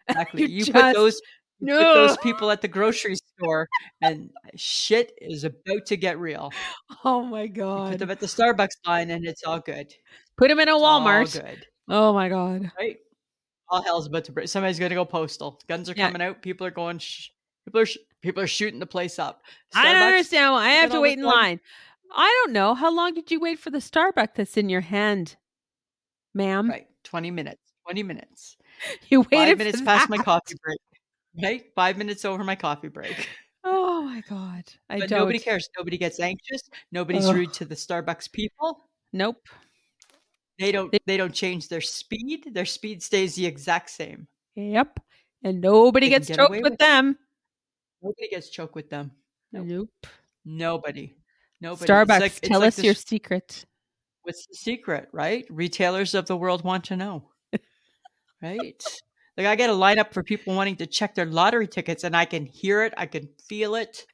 [SPEAKER 1] Exactly.
[SPEAKER 2] You
[SPEAKER 1] You
[SPEAKER 2] just-
[SPEAKER 1] put those you put
[SPEAKER 2] no
[SPEAKER 1] those people at the grocery store, and shit is about to get real.
[SPEAKER 2] oh my
[SPEAKER 1] You put them
[SPEAKER 2] god
[SPEAKER 1] at the Starbucks line, and it's all good. It's
[SPEAKER 2] put them in a
[SPEAKER 1] all
[SPEAKER 2] walmart
[SPEAKER 1] good,
[SPEAKER 2] oh my god
[SPEAKER 1] right? All hell's about to break. Somebody's going to go postal. Guns are
[SPEAKER 2] Yeah.
[SPEAKER 1] coming out. People are going. Sh- people are. Sh- people are shooting the place up.
[SPEAKER 2] i don't
[SPEAKER 1] Starbucks,
[SPEAKER 2] understand why i
[SPEAKER 1] look
[SPEAKER 2] have
[SPEAKER 1] at
[SPEAKER 2] to
[SPEAKER 1] all
[SPEAKER 2] wait
[SPEAKER 1] this
[SPEAKER 2] in
[SPEAKER 1] one-
[SPEAKER 2] line i don't know how long did you wait for the starbucks that's in your hand ma'am
[SPEAKER 1] Right. Twenty minutes. Twenty minutes.
[SPEAKER 2] you waited
[SPEAKER 1] five
[SPEAKER 2] for
[SPEAKER 1] minutes past my
[SPEAKER 2] that.
[SPEAKER 1] coffee break. Right? Five minutes over my coffee break.
[SPEAKER 2] oh my god i
[SPEAKER 1] But
[SPEAKER 2] don't
[SPEAKER 1] nobody cares. Nobody gets anxious. Nobody's
[SPEAKER 2] Ugh.
[SPEAKER 1] rude to the Starbucks people.
[SPEAKER 2] nope
[SPEAKER 1] They don't
[SPEAKER 2] They-
[SPEAKER 1] they don't change their speed. Their speed stays the exact same.
[SPEAKER 2] Yep. And nobody
[SPEAKER 1] They can
[SPEAKER 2] gets
[SPEAKER 1] get
[SPEAKER 2] choked
[SPEAKER 1] away
[SPEAKER 2] with
[SPEAKER 1] with it.
[SPEAKER 2] them.
[SPEAKER 1] Nobody gets choked with them. Nope.
[SPEAKER 2] Nope.
[SPEAKER 1] Nobody. Nobody. It's
[SPEAKER 2] Starbucks,
[SPEAKER 1] like- it's
[SPEAKER 2] tell
[SPEAKER 1] like
[SPEAKER 2] us your
[SPEAKER 1] this-
[SPEAKER 2] secret.
[SPEAKER 1] what's the secret, right? Retailers of the world want to know. Right? like I get a lineup for people wanting to check their lottery tickets and I can hear it, I can feel it.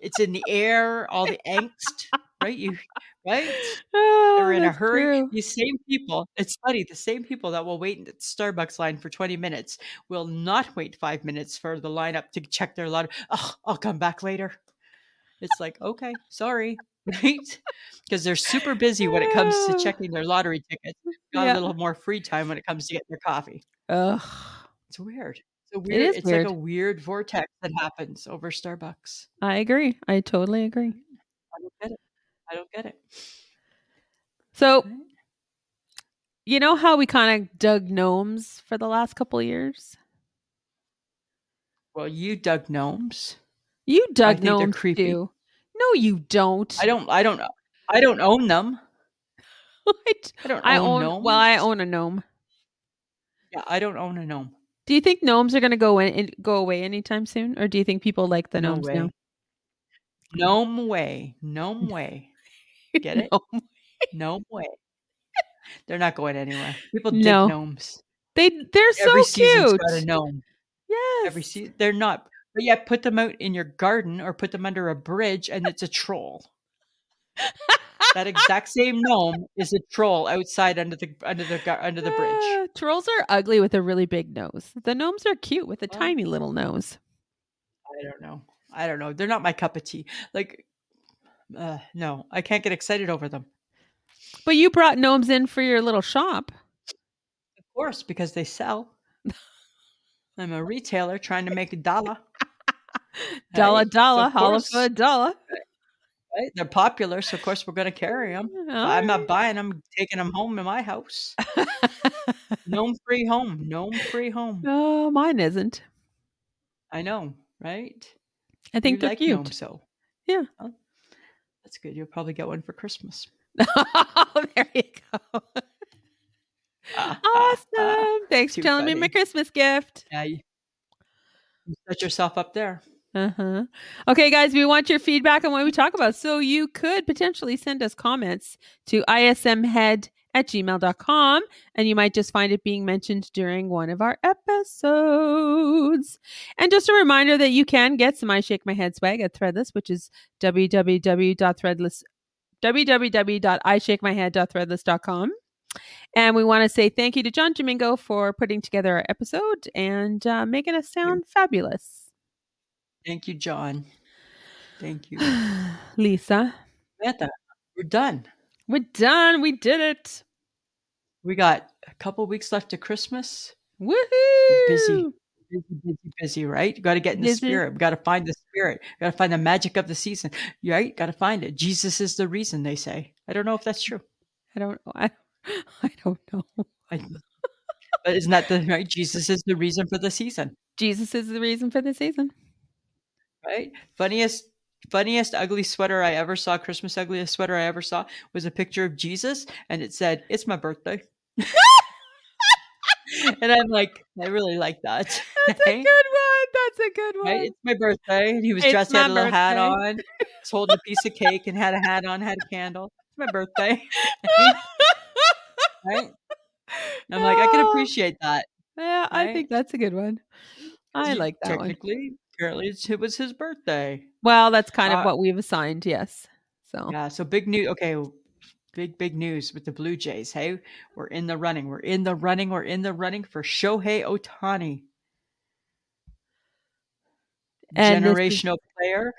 [SPEAKER 1] It's in the air, all the angst, right? You right? They're in a
[SPEAKER 2] Oh, that's
[SPEAKER 1] hurry.
[SPEAKER 2] true.
[SPEAKER 1] These same people, it's funny, the same people that will wait in the Starbucks line for 20 minutes will not wait five minutes for the lineup to check their lottery. Oh, I'll come back later. It's like, okay, sorry, right? Because they're super busy when it comes to
[SPEAKER 2] Yeah.
[SPEAKER 1] checking their lottery tickets. Got
[SPEAKER 2] Ah. Yeah.
[SPEAKER 1] a little more free time when it comes to getting their coffee.
[SPEAKER 2] Ugh.
[SPEAKER 1] It's weird. It's a weird.
[SPEAKER 2] is
[SPEAKER 1] it's
[SPEAKER 2] weird.
[SPEAKER 1] like a weird vortex that happens over Starbucks.
[SPEAKER 2] I agree. I totally agree.
[SPEAKER 1] I don't get it. I don't get it.
[SPEAKER 2] So,
[SPEAKER 1] Right.
[SPEAKER 2] you know how we kind of dug gnomes for the last couple of years?
[SPEAKER 1] Well, you dug gnomes.
[SPEAKER 2] You dug
[SPEAKER 1] think they're
[SPEAKER 2] gnomes
[SPEAKER 1] creepy.
[SPEAKER 2] too. No, you don't.
[SPEAKER 1] I don't. I don't. I don't own them.
[SPEAKER 2] What?
[SPEAKER 1] I don't. Own
[SPEAKER 2] I own,
[SPEAKER 1] Gnomes.
[SPEAKER 2] well, I own a gnome.
[SPEAKER 1] Yeah, I don't own a gnome.
[SPEAKER 2] Do you think gnomes are going to go in, in, go away anytime soon, or do you think people like the
[SPEAKER 1] No
[SPEAKER 2] gnomes
[SPEAKER 1] way.
[SPEAKER 2] now?
[SPEAKER 1] Gnome way. Gnome way. Get it?
[SPEAKER 2] Gnome.
[SPEAKER 1] Gnome way. They're not going anywhere. People dig
[SPEAKER 2] No.
[SPEAKER 1] gnomes.
[SPEAKER 2] They they're so
[SPEAKER 1] Every season's
[SPEAKER 2] cute.
[SPEAKER 1] got a gnome.
[SPEAKER 2] Yes.
[SPEAKER 1] Every season. They're not. But yeah, put them out in your garden or put them under a bridge, and it's a troll. that exact same gnome is a troll outside under the under the gar- under the bridge.
[SPEAKER 2] Uh, trolls are ugly with a really big nose. The gnomes are cute with a
[SPEAKER 1] Well,
[SPEAKER 2] tiny little nose.
[SPEAKER 1] I don't know. I don't know. They're not my cup of tea. Like, uh, no, I can't get excited over them.
[SPEAKER 2] But you brought gnomes in for your little shop.
[SPEAKER 1] course, because they sell. I'm a retailer trying to make a dollar.
[SPEAKER 2] Dollar,
[SPEAKER 1] Right? So
[SPEAKER 2] dollar,
[SPEAKER 1] of
[SPEAKER 2] holla
[SPEAKER 1] course-
[SPEAKER 2] for a dollar.
[SPEAKER 1] right? They're popular, so of course we're going to carry
[SPEAKER 2] Oh,
[SPEAKER 1] them. I'm not buying them, taking them home to my house. Gnome free home, gnome free home.
[SPEAKER 2] No, Oh, mine isn't.
[SPEAKER 1] I know, right?
[SPEAKER 2] I think
[SPEAKER 1] you
[SPEAKER 2] they're
[SPEAKER 1] like
[SPEAKER 2] cute.
[SPEAKER 1] gnome, so
[SPEAKER 2] Yeah.
[SPEAKER 1] Well, that's good. You'll probably get one for Christmas.
[SPEAKER 2] there you go. Awesome. Thanks for
[SPEAKER 1] Too
[SPEAKER 2] telling me my
[SPEAKER 1] funny.
[SPEAKER 2] Christmas gift.
[SPEAKER 1] Yeah, you, you set yourself up there.
[SPEAKER 2] Uh-huh. Okay, guys, we want your feedback on what we talk about. So you could potentially send us comments to ismhead at gmail.com, and you might just find it being mentioned during one of our episodes. And just a reminder that you can get some I Shake My Head swag at Threadless, which is www.threadless www.ishakemyhead.threadless.com. And we want to say thank you to John Domingo for putting together our episode and uh, making us sound fabulous.
[SPEAKER 1] Thank you, John. Thank you,
[SPEAKER 2] Lisa,
[SPEAKER 1] Samantha. We're done.
[SPEAKER 2] we're done. We did it.
[SPEAKER 1] We got a couple weeks left to Christmas.
[SPEAKER 2] Woohoo!
[SPEAKER 1] busy. Busy, busy, busy, right? You got to get in the
[SPEAKER 2] Busy.
[SPEAKER 1] spirit. We got to find the spirit. got to find the magic of the season, right? Got to find it. Jesus is the reason they say. I don't know if that's true,
[SPEAKER 2] I don't. I, I don't know.
[SPEAKER 1] I, but isn't that the right? Jesus is the reason for the season,
[SPEAKER 2] Jesus is the reason for the season.
[SPEAKER 1] right? Funniest, funniest ugly sweater I ever saw. Christmas ugliest sweater I ever saw was a picture of Jesus, and it said, "It's my birthday." and I'm like, I really like that.
[SPEAKER 2] That's a
[SPEAKER 1] Right?
[SPEAKER 2] good one. That's a good one.
[SPEAKER 1] Right? It's my birthday. And he was
[SPEAKER 2] It's
[SPEAKER 1] dressed, he had a
[SPEAKER 2] my
[SPEAKER 1] little hat
[SPEAKER 2] birthday.
[SPEAKER 1] on, was holding a piece of cake and had a hat on, had a candle. It's my birthday. right? And I'm like, I can
[SPEAKER 2] Oh,
[SPEAKER 1] appreciate that.
[SPEAKER 2] Yeah, I
[SPEAKER 1] Right?
[SPEAKER 2] think that's a good one.
[SPEAKER 1] 'Cause
[SPEAKER 2] I
[SPEAKER 1] he-
[SPEAKER 2] like that one.
[SPEAKER 1] technically, apparently it's, it was his birthday.
[SPEAKER 2] Well, that's kind of
[SPEAKER 1] Uh,
[SPEAKER 2] what we've assigned. Yes. So
[SPEAKER 1] Yeah. So big news. Okay. w- Big, big news with the Blue Jays. Hey, we're in the running. We're in the running. We're in the running for Shohei Otani.
[SPEAKER 2] And this is-
[SPEAKER 1] Generational player,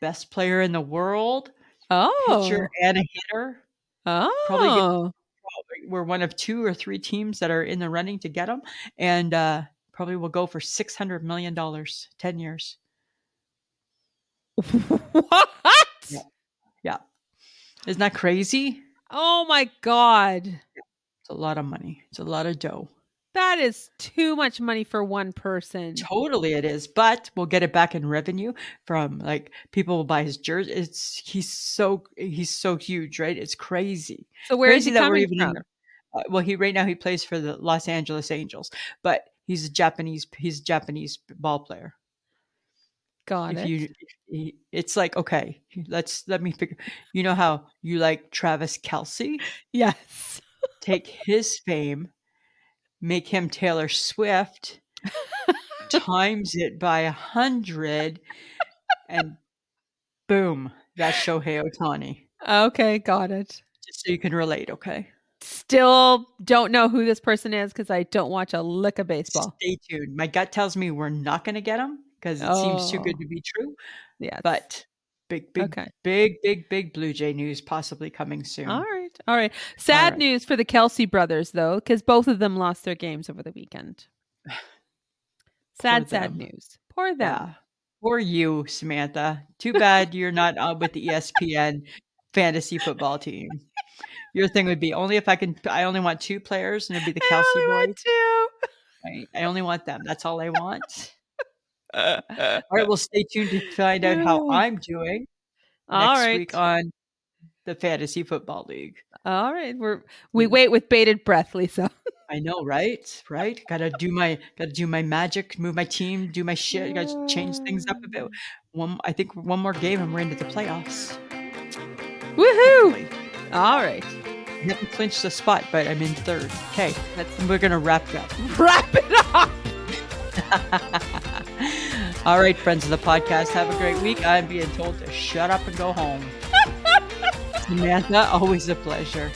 [SPEAKER 1] best player in the world,
[SPEAKER 2] oh
[SPEAKER 1] pitcher and a hitter. probably get-
[SPEAKER 2] oh
[SPEAKER 1] we're one of two or three teams that are in the running to get him, and uh, probably will go for six hundred million dollars, ten years.
[SPEAKER 2] what?
[SPEAKER 1] Yeah. Isn't that crazy?
[SPEAKER 2] Oh my god,
[SPEAKER 1] It's a lot of money. It's a lot of dough.
[SPEAKER 2] that is too much money for one person.
[SPEAKER 1] Totally, it is. But we'll get it back in revenue from like people will buy his jersey. It's he's so he's so huge, right? It's crazy.
[SPEAKER 2] So where is
[SPEAKER 1] Crazy
[SPEAKER 2] he
[SPEAKER 1] that we're
[SPEAKER 2] coming
[SPEAKER 1] even in
[SPEAKER 2] from?
[SPEAKER 1] the- Uh, well, he right now he plays for the Los Angeles Angels, but he's a Japanese he's a Japanese ball player.
[SPEAKER 2] Got
[SPEAKER 1] if
[SPEAKER 2] it.
[SPEAKER 1] you y- it's like okay let's let me figure you know how you like travis kelsey
[SPEAKER 2] yes.
[SPEAKER 1] take his fame make him taylor swift times it by a hundred and boom that's shohei otani
[SPEAKER 2] Okay, got it.
[SPEAKER 1] just so you can relate okay
[SPEAKER 2] Still don't know who this person is because I don't watch a lick of baseball.
[SPEAKER 1] stay tuned my gut tells me we're not going to get him because it seems too good
[SPEAKER 2] Oh.
[SPEAKER 1] to be true
[SPEAKER 2] Yeah,
[SPEAKER 1] but big big
[SPEAKER 2] okay.
[SPEAKER 1] big big big blue jay news possibly coming soon
[SPEAKER 2] All right, all right. Sad
[SPEAKER 1] right.
[SPEAKER 2] news for the Kelsey brothers though, because both of them lost their games over the weekend. Sad, sad
[SPEAKER 1] them.
[SPEAKER 2] news. Poor them.
[SPEAKER 1] Yeah. Or you, Samantha. Too bad you're not on with the E ESPN fantasy football team. Your thing would be only if I can I only want two players and it'd be the
[SPEAKER 2] I
[SPEAKER 1] Kelsey boys.
[SPEAKER 2] only want two.
[SPEAKER 1] right? I only want them. That's all I want.
[SPEAKER 2] all
[SPEAKER 1] All right, well stay tuned to find out how
[SPEAKER 2] Yeah.
[SPEAKER 1] I'm doing next
[SPEAKER 2] right,
[SPEAKER 1] week on the fantasy football league.
[SPEAKER 2] all right. We're we
[SPEAKER 1] Mm.
[SPEAKER 2] wait with bated breath, Lisa.
[SPEAKER 1] I know, right? Right? Gotta do my gotta do my magic, move my team, do my shit, gotta change things up a bit. One I think one more game and we're into the playoffs.
[SPEAKER 2] Woohoo!
[SPEAKER 1] hopefully.
[SPEAKER 2] All right,
[SPEAKER 1] I haven't clinched the spot, but I'm in third. Okay,
[SPEAKER 2] let's
[SPEAKER 1] we're gonna wrap it up.
[SPEAKER 2] wrap it up.
[SPEAKER 1] All right, friends of the podcast, have a great week. I'm being told to shut up and go home. Samantha, always a pleasure.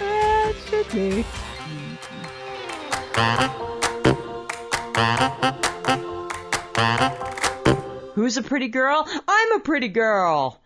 [SPEAKER 2] Ah, it should be.
[SPEAKER 1] Who's a pretty girl? I'm a pretty girl.